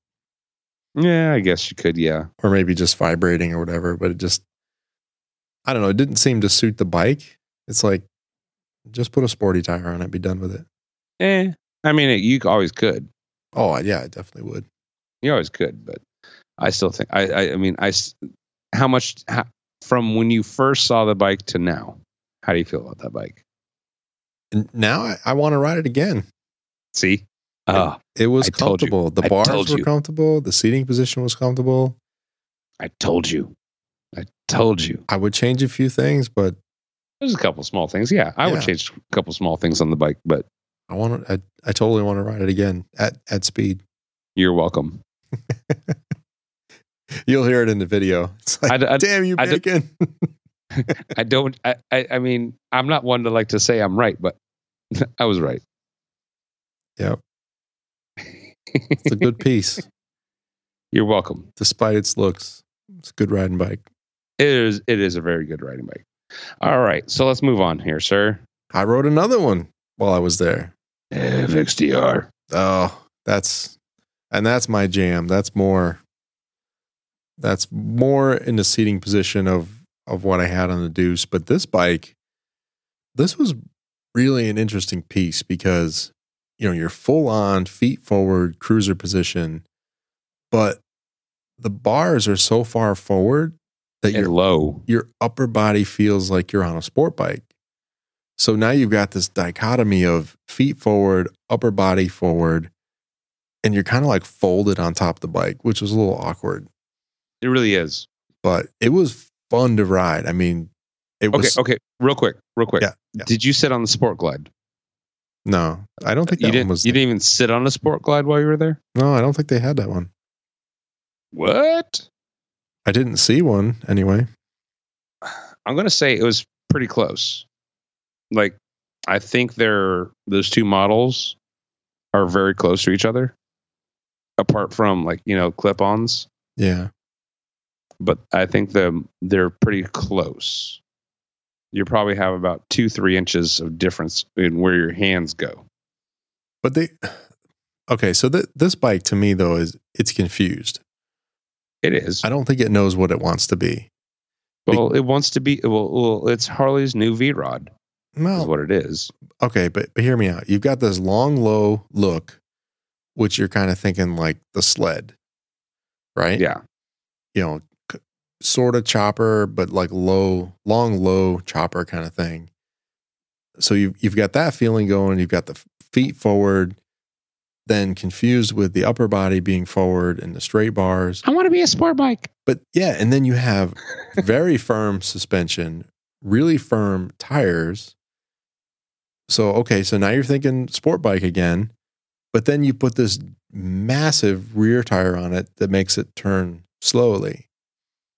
S1: yeah i guess you could yeah
S2: Or maybe just vibrating or whatever, but it just, I don't know. It didn't seem to suit the bike. It's like, just put a sporty tire on it, be done with it.
S1: eh i mean it, you always could
S2: Oh, yeah, I definitely would.
S1: you always could but i still think i i, I mean i s- how much how, from when you first saw the bike to now how do you feel about that bike
S2: And now I, I want to ride it again.
S1: see uh,
S2: It was
S1: I told you.
S2: comfortable. The
S1: I
S2: bars
S1: told
S2: were
S1: you.
S2: comfortable. The seating position was comfortable.
S1: i told you i told you
S2: I would change a few things, but
S1: there's a couple small things yeah i
S2: Yeah.
S1: would change a couple small things on the bike but
S2: I want to. I, I totally want to ride it again at at speed.
S1: you're welcome
S2: You'll hear it in the video. It's like,
S1: I d- I d-
S2: damn you,
S1: I d-
S2: bacon.
S1: i don't I, I i mean i'm not one to like to say i'm right but i was right
S2: Yep. it's a good piece,
S1: you're welcome
S2: despite its looks. It's a good riding bike.
S1: it is it is a very good riding bike all right so let's move on here sir
S2: I rode another one while I was there.
S1: fxdr
S2: Oh, that's and that's my jam. That's more that's more in the seating position of of what I had on the deuce. But this bike, this was really an interesting piece because you know you're full on feet forward cruiser position, but the bars are so far forward that
S1: and
S2: you're
S1: low
S2: your upper body feels like you're on a sport bike. So now you've got this dichotomy of feet forward, upper body forward, and you're kind of like folded on top of the bike, which was a little awkward,
S1: it really is
S2: but it was fun to ride. I mean, it
S1: Okay,
S2: was
S1: okay, real quick, real quick.
S2: Yeah, yeah.
S1: Did you sit on the sport glide?
S2: no, I don't think that
S1: Uh, You
S2: one
S1: didn't.
S2: was.
S1: you didn't even sit on a sport glide while you were there.
S2: No, I don't think they had that one.
S1: What?
S2: I didn't see one anyway.
S1: I'm gonna say it was pretty close. Like, I think they're those two models are very close to each other, apart from like you know clip-ons.
S2: Yeah,
S1: But I think them they're pretty close. You probably have about two three inches of difference in where your hands go.
S2: but they. Okay, so th- this bike to me though is it's confused.
S1: It is.
S2: I don't think it knows what it wants to be.
S1: Well, it wants to be. Well, well it's Harley's new V Rod.
S2: No,
S1: is what it is.
S2: okay, but, but hear me out. You've got this long, low look, which you're kind of thinking like the sled, right?
S1: Yeah.
S2: You know, sort of chopper, but like low, long, low chopper kind of thing. So you've, you've got that feeling going. You've got the f- feet forward, then confused with the upper body being forward and the straight bars.
S1: I want to be a sport bike.
S2: But yeah, and then you have very firm suspension, really firm tires. So okay, so now you're thinking sport bike again, but then you put this massive rear tire on it that makes it turn slowly.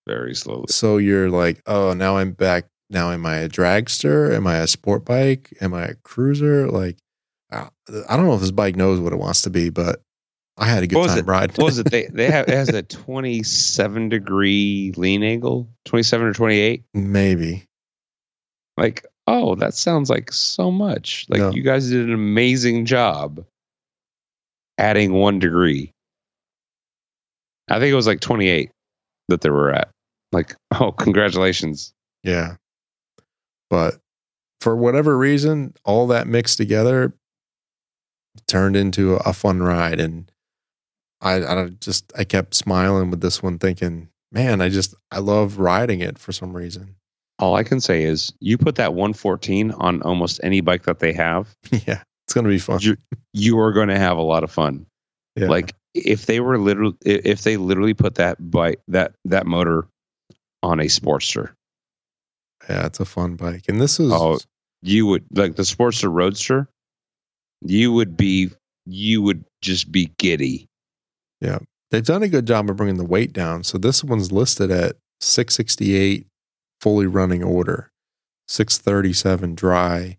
S1: Very slowly.
S2: So you're like, oh, now I'm back. Now am I a dragster? Am I a sport bike? Am I a cruiser? Like, I I don't know if this bike knows what it wants to be, but I had a good
S1: What was
S2: time
S1: it?
S2: riding.
S1: What was it? They they have it has a 27 degree lean angle, 27 or 28.
S2: Maybe.
S1: Like, oh, that sounds like so much. Like
S2: No.
S1: you guys did an amazing job adding one degree. I think it was like 28 that they were at. Like, oh, congratulations.
S2: Yeah. But for whatever reason, all that mixed together turned into a fun ride. And I, I don't- just, I kept smiling with this one, thinking, man, I just, I love riding it for some reason.
S1: All I can say is you put that 114 on almost any bike that they have.
S2: yeah. It's going to be fun.
S1: You are going to have a lot of fun.
S2: Yeah.
S1: Like if they were literally if they literally put that bike that that motor on a Sportster,
S2: Yeah, it's a fun bike. And this is
S1: Oh. you would like the Sportster Roadster, you would be you would just be giddy.
S2: they've done a good job of bringing the weight down. So this one's listed at 668 fully running order, 637 dry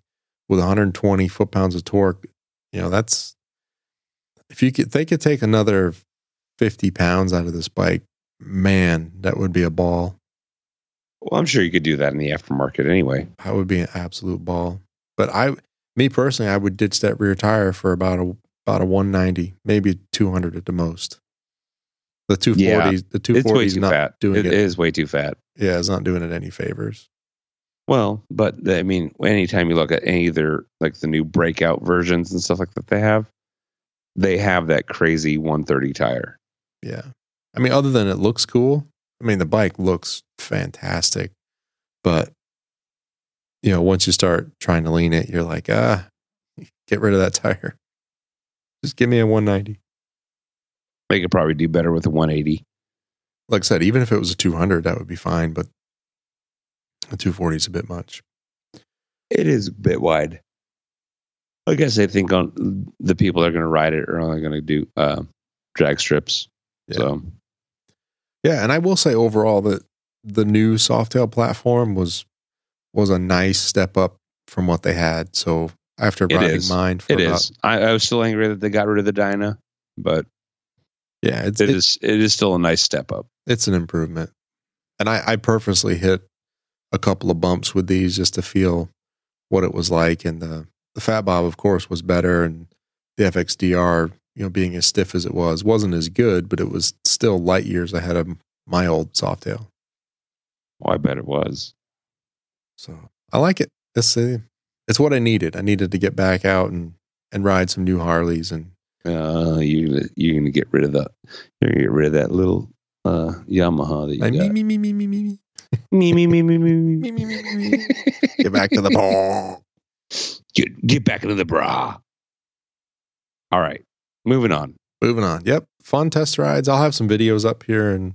S2: with 120 foot pounds of torque. You know, that's if you could, they could take another 50 pounds out of this bike, man, that would be a ball.
S1: Well, I'm sure you could do that in the aftermarket anyway.
S2: That would be an absolute ball. But I, me personally, I would ditch that rear tire for about a about a 190, maybe 200 at the most. The 240, the
S1: It's way
S2: 240 is
S1: too
S2: not
S1: fat.
S2: doing
S1: it
S2: it.
S1: is way too fat.
S2: Yeah, it's not doing it any favors.
S1: Well, but the- I mean, anytime you look at any of their like the new breakout versions and stuff like that, they have they have that crazy 130 tire.
S2: Yeah. I mean, other than it looks cool, I mean, the bike looks fantastic. But, you know, once you start trying to lean it, you're like, ah, get rid of that tire. Just give me a 190.
S1: They could probably do better with a 180.
S2: Like I said, even if it was a 200, that would be fine. But the 240 is a bit much.
S1: It is a bit wide. I guess I think on the people that are going to ride it are only going to do uh, drag strips.
S2: Yeah.
S1: So
S2: Yeah, and I will say overall that the new Softail platform was was a nice step up from what they had. So after
S1: It
S2: riding
S1: is.
S2: mine for
S1: it
S2: about,
S1: is. I, I was still angry that they got rid of the Dyna, but
S2: yeah, it's,
S1: it is
S2: it's
S1: it is still a nice step up.
S2: it's an improvement. And I, I purposely hit a couple of bumps with these just to feel what it was like. And the, the Fat Bob, of course, was better. And the FXDR, you know, being as stiff as it was, wasn't as good, but it was still light years ahead of my old Softail.
S1: Oh, I bet it was.
S2: So I like it. It's, uh, it's what I needed. I needed to get back out and, and ride some new Harleys and
S1: Uh, you you're gonna get rid of that. You're gonna get rid of that little uh, Yamaha that you
S2: I me,
S1: got.
S2: me, me, me, me, me, me,
S1: Me me me me me me.
S2: me, me, me, me, me. Get back to the ball.
S1: Get get back into the bra. All right, moving on.
S2: moving on. Yep. Fun test rides. I'll have some videos up here in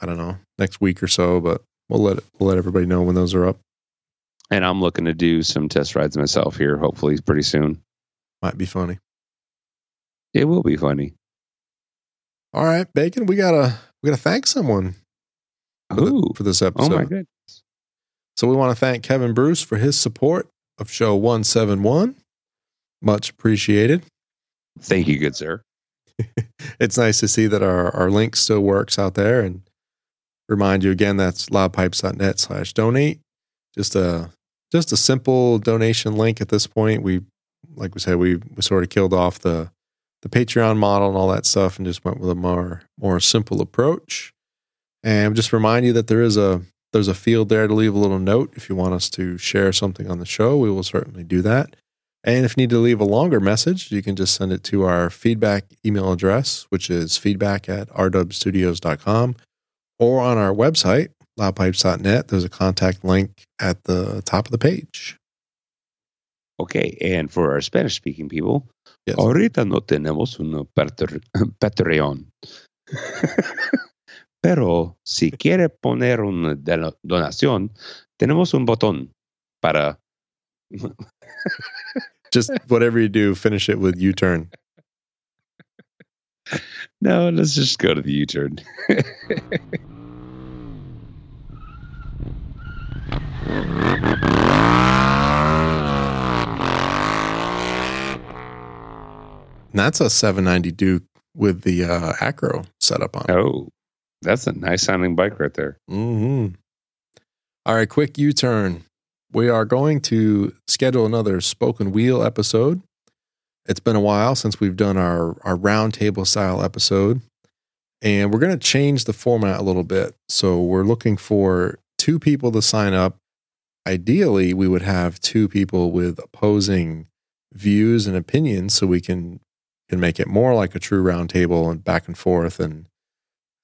S2: I don't know, next week or so, but we'll let we'll let everybody know when those are up.
S1: And I'm looking to do some test rides myself here. Hopefully, pretty soon.
S2: Might be funny.
S1: It will be funny.
S2: All right, Bacon, we gotta we gotta thank someone for, the-
S1: Ooh.
S2: for this
S1: Oh
S2: episode.
S1: my god.
S2: So we want to thank Kevin Bruce for his support of show 171. Much appreciated.
S1: Thank you, good sir.
S2: It's nice to see that our, our link still works out there and remind you again that's loudpipes.net slash donate. Just a just a simple donation link at this point. We like we said, we, we sort of killed off the the Patreon model and all that stuff and just went with a more more simple approach. And just remind you that there is a there's a field there to leave a little note if you want us to share something on the show. We will certainly do that. And if you need to leave a longer message, you can just send it to our feedback email address, which is feedback at rwstudios.com or on our website, loudpipes.net. There's a contact link at the top of the page.
S1: Okay, and for our Spanish speaking people,
S2: Yes.
S1: ahorita no tenemos un patr- Patreon. Pero si quiere poner una dono- donación, tenemos un botón para.
S2: Just whatever you do, finish it with U turn.
S1: No, let's just go to the U turn.
S2: And that's a 790 Duke with the uh, Acro setup on. it.
S1: Oh, that's a nice sounding bike right there.
S2: hmm All right, quick U turn. We are going to schedule another spoken wheel episode. It's been a while since we've done our, our roundtable style episode, and we're going to change the format a little bit. So we're looking for two people to sign up. Ideally, we would have two people with opposing views and opinions so we can can make it more like a true roundtable and back and forth and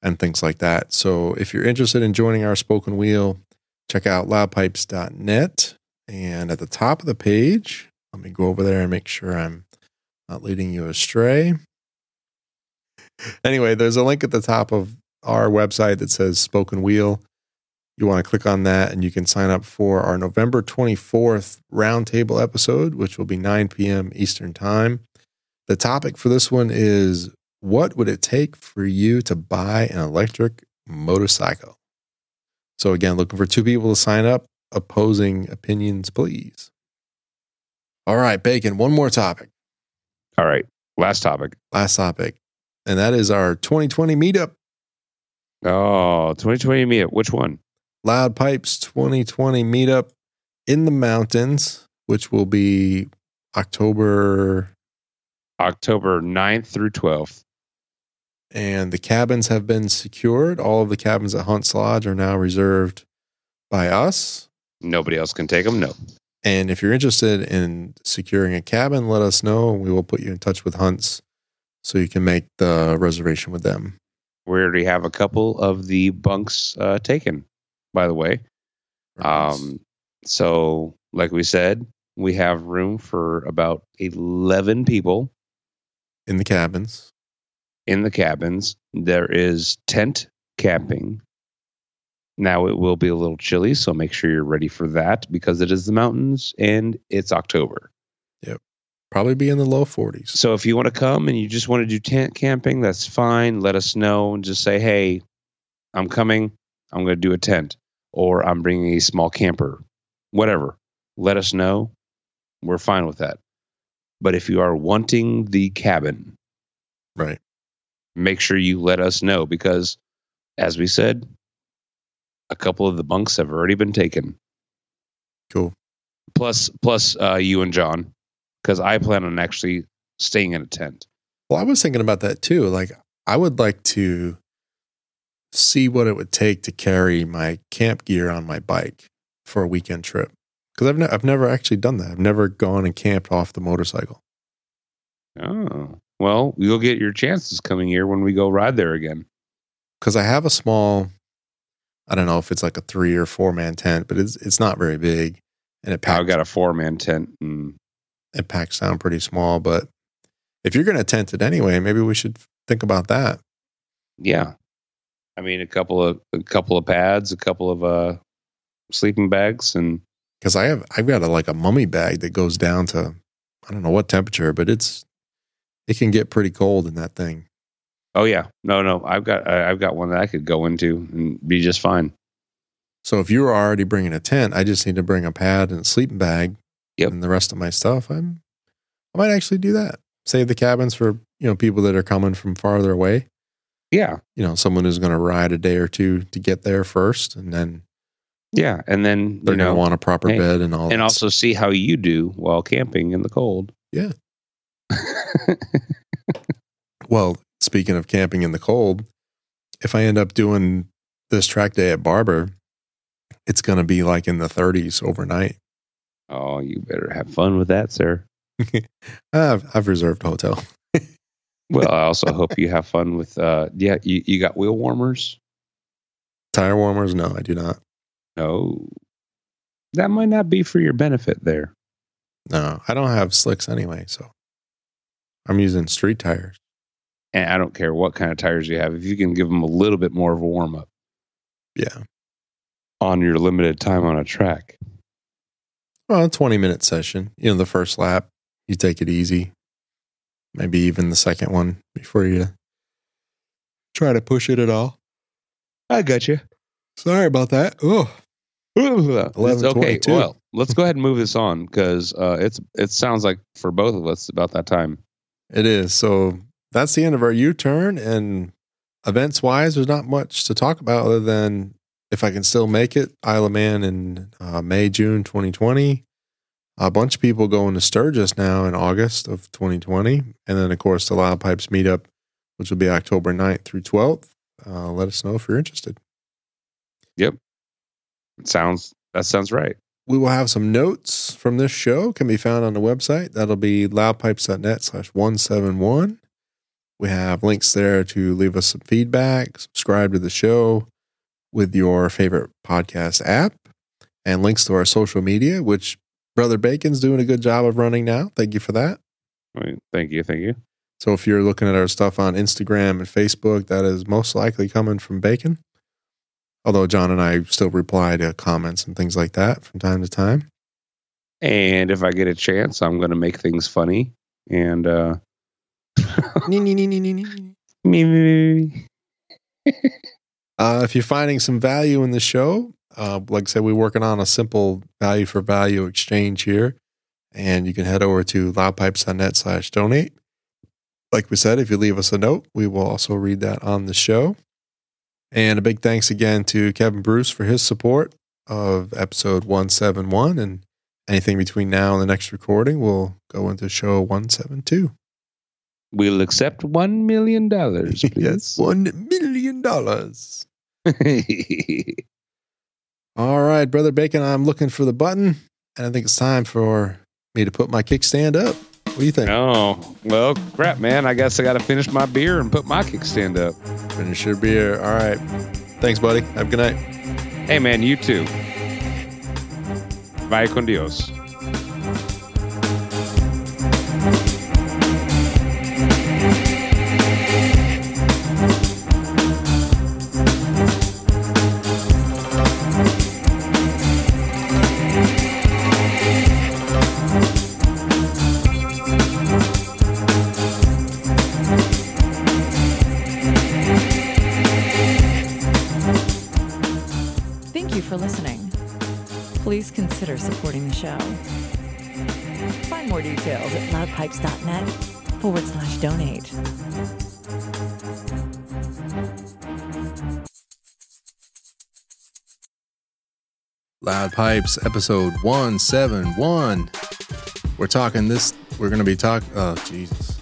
S2: and things like that. So if you're interested in joining our spoken wheel, check out loudpipes.net. And at the top of the page, let me go over there and make sure I'm not leading you astray. Anyway, there's a link at the top of our website that says Spoken Wheel. You want to click on that and you can sign up for our November 24th roundtable episode, which will be 9 p.m. Eastern Time. The topic for this one is What would it take for you to buy an electric motorcycle? So, again, looking for two people to sign up. Opposing opinions, please. All right, Bacon, one more topic
S1: All right. Last topic.
S2: last topic, and that is our 2020 meetup,
S1: Oh, 2020 me. Which one?
S2: Loud Pipes 2020 meetup in the mountains, which will be October,
S1: October 9th through 12th.
S2: and the cabins have been secured. All of the cabins at Hunt's Lodge are now reserved by us.
S1: Nobody else can take them. No.
S2: And if you're interested in securing a cabin, let us know. We will put you in touch with Hunts so you can make the reservation with them.
S1: We already have a couple of the bunks uh, taken, by the way. Um, so, like we said, we have room for about 11 people
S2: in the cabins.
S1: in the cabins. There is tent camping. Now, it will be a little chilly, so make sure you're ready for that because it is the mountains and it's October.
S2: Probably be in the low 40s.
S1: So, if you want to come and you just want to do tent camping, that's fine. Let us know and just say, hey, I'm coming. I'm going to do a tent or I'm bringing a small camper, whatever. Let us know. We're fine with that. But if you are wanting the cabin,
S2: Right.
S1: make sure you let us know because, as we said, a couple of the bunks have already been taken.
S2: Cool.
S1: Plus, plus uh, you and John, because I plan on actually staying in a tent.
S2: Well, I was thinking about that too. Like, I would like to see what it would take to carry my camp gear on my bike for a weekend trip. Because I've, ne- I've never actually done that. I've never gone and camped off the motorcycle.
S1: Oh, well, you'll get your chances coming here when we go ride there again.
S2: Because I have a small, I don't know if it's like a three or four man tent, but it's it's not very big, and it
S1: I've
S2: packs
S1: got a four man tent, and
S2: it packs down pretty small. But if you're going to tent it anyway, maybe we should think about that.
S1: yeah, I mean a couple of a couple of pads, a couple of uh sleeping bags, and
S2: because I have I've got a, like a mummy bag that goes down to I don't know what temperature, but it's it can get pretty cold in that thing.
S1: oh yeah, no, no, I've got I- I've got one that I could go into and be just fine.
S2: So if you were already bringing a tent, I just need to bring a pad and a sleeping bag,
S1: Yep.
S2: and the rest of my stuff. I'm I might actually do that. Save the cabins for you know people that are coming from farther away.
S1: Yeah,
S2: You know, someone who's going to ride a day or two to get there first, and then
S1: Yeah, and then
S2: they're
S1: you
S2: going
S1: know,
S2: to want a proper
S1: hey,
S2: bed and all.
S1: and
S2: that
S1: also see how you do while camping in the cold.
S2: Yeah. Well, speaking of camping in the cold, if I end up doing this track day at Barber, it's going to be like in the 30s overnight.
S1: oh, you better have fun with that, sir.
S2: I've, I've reserved a hotel.
S1: Well, I also hope you have fun with. uh Yeah, you, you got wheel warmers.
S2: Tire warmers? No, I do not.
S1: No, Oh. that might not be for your benefit there.
S2: No, I don't have slicks anyway. So I'm using street tires.
S1: And I don't care what kind of tires you have. If you can give them a little bit more of a warm up
S2: Yeah.
S1: on your limited time on a track,
S2: Well, a 20 minute session. You know, the first lap, you take it easy. Maybe even the second one before you try to push it at all.
S1: I got you.
S2: Sorry about that. Oh,
S1: It's okay.
S2: 11:22.
S1: Well, let's go ahead and move this on because uh, it's it sounds like for both of us about that time.
S2: It is. So that's the end of our U turn. And events wise, there's not much to talk about other than if I can still make it, Isle of Man in uh, May, June 2020. A bunch of people going to Sturgis now in August of 2020. And then, of course, the Loud Pipes meetup, which will be October 9th through 12th. Uh, let us know if you're interested.
S1: It sounds that sounds right.
S2: We will have some notes from this show can be found on the website. That'll be loudpipes.net slash 171. We have links there to leave us some feedback, subscribe to the show with your favorite podcast app, and links to our social media, which Brother Bacon's doing a good job of running now. Thank you for that.
S1: Well, Thank you, thank you.
S2: So if you're looking at our stuff on Instagram and Facebook, that is most likely coming from Bacon. Although John and I still reply to comments and things like that from time to time.
S1: And if I get a chance, I'm going to make things funny. And uh,
S2: Nee, nee, nee, nee, nee, nee, nee.
S1: me, me, me, me.
S2: Uh, if you're finding some value in the show, uh, like I said, we're working on a simple value for value exchange here. And you can head over to loudpipes.net slash donate. Like we said, if you leave us a note, we will also read that on the show. And a big thanks again to Kevin Bruce for his support of episode 171. And anything between now and the next recording will go into show 172.
S1: we'll accept $1 million, please.
S2: yes, $1 million. All right, Brother Bacon, I'm looking for the button, and I think it's time for me to put my kickstand up. What do you think?
S1: oh, well, crap, man. I guess I got to finish my beer and put my kickstand up.
S2: Finish your beer. All right. Thanks, buddy. Have a good night.
S1: Hey, man, you too. Bye con Dios.
S3: Thank you for listening. Please consider supporting the show. Find more details at loudpipes.net forward slash donate.
S2: Loud Pipes, episode 171. We're talking this, we're going to be talking, oh, Jesus.